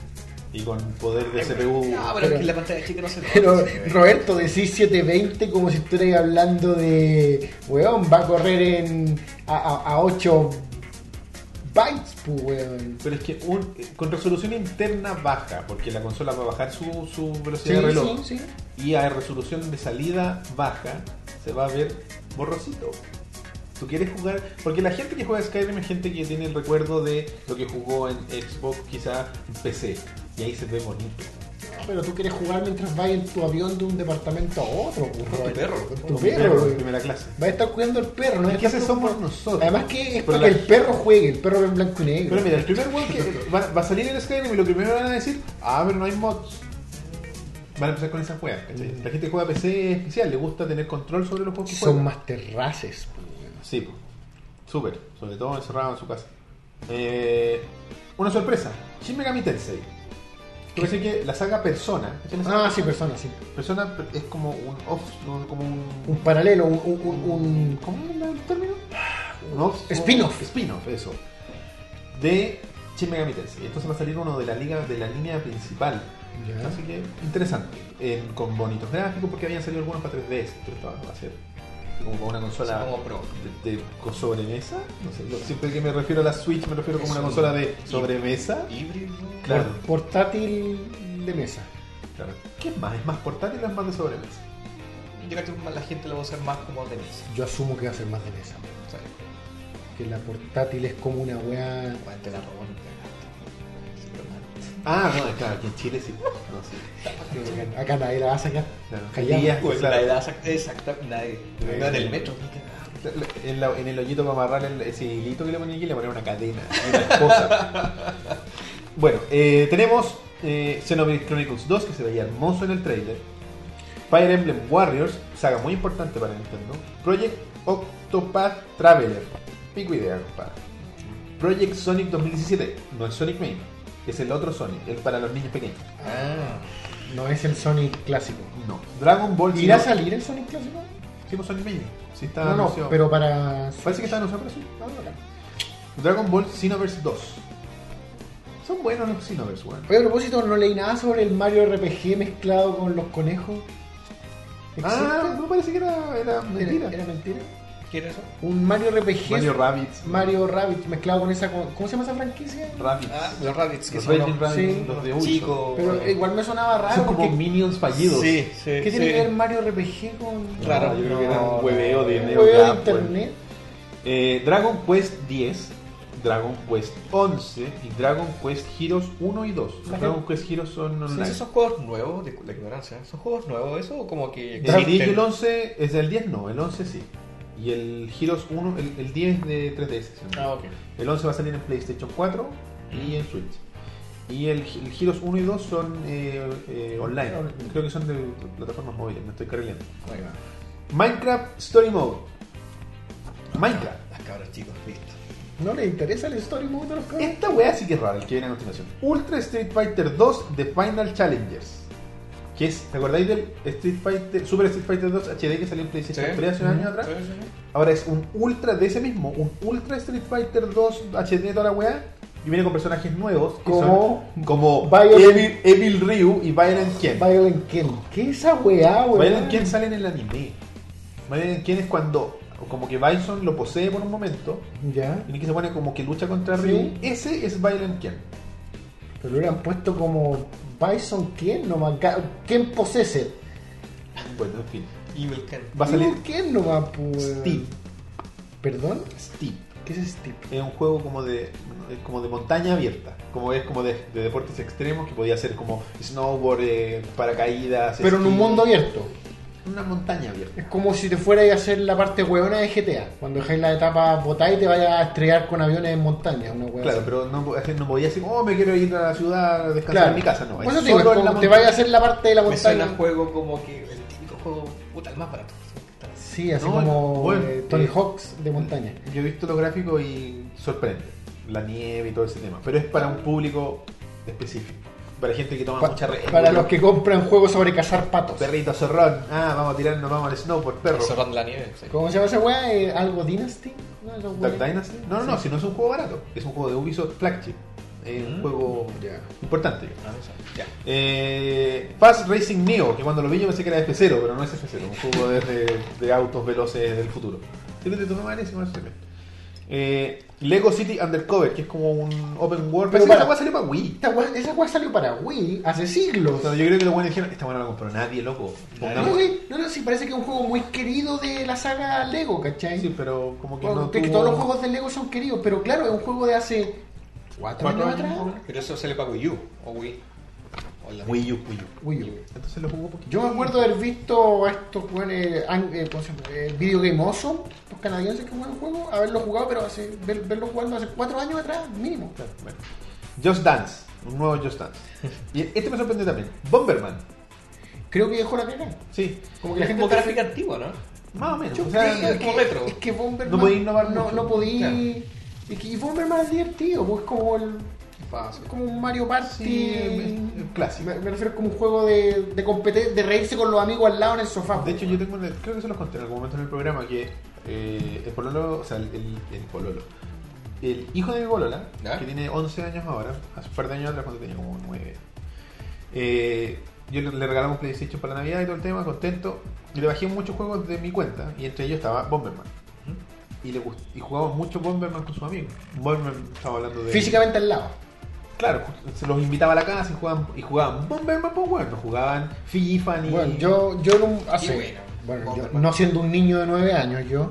Speaker 1: Y con poder de CPU.
Speaker 3: No, pero,
Speaker 2: Pero-
Speaker 3: es que la pantalla chica no se nota,
Speaker 2: Pero,
Speaker 3: se ve.
Speaker 2: Roberto, decís 720 como si estuvieras hablando de. Weón, va a correr en. a, a- a 8 bytes, pu, weón.
Speaker 1: Pero es que un- eh, con resolución interna baja, porque la consola va a bajar su, su
Speaker 2: Sí,
Speaker 1: velocidad de reloj.
Speaker 2: sí, sí.
Speaker 1: y a resolución de salida baja se va a ver borrosito. Tú quieres jugar, porque la gente que juega Skyrim es gente que tiene el recuerdo de lo que jugó en Xbox, quizá en PC, y ahí se ve bonito.
Speaker 2: No, Pero tú quieres jugar mientras vas en tu avión de un departamento a otro, pu,
Speaker 3: tu
Speaker 2: Roberto.
Speaker 3: perro.
Speaker 2: Con tu
Speaker 1: Como
Speaker 2: perro,
Speaker 1: en
Speaker 2: weón.
Speaker 1: primera clase.
Speaker 2: Va a estar cuidando el perro, ¿no?
Speaker 1: Es que
Speaker 2: tanto
Speaker 1: ese somos
Speaker 2: como-
Speaker 1: nosotros.
Speaker 2: Además que es
Speaker 1: Pero
Speaker 2: para
Speaker 1: la-
Speaker 2: que el perro juegue, el perro en blanco y negro.
Speaker 1: Pero mira, el primer weón que eh, va, va a salir el Skyrim y lo primero van a decir, ah, pero no hay mods. Van a empezar con esas juegas, ¿cachai? La gente que juega PC es especial, le gusta tener control sobre los juegos que
Speaker 2: Mm. Son
Speaker 1: juega.
Speaker 2: más terraces, pues. pu, weón.
Speaker 1: Sí, po. súper. Sobre todo encerrado en su casa. Eh, una sorpresa. Shin Megami Tensei. Tú decir que la saga Persona. ¿cachai? La saga
Speaker 2: Ah, sí, persona, sí.
Speaker 1: Persona es como un off, no, como un...
Speaker 2: Un paralelo, un- un- un- un
Speaker 1: ¿Cómo es el término? Un off-
Speaker 2: Spin-off.
Speaker 1: Spin-off, eso. De Shin Megami Tensei. Entonces va a salir uno de la liga, de la línea principal.
Speaker 2: Ya.
Speaker 1: Así que interesante. En- con bonitos gráficos porque habían salido algunos para 3DS, pero esta va a ser como con una
Speaker 3: Así
Speaker 1: consola
Speaker 3: como pro.
Speaker 1: de, de co- sobremesa. No sé, yo siempre que me refiero a la Switch me refiero como
Speaker 3: Es
Speaker 1: una
Speaker 3: un
Speaker 1: consola de
Speaker 3: híbrido.
Speaker 1: sobremesa.
Speaker 3: Híbrido.
Speaker 1: Claro,
Speaker 2: portátil de mesa.
Speaker 1: claro. ¿Qué más? ¿Es más portátil o es más de sobremesa?
Speaker 3: Yo creo que la gente lo va a usar más como de mesa.
Speaker 2: Yo asumo que va a ser más de mesa.
Speaker 3: O sea,
Speaker 2: Que la portátil es como una weá.
Speaker 3: igual te la robó en el
Speaker 1: Ah, no, claro, aquí en Chile sí. No, sí.
Speaker 2: que Acá nadie la va a sacar.
Speaker 1: Claro.
Speaker 2: Callado.
Speaker 1: Días,
Speaker 3: Pues
Speaker 1: claro.
Speaker 3: la edad exacta, exacta nadie. La edad del metro. ni cagada.
Speaker 1: En, la- en el hoyito para amarrar el- ese hilito que le ponía aquí le ponía una cadena, una cosa. bueno, eh, tenemos eh, Xenoblade Chronicles 2 que se veía hermoso en el trailer. Fire Emblem Warriors, saga muy importante para Nintendo. Project Octopath Traveler, pico idea, compadre. Project Sonic 2017, no es Sonic Mania, es el otro Sonic, el para los niños pequeños.
Speaker 2: Ah, no es el Sonic clásico.
Speaker 1: No, Dragon Ball
Speaker 2: ¿Irá a
Speaker 1: Xenoblade-
Speaker 2: salir el Sonic clásico?
Speaker 1: Sí, pues Sonic Mania, sí está
Speaker 2: No, no,
Speaker 1: anunciado.
Speaker 2: pero para.
Speaker 1: Parece que está anunciado para Switch. Dragon Ball Xenoverse 2. Son buenos los Xenoverse, weón.
Speaker 2: Oye, a propósito, no leí nada sobre el Mario RPG mezclado con los conejos.
Speaker 1: Ah,
Speaker 2: ¿Existe?
Speaker 1: no parece que era, era mentira.
Speaker 2: Era, era mentira.
Speaker 3: ¿Qué era eso?
Speaker 2: Un Mario RPG.
Speaker 1: Mario Rabbids.
Speaker 2: Mario Rabbit mezclado con esa. ¿Cómo se llama esa franquicia?
Speaker 1: Rabbids.
Speaker 3: Ah, los rabbits que
Speaker 1: los
Speaker 3: son
Speaker 1: Raging
Speaker 3: los
Speaker 1: Rabbids,
Speaker 2: sí, Ah,
Speaker 1: los de
Speaker 3: los
Speaker 1: Ubisoft.
Speaker 3: chicos.
Speaker 2: Pero igual me sonaba raro.
Speaker 1: Son como
Speaker 2: porque-
Speaker 1: minions fallidos.
Speaker 3: Sí, sí.
Speaker 2: ¿Qué tiene que ver Mario RPG con.?
Speaker 1: No,
Speaker 3: Claro.
Speaker 1: yo creo que
Speaker 2: No,
Speaker 1: era un hueveo de
Speaker 2: un
Speaker 1: Neo
Speaker 2: hueveo de
Speaker 1: Gap, weón.
Speaker 2: internet.
Speaker 1: Eh, Dragon Quest 10, Dragon Quest 11 y Dragon Quest Heroes 1 y 2. Los
Speaker 2: La
Speaker 1: Dragon
Speaker 2: gente-
Speaker 1: Quest Heroes son
Speaker 3: Sí,
Speaker 1: online.
Speaker 3: ¿Esos son juegos nuevos? Disculpa la ignorancia. ¿eh? ¿Son juegos nuevos eso o como que
Speaker 1: El 10 y
Speaker 3: existen?
Speaker 1: el 11 es del 10, no, el 11 sí. Y el Heroes 1, el, el 10 de 3DS. si no me
Speaker 3: Ah, ok.
Speaker 1: El 11 va a salir en PlayStation 4 y en Switch. Y el, el Heroes 1 y 2 son eh, eh, online. Creo que son de plataformas móviles, me estoy cargando.
Speaker 3: Ahí va.
Speaker 1: Minecraft Story Mode. Minecraft.
Speaker 3: Las cabras Ah, chicos, listo.
Speaker 2: No le interesa el story mode de los cabros.
Speaker 1: Esta weá sí que es rara, el que viene a continuación. Ultra Street Fighter 2 The Final Challengers. Que es, ¿te acordáis del Street Fighter, Super Street Fighter 2 HD que salió en PlayStation 3 hace un año atrás?
Speaker 3: Sí, sí, sí.
Speaker 1: Ahora es un Ultra de ese mismo, un Ultra Street Fighter 2 HD toda la weá. Y viene con personajes nuevos que
Speaker 2: Como-
Speaker 1: son como
Speaker 2: Violent-
Speaker 1: Evil, Evil Ryu y Violent Ken.
Speaker 2: Violent Ken. ¿Qué es esa weá, weón?
Speaker 1: Violent Ken sale en el anime. Violent Ken es cuando o como que Bison lo posee por un momento,
Speaker 2: Ya.
Speaker 1: y que se pone como que lucha contra
Speaker 2: Sí.
Speaker 1: Ryu, ese es Violent Ken.
Speaker 2: Pero lo hubieran puesto como Bison quién nomás. Ga- ¿Quién posese?
Speaker 1: Bueno, Pues, en fin.
Speaker 3: Evil Ken.
Speaker 1: Va a salir
Speaker 2: ¿Quién nomás? Pues?
Speaker 1: Steve.
Speaker 2: ¿Perdón?
Speaker 1: Steve.
Speaker 2: ¿Qué es Steve?
Speaker 1: Es un juego como de como de montaña abierta, como es como de, de deportes extremos que podía ser como snowboard, eh, paracaídas.
Speaker 2: Pero en un
Speaker 1: esquí.
Speaker 2: mundo abierto.
Speaker 1: Una montaña abierta.
Speaker 2: Es como si te fueras a hacer la parte hueona de GTA. Cuando dejáis la etapa botáis y te vayas a estrellar con aviones en montaña. Una hueá
Speaker 1: Claro,
Speaker 2: así.
Speaker 1: pero no, po- así no podía decir, oh, me quiero ir a la ciudad a descansar
Speaker 2: Claro.
Speaker 1: en mi casa. No,
Speaker 2: Por
Speaker 1: es
Speaker 2: eso te digo, es
Speaker 1: solo en
Speaker 2: como
Speaker 1: la
Speaker 2: te
Speaker 1: montaña.
Speaker 2: vayas a hacer la parte de la
Speaker 3: Me suena
Speaker 2: montaña.
Speaker 3: a juego como que el típico juego, puta, el más barato.
Speaker 2: Sí, así
Speaker 1: No,
Speaker 2: como
Speaker 1: bueno,
Speaker 2: eh, Tony
Speaker 1: eh,
Speaker 2: Hawks de montaña.
Speaker 1: Yo he visto los gráficos y sorprende. La nieve y todo ese tema. Pero es para un público específico. Para gente que toma
Speaker 2: Pa-
Speaker 1: mucha re-
Speaker 2: para los que compran juegos sobre cazar patos.
Speaker 1: Perrito zorrón. Ah, vamos a tirarnos, vamos al snowboard, perro.
Speaker 3: Zorrón de la nieve. sí.
Speaker 2: ¿Cómo se llama esa weá? Eh, ¿Algo Dynasty? No, esa
Speaker 1: Dark
Speaker 2: weá.
Speaker 1: Dynasty. No, no, no, si no es un juego barato. Es un juego de Ubisoft Flagship. Es un
Speaker 3: Mm.
Speaker 1: juego
Speaker 2: Ya.
Speaker 1: importante.
Speaker 3: Ah, no sé. Ya.
Speaker 1: Eh, Fast Racing Neo, que cuando lo vi yo pensé que era F0, pero no es F0, un juego de, de- de autos veloces del futuro. Creo que te tomé varias y me parece bien. Eh, Lego City Undercover, que es como un open world. Pero
Speaker 2: Pero para-
Speaker 1: esta weá salió para Wii.
Speaker 2: Esta weá- Esa weá salió para Wii hace
Speaker 1: O
Speaker 2: siglos.
Speaker 1: sea, yo creo que los buenos dijeron, esta weá no la compró nadie, loco.
Speaker 2: No,
Speaker 1: Pongamos-
Speaker 2: sí, no, no, sí, parece que es un juego muy querido de la saga Lego, ¿cachai?
Speaker 1: Sí, pero como que
Speaker 2: Bueno,
Speaker 1: no
Speaker 2: es que
Speaker 1: tuvo-
Speaker 2: todos los juegos de Lego son queridos, pero claro, es un juego de hace cuatro
Speaker 1: ¿Cuatro
Speaker 2: años
Speaker 1: años?
Speaker 2: atrás.
Speaker 3: Pero eso sale para Wii U o Wii. O la-
Speaker 1: Wii U, Wii U.
Speaker 2: Wii U.
Speaker 1: Entonces lo jugó poquito.
Speaker 2: Yo me acuerdo de haber visto a estos weones, ang- eh, ¿cómo se llama? Eh, Video Game Awesome, los canadienses que juegan el juego, haberlo jugado, pero hace, ver- verlo jugando hace cuatro años atrás, mínimo.
Speaker 1: Bueno. Just Dance, un nuevo Just Dance. Y este me sorprendió también. Bomberman,
Speaker 2: Creo que dejó la cagada.
Speaker 1: sí,
Speaker 2: Como que la
Speaker 3: Es
Speaker 2: gente
Speaker 3: como
Speaker 2: está-
Speaker 3: gráfica antigua, ¿no?
Speaker 1: más o menos.
Speaker 2: Yo
Speaker 1: O sea,
Speaker 2: creo
Speaker 3: es como retro.
Speaker 2: Es que Bomberman.
Speaker 1: No podía innovar
Speaker 2: No,
Speaker 1: mucho.
Speaker 2: no podía.
Speaker 3: Claro.
Speaker 2: Y, que, y Bomberman es divertido, pues como el.
Speaker 3: Fácil.
Speaker 2: Como un Mario Party.
Speaker 1: Sí, es- es clásico.
Speaker 2: Me, me refiero como un juego de, de competir, de reírse con los amigos al lado en el sofá.
Speaker 1: De
Speaker 2: pues,
Speaker 1: hecho, yo tengo, en el- creo que se los conté en algún momento en el programa, que eh, el pololo, o sea, el, el, el pololo, el hijo de mi polola,
Speaker 3: ¿Ya?
Speaker 1: que tiene 11 años ahora, hace un par de años atrás cuando tenía como 9, eh, yo le, le regalamos PlayStation para Navidad y todo el tema, contento, y le bajé muchos juegos de mi cuenta, y entre ellos estaba Bomberman.
Speaker 2: ¿Mm?
Speaker 1: Y, le gust- y jugábamos mucho Bomberman con sus amigos. Bomberman, estaba hablando de...
Speaker 2: Físicamente al lado.
Speaker 1: Claro, se los invitaba a la casa y jugaban, y jugaban Bomberman, pues bueno, jugaban FIFA ni...
Speaker 2: Bueno, yo, yo no.
Speaker 3: Y
Speaker 2: Hace,
Speaker 3: bueno,
Speaker 2: bueno, yo,
Speaker 3: Bomberman.
Speaker 2: no siendo un niño de nueve años, yo.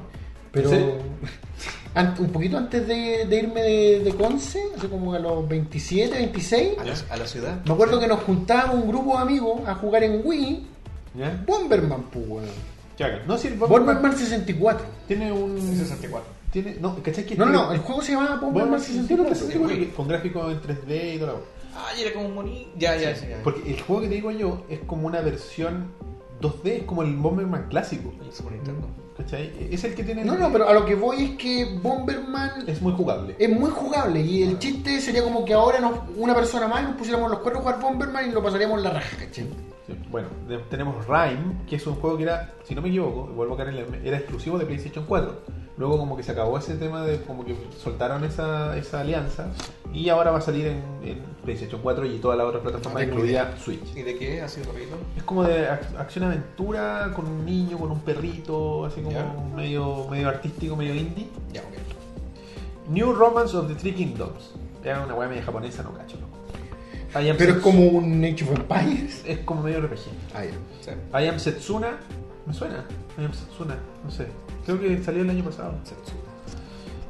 Speaker 2: Pero.
Speaker 1: ¿En serio?
Speaker 2: an- un poquito antes de, de irme de, de Conce, hace como a los 27, 26.
Speaker 3: A la, a la ciudad.
Speaker 2: Me acuerdo que nos juntábamos un grupo de amigos a jugar en Wii
Speaker 1: ¿Ya?
Speaker 2: Bomberman, pues, weón.
Speaker 1: Chaca. No, si el Bomberman-
Speaker 2: Bomberman 64.
Speaker 1: Tiene un.
Speaker 3: 64.
Speaker 1: Tiene, no, ¿cachai que
Speaker 2: No, no,
Speaker 1: tiene-
Speaker 2: no, el juego se llamaba
Speaker 1: Bomberman
Speaker 2: Bomberman
Speaker 1: 64,
Speaker 2: 64.
Speaker 1: 64, que- con gráficos en 3D y todo lo
Speaker 3: Ah, y era como un monito. Ya, ya, sí, ya.
Speaker 1: Porque el juego que te digo yo es como una versión 2D, es como el Bomberman clásico.
Speaker 3: El Super Nintendo.
Speaker 1: ¿Cachai? Es el que tiene.
Speaker 2: No, no, pero a lo que voy es que Bomberman
Speaker 1: Es muy jugable.
Speaker 2: es muy jugable y el chiste sería como que ahora nos- una persona más nos pusiéramos los cuernos a jugar Bomberman y lo pasaríamos la raja, ¿cachai?
Speaker 1: Sí. Bueno, de- tenemos Rhyme, que es un juego que era, si no me equivoco, vuelvo a caer en la- era exclusivo de PlayStation 4. Luego como que se acabó ese tema de como que soltaron esa, esa alianza y ahora va a salir en, en PlayStation 4 y todas las otras plataformas,
Speaker 2: tengo
Speaker 1: incluida Switch.
Speaker 3: ¿Y de qué? ¿Así rápido?
Speaker 1: Es como de ac- acción-aventura con un niño, con un perrito, así como
Speaker 3: Ya.
Speaker 1: medio, medio artístico, medio indie.
Speaker 3: Ya, ok.
Speaker 1: New Romance of the Three Kingdoms. Era una weá media japonesa, no cacho. loco. I am
Speaker 2: Pero es
Speaker 1: Sets-
Speaker 2: como un Age of Empires.
Speaker 1: Es como medio RPG.
Speaker 2: Ah, ya.
Speaker 3: Sí.
Speaker 1: I Am Setsuna. ¿Me suena? I Am Setsuna. No sé. Creo que salió el año pasado.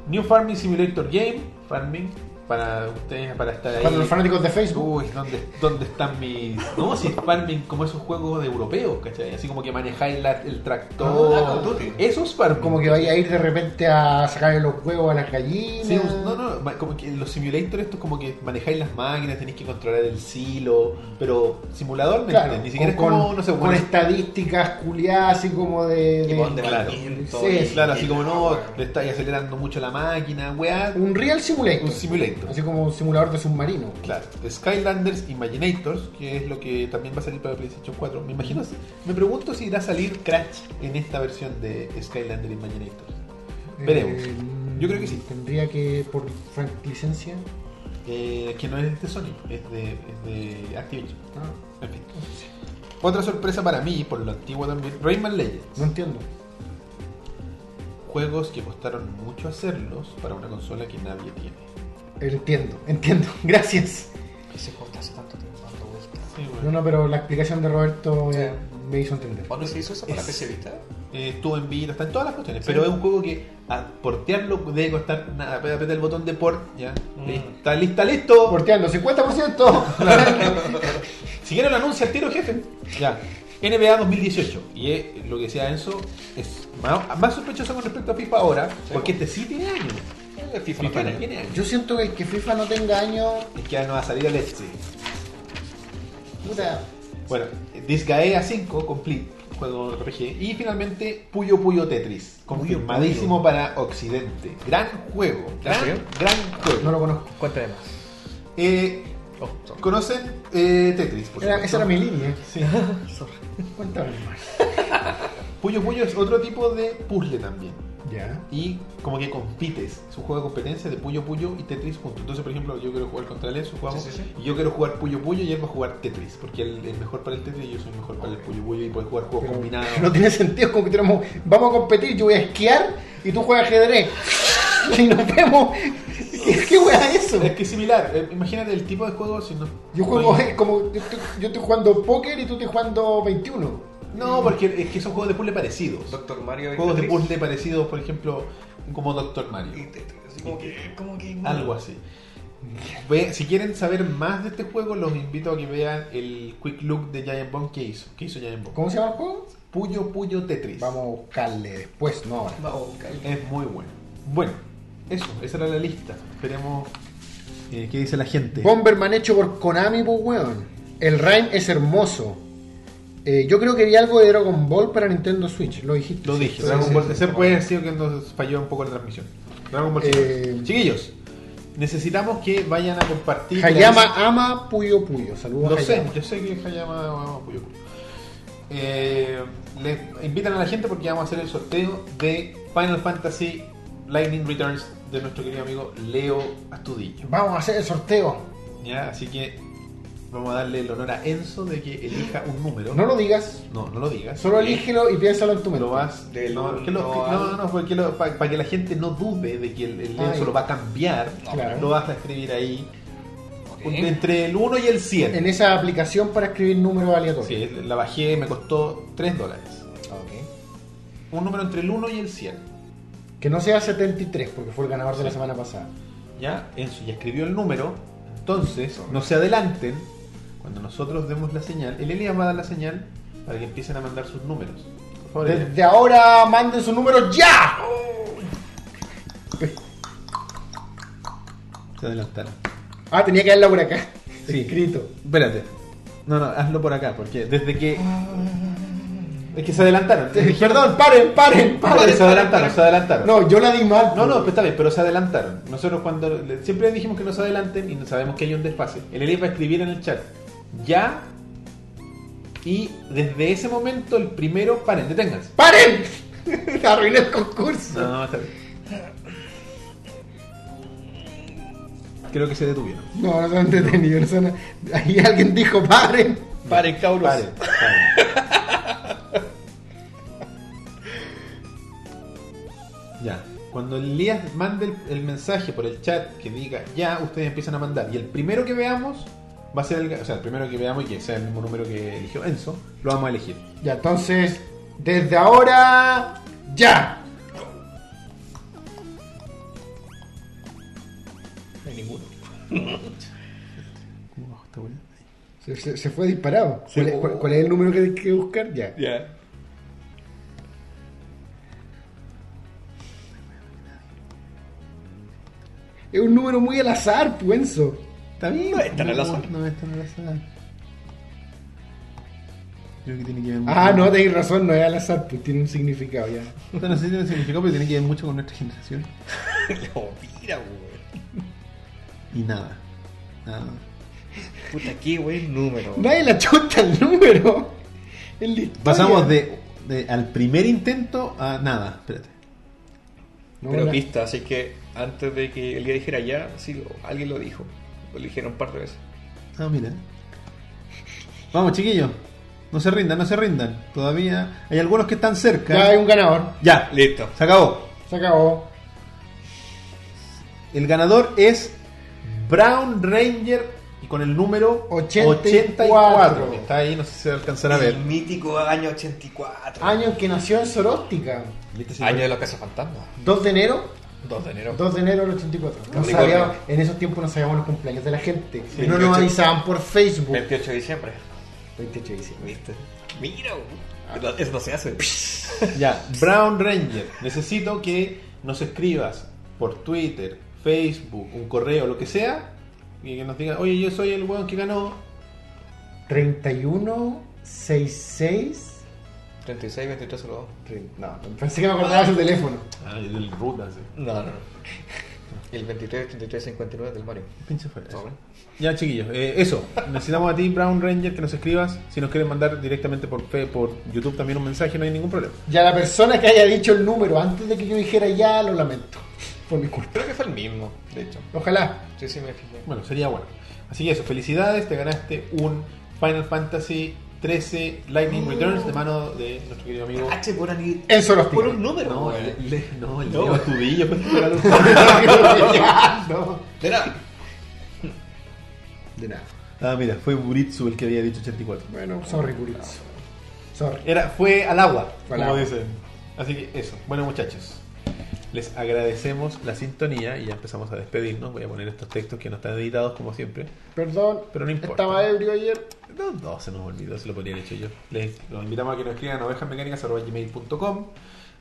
Speaker 1: New Farming Simulator Game. Farming. Para ustedes, para estar ahí.
Speaker 2: Para los fanáticos de Facebook.
Speaker 1: Uy, ¿dónde, ¿dónde están mis.? No, si es farming como esos juegos de europeos, ¿cachai? Así como que manejáis la- el
Speaker 3: Ah, Call of
Speaker 1: tractor.
Speaker 3: Duty.
Speaker 1: Eso es farming.
Speaker 2: Como que vaya a ir de repente a sacarle los huevos a las gallinas.
Speaker 1: Sí, un- no, no, ma- como que los simulators estos como que manejáis las máquinas, tenéis que controlar el silo, pero simulador, ¿me
Speaker 2: Claro,
Speaker 1: entiendes? Ni siquiera
Speaker 2: con,
Speaker 1: es como,
Speaker 2: con-
Speaker 1: no sé,
Speaker 2: con
Speaker 1: bueno,
Speaker 2: estadísticas culiadas así como de,
Speaker 3: Y
Speaker 2: de-
Speaker 3: con
Speaker 1: claro.
Speaker 3: debatimiento.
Speaker 2: Sí,
Speaker 3: y-
Speaker 1: claro, así como no,
Speaker 3: Ah,
Speaker 1: le
Speaker 3: bueno.
Speaker 1: estáis acelerando mucho la máquina, weá,
Speaker 2: un real simulator.
Speaker 1: un simulator.
Speaker 2: Así como un simulador de submarino.
Speaker 1: Claro, Skylanders Imaginators, que es lo que también va a salir para PlayStation 4. Me imagino, me pregunto si irá a salir Crash en esta versión de Skylanders Imaginators. Veremos.
Speaker 2: Eh,
Speaker 1: Yo creo que sí.
Speaker 2: Tendría que, por frank licencia.
Speaker 1: Eh, que no es de Sony, es de, es de Activision. En fin. Otra sorpresa para mí, por lo antiguo también, Rayman Legends.
Speaker 2: No entiendo.
Speaker 1: juegos que costaron mucho hacerlos para una consola que nadie tiene.
Speaker 2: Entiendo, entiendo. Gracias.
Speaker 3: Ese juego está hace tanto tiempo dando vueltas.
Speaker 2: No, no, pero la explicación de Roberto eh,
Speaker 3: Sí.
Speaker 2: me hizo entender.
Speaker 3: ¿Cuándo se hizo eso para
Speaker 1: Es-
Speaker 3: PC Vita?
Speaker 1: Eh, estuvo en Vita, está en todas las cuestiones. Pero es un juego que a portearlo debe costar nada. Aprieta aprieta el botón de port, ya.
Speaker 3: Mm.
Speaker 1: Está lista, listo.
Speaker 2: Porteando, 50%.
Speaker 1: Si quieren anuncia el tiro, jefe. Ya. NBA 2018. Y es lo que decía Enzo, es más, más sospechoso con respecto a FIFA ahora, porque este sí tiene años.
Speaker 3: El FIFA no
Speaker 1: FIFA
Speaker 3: tiene.
Speaker 1: tiene años.
Speaker 2: Yo siento que el que FIFA no tenga año.
Speaker 1: Es que ya no va a salir el este.
Speaker 2: Puta.
Speaker 1: Bueno, Disgaea 5 Complete, juego RPG. Y finalmente Puyo Puyo Tetris, confirmadísimo para Occidente. Gran juego, gran,
Speaker 3: ¿En serio?
Speaker 1: gran juego.
Speaker 2: No lo conozco.
Speaker 3: Cuéntame más.
Speaker 1: Eh,
Speaker 3: Oh, sorry.
Speaker 1: ¿Conocen eh, Tetris? por
Speaker 2: Era-
Speaker 1: supuesto?
Speaker 2: esa era mi línea.
Speaker 1: Sí.
Speaker 2: Cuéntame más.
Speaker 1: Puyo Puyo es otro tipo de puzzle también.
Speaker 2: Ya.
Speaker 1: Y como que compites. Es un juego de competencia de Puyo Puyo y Tetris juntos. Entonces, por ejemplo, yo quiero jugar contra él, eso jugamos.
Speaker 3: Sí, sí, sí.
Speaker 1: Y yo quiero jugar Puyo Puyo y él va a jugar Tetris. Porque él es mejor para el Tetris y yo soy mejor para el Puyo Puyo y puedes jugar juegos
Speaker 2: Pero
Speaker 1: combinados.
Speaker 2: No tiene sentido, es como que tenemos. Vamos a competir, yo voy a esquiar y tú juegas ajedrez. y nos vemos. ¿Qué, qué wea es eso?
Speaker 1: Es que es similar. Eh, imagínate el tipo de juego si no.
Speaker 2: Yo juego
Speaker 1: no-
Speaker 2: eh, como. Yo estoy, yo estoy jugando póker y tú estás jugando 21.
Speaker 1: No, porque es que son juegos de puzzle parecidos.
Speaker 3: Doctor Mario y
Speaker 1: Juegos de
Speaker 3: Tetris.
Speaker 1: puzzle parecidos, por ejemplo, como Doctor Mario.
Speaker 3: Y Tetris, así como que, como que no.
Speaker 1: Algo así. Ve- si quieren saber más de este juego, los invito a que vean el quick look de Giant Bomb que hizo. ¿Qué hizo Giant Bomb?
Speaker 2: ¿Cómo se llama el juego?
Speaker 1: Puyo Puyo Tetris.
Speaker 2: Vamos a buscarle después, no ahora.
Speaker 3: Vamos a buscarlo.
Speaker 1: Es muy bueno. Bueno, eso, esa era la lista. Esperemos eh, qué dice la gente.
Speaker 2: Bomberman hecho por Konami, pues weón. El Rhyme es hermoso. Eh, yo creo que vi algo de Dragon Ball para Nintendo Switch, lo dijiste.
Speaker 1: Lo dije,
Speaker 2: Sí,
Speaker 1: Dragon
Speaker 2: sí,
Speaker 1: Ball
Speaker 2: sí.
Speaker 1: Z puede haber sido que nos falló un poco la transmisión. Dragon Ball Z.
Speaker 2: Eh,
Speaker 1: Chiquillos, necesitamos que vayan a compartir.
Speaker 2: Hayama ama Puyo Puyo. Saludos
Speaker 1: Lo
Speaker 2: a
Speaker 1: sé,
Speaker 2: Hayama.
Speaker 1: yo sé que es Hayama Hayama Puyo. Eh, le invitan a la gente porque vamos a hacer el sorteo de Final Fantasy Lightning Returns de nuestro querido amigo Leo Astudillo.
Speaker 2: Vamos a hacer el sorteo.
Speaker 1: ¿ya? Así que vamos a darle el honor a Enzo de que elija un número.
Speaker 2: No lo digas,
Speaker 1: no, no lo digas.
Speaker 2: solo
Speaker 1: Eh,
Speaker 2: elígelo y piénsalo en tu mente.
Speaker 1: Lo vas.
Speaker 3: Del
Speaker 1: no, que lo-
Speaker 3: uno
Speaker 1: que- no,
Speaker 3: al-
Speaker 1: no, porque para que la gente no dude de que el, el
Speaker 2: Ay.
Speaker 1: Enzo lo va a cambiar,
Speaker 2: Claro. ¿Eh?
Speaker 1: lo vas a escribir ahí.
Speaker 3: Ok.
Speaker 1: Un- Entre el 1 y el 100.
Speaker 2: En esa aplicación para escribir números aleatorios.
Speaker 1: Sí, este, la bajé, me costó 3 dólares.
Speaker 2: Ok.
Speaker 1: Un número entre el 1 y el 100.
Speaker 2: Que no sea 73, porque fue el ganador de la semana pasada.
Speaker 1: ¿Ya? Enzo ya escribió el número. Entonces, no se adelanten. Cuando nosotros demos la señal, el Elias va a dar la señal para que empiecen a mandar sus números. Por favor, Elias.
Speaker 2: Desde ahora manden su número ya.
Speaker 1: Se adelantaron.
Speaker 2: Ah, tenía que darla por acá.
Speaker 1: Sí.
Speaker 2: Escrito.
Speaker 1: Espérate. No, no, hazlo por acá, porque desde que. Es que se adelantaron.
Speaker 2: Perdón, paren, paren, paren.
Speaker 1: se adelantaron, se adelantaron.
Speaker 2: No, yo la di mal. Pues,
Speaker 1: No, no, pero está bien, pero se adelantaron. Nosotros cuando le- siempre dijimos que no se adelanten y sabemos que hay un desfase. El Elias va a escribir en el chat. Ya. Y desde ese momento el primero, paren, deténganse.
Speaker 2: ¡Paren! Arruiné el concurso.
Speaker 1: No, está bien. Creo que se detuvieron.
Speaker 2: No, no se han detenido. no se han- Ahí alguien dijo, paren.
Speaker 3: Paren, cabros.
Speaker 1: Paren, paren. ya. Cuando el Elías mande el, el mensaje por el chat que diga ya, ustedes empiezan a mandar. Y el primero que veamos va a ser el. O sea, el primero que veamos y que sea el mismo número que eligió Enzo, lo vamos a elegir.
Speaker 2: Ya, entonces, desde ahora, ya.
Speaker 3: No hay ninguno.
Speaker 2: Se, se- se fue disparado.
Speaker 1: Sí.
Speaker 2: ¿Cuál, es- cuál- cuál es el número que hay que buscar? Ya.
Speaker 1: Ya.
Speaker 2: Es un número muy al azar, pues, Puenzo.
Speaker 1: Está bien.
Speaker 3: No es tan al azar.
Speaker 1: No es tan al azar. Creo que tiene que ver
Speaker 2: Ah, no, tenéis razón, no es al azar, pues tiene un significado ya.
Speaker 1: No, no sé si tiene significado, pero tiene que ver mucho con nuestra generación.
Speaker 3: No, Oh, mira, güey.
Speaker 1: Y nada. Nada.
Speaker 3: Puta, qué buen número.
Speaker 2: Nadie la chuta el número. Es la historia.
Speaker 1: Pasamos de, de- al primer intento a nada. Espérate.
Speaker 2: No,
Speaker 3: Pero
Speaker 2: la-
Speaker 3: pista, así que antes de que el día dijera ya, sí, lo- alguien lo dijo. Lo dijeron un par de veces.
Speaker 1: Ah, mira. Vamos, chiquillos. No se rindan, no se rindan. Todavía hay algunos que están cerca.
Speaker 2: Ya hay un ganador.
Speaker 1: Ya,
Speaker 3: Listo.
Speaker 1: se acabó.
Speaker 2: Se acabó.
Speaker 1: El ganador es Brown Ranger y con el número
Speaker 2: 84.
Speaker 1: que Está ahí, no sé si se alcanzan a ver.
Speaker 3: El mítico año 84.
Speaker 2: Año en que nació en Soróstica.
Speaker 1: ¿Viste ese
Speaker 3: Año de los cazafantasmas.
Speaker 2: 2 de enero.
Speaker 3: 2 de enero.
Speaker 2: 2 de enero del 84. No
Speaker 3: Capricornio.
Speaker 2: sabíamos- en esos tiempos no sabíamos los cumpleaños de la gente.
Speaker 1: Sí.
Speaker 2: no
Speaker 3: 28.
Speaker 2: nos avisaban por Facebook.
Speaker 3: 28 de diciembre.
Speaker 2: 28 de diciembre.
Speaker 3: ¿Viste? Mira, güey. Ah, No, eso no se hace.
Speaker 1: Ya, Brown Ranger, necesito que nos escribas por Twitter, Facebook, un correo, lo que sea, y que nos digas, oye, yo soy el weón que ganó.
Speaker 2: 31 66
Speaker 3: 36, 23, 02.
Speaker 2: No, pensé que me acordaba su teléfono.
Speaker 1: Ah, el del ruta, sí.
Speaker 3: No, no, no. Y el 23, 33, 59 del Mario.
Speaker 1: Pinche fue eso.
Speaker 3: Sobre.
Speaker 1: Ya, chiquillos, eh, eso. Necesitamos a ti, Brown Ranger, que nos escribas. Si nos quieren mandar directamente por, fe- por YouTube también un mensaje, no hay ningún problema.
Speaker 2: Y a la persona que haya dicho el número antes de que yo dijera ya, lo lamento. Por mi culpa.
Speaker 3: Creo que fue el mismo, de hecho.
Speaker 2: Ojalá.
Speaker 3: Sí, sí, me fijé.
Speaker 1: Bueno, sería bueno. Así que eso, felicidades, te ganaste un Final Fantasy 13 Lightning Returns de mano de nuestro querido amigo.
Speaker 3: H por, ani-
Speaker 2: En Soróstica.
Speaker 3: por un número,
Speaker 1: No,
Speaker 3: güey.
Speaker 1: el, le- no, el
Speaker 3: No.
Speaker 1: Leo Astudillo, pues, te regaló un-
Speaker 2: no.
Speaker 3: De nada.
Speaker 2: De nada.
Speaker 1: Ah, mira, fue Buritsu el que había dicho 84.
Speaker 2: Bueno, sorry, Puritz. Sorry.
Speaker 1: Era, fue al agua,
Speaker 2: Fue al
Speaker 1: como
Speaker 2: agua.
Speaker 1: dicen. Así que eso. Bueno, muchachos, les agradecemos la sintonía y ya empezamos a despedirnos. Voy a poner estos textos que no están editados, como siempre.
Speaker 2: Perdón,
Speaker 1: Pero no importa.
Speaker 2: estaba ebrio ayer.
Speaker 1: No, no, se nos olvidó, se lo podría haber hecho yo. Les los invitamos a que nos escriban a ovejasmecánicas.com,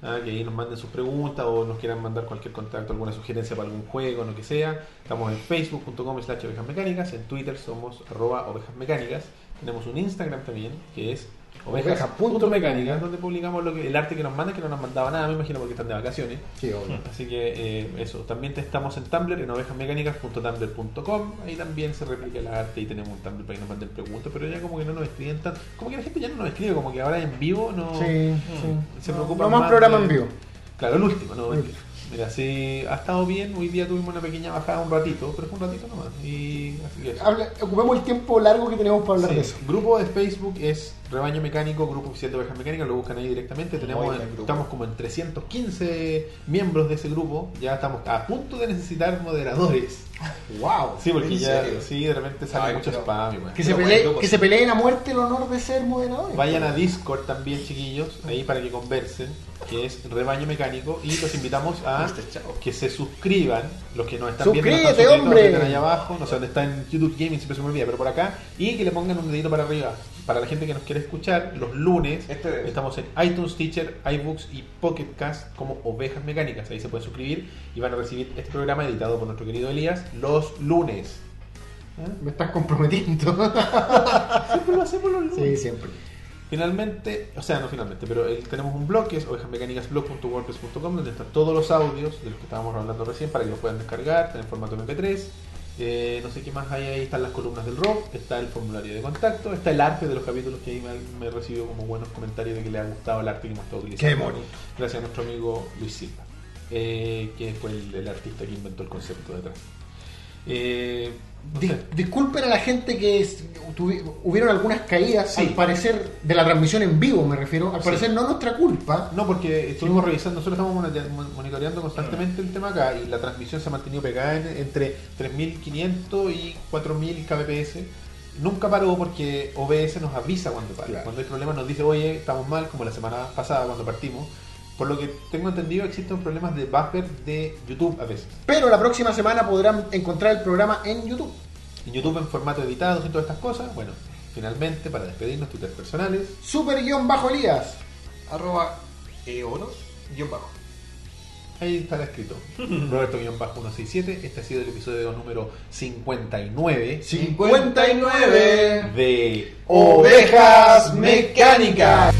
Speaker 1: ah, que ahí nos manden sus preguntas o nos quieran mandar cualquier contacto, alguna sugerencia para algún juego, lo que sea. Estamos en facebook.com slash ovejasmecánicas, en Twitter somos arroba ovejasmecánicas, tenemos un Instagram también que es ovejas.mecánicas, donde publicamos lo que, el arte que nos mandan, que no nos mandaba nada, me imagino, porque están de vacaciones.
Speaker 2: Qué obvio.
Speaker 1: Así que eh, eso, también te- estamos en Tumblr en ovejasmecánicas.tumblr.com, ahí también se replica el arte y tenemos un Tumblr para que nos manden preguntas, pero ya como que no nos escriben tanto, como que la gente ya no nos escribe, como que ahora en vivo no
Speaker 2: Sí, sí.
Speaker 1: Mm. se
Speaker 2: No,
Speaker 1: preocupa
Speaker 2: No más programa
Speaker 1: de-
Speaker 2: en vivo.
Speaker 1: Claro, el último, no,
Speaker 2: El
Speaker 1: mentira. Mira, sí, ha estado bien, hoy día tuvimos una pequeña bajada un ratito, pero fue un ratito nomás. Y así que eso.
Speaker 2: Habla- ocupemos el tiempo largo que tenemos para hablar
Speaker 1: Sí,
Speaker 2: de eso.
Speaker 1: Grupo de Facebook es Rebaño Mecánico, Grupo Oficial de Ovejas Mecánicas, lo buscan ahí directamente. Tenemos,
Speaker 3: Muy buen grupo.
Speaker 1: estamos como en 315 miembros de ese grupo. Ya estamos a punto de necesitar moderadores.
Speaker 2: ¡Wow!
Speaker 1: Sí, porque
Speaker 3: ¿En
Speaker 1: ya
Speaker 3: serio?
Speaker 1: sí, de repente sale
Speaker 3: Ay,
Speaker 1: mucho
Speaker 3: pero-
Speaker 1: spam. y bueno.
Speaker 2: Que
Speaker 3: Pero
Speaker 2: se,
Speaker 3: bueno,
Speaker 2: pelee,
Speaker 3: grupo
Speaker 2: que
Speaker 3: sí.
Speaker 2: se peleen a muerte el honor de ser moderadores.
Speaker 1: Vayan a Discord también, chiquillos, ahí para que conversen, que es Rebaño Mecánico. Y los invitamos a
Speaker 3: Mister Chao.
Speaker 1: que se suscriban. Los que nos están viendo, no
Speaker 2: Suscríbete,
Speaker 1: están suscritos,
Speaker 2: hombre.
Speaker 1: aprieten ahí abajo. No sé dónde está en YouTube Gaming, siempre se me olvida, pero por acá. Y que le pongan un dedito para arriba. Para la gente que nos quiere escuchar, los lunes
Speaker 3: Este es.
Speaker 1: Estamos en iTunes, Teacher, iBooks y Pocket Cast como Ovejas Mecánicas. Ahí se pueden suscribir y van a recibir este programa editado por nuestro querido Elías los lunes.
Speaker 2: Me estás comprometiendo.
Speaker 1: Siempre lo hacemos los
Speaker 2: sí,
Speaker 1: lunes.
Speaker 2: siempre.
Speaker 1: Finalmente, o sea, no finalmente, pero eh, tenemos un blog que es ovejasmecánicasblog.wordpress.com donde están todos los audios de los que estábamos hablando recién para que los puedan descargar, está en formato MP3. Eh, no sé qué más hay ahí, están las columnas del rock, está el formulario de contacto, está el arte de los capítulos que ahí me, me recibido como buenos comentarios de que le ha gustado el arte que hemos estado utilizando.
Speaker 2: Qué bonito.
Speaker 1: Gracias a nuestro amigo Luis Silva, eh, que fue el, el artista que inventó el concepto detrás. Eh, no
Speaker 2: Dis-
Speaker 1: sé.
Speaker 2: disculpen a la gente que es- tuvi- hubieron algunas caídas,
Speaker 1: Sí.
Speaker 2: al parecer, de la transmisión en vivo, me refiero. Al
Speaker 1: Sí.
Speaker 2: parecer, no nuestra culpa.
Speaker 1: No, porque estuvimos revisando, nosotros estamos monete- mon- monitoreando constantemente el tema acá y la transmisión se ha mantenido pegada en- entre 3.500 y 4.000 kbps. Nunca paró porque OBS nos avisa cuando para.
Speaker 2: Claro.
Speaker 1: Cuando hay problemas nos dice, oye, estamos mal, como la semana pasada cuando partimos. Por lo que tengo entendido, existen problemas de buffer de YouTube a veces.
Speaker 2: Pero la próxima semana podrán encontrar el programa en YouTube.
Speaker 1: En YouTube en formato editado y todas estas cosas. Bueno, finalmente, para despedirnos, Twitter personales.
Speaker 2: Super guión bajo Elías.
Speaker 3: Arroba eonos guión bajo.
Speaker 1: Ahí estará escrito. Roberto-167. Este ha sido el episodio número 59
Speaker 3: 59.
Speaker 1: de
Speaker 2: Ovejas mecánicas.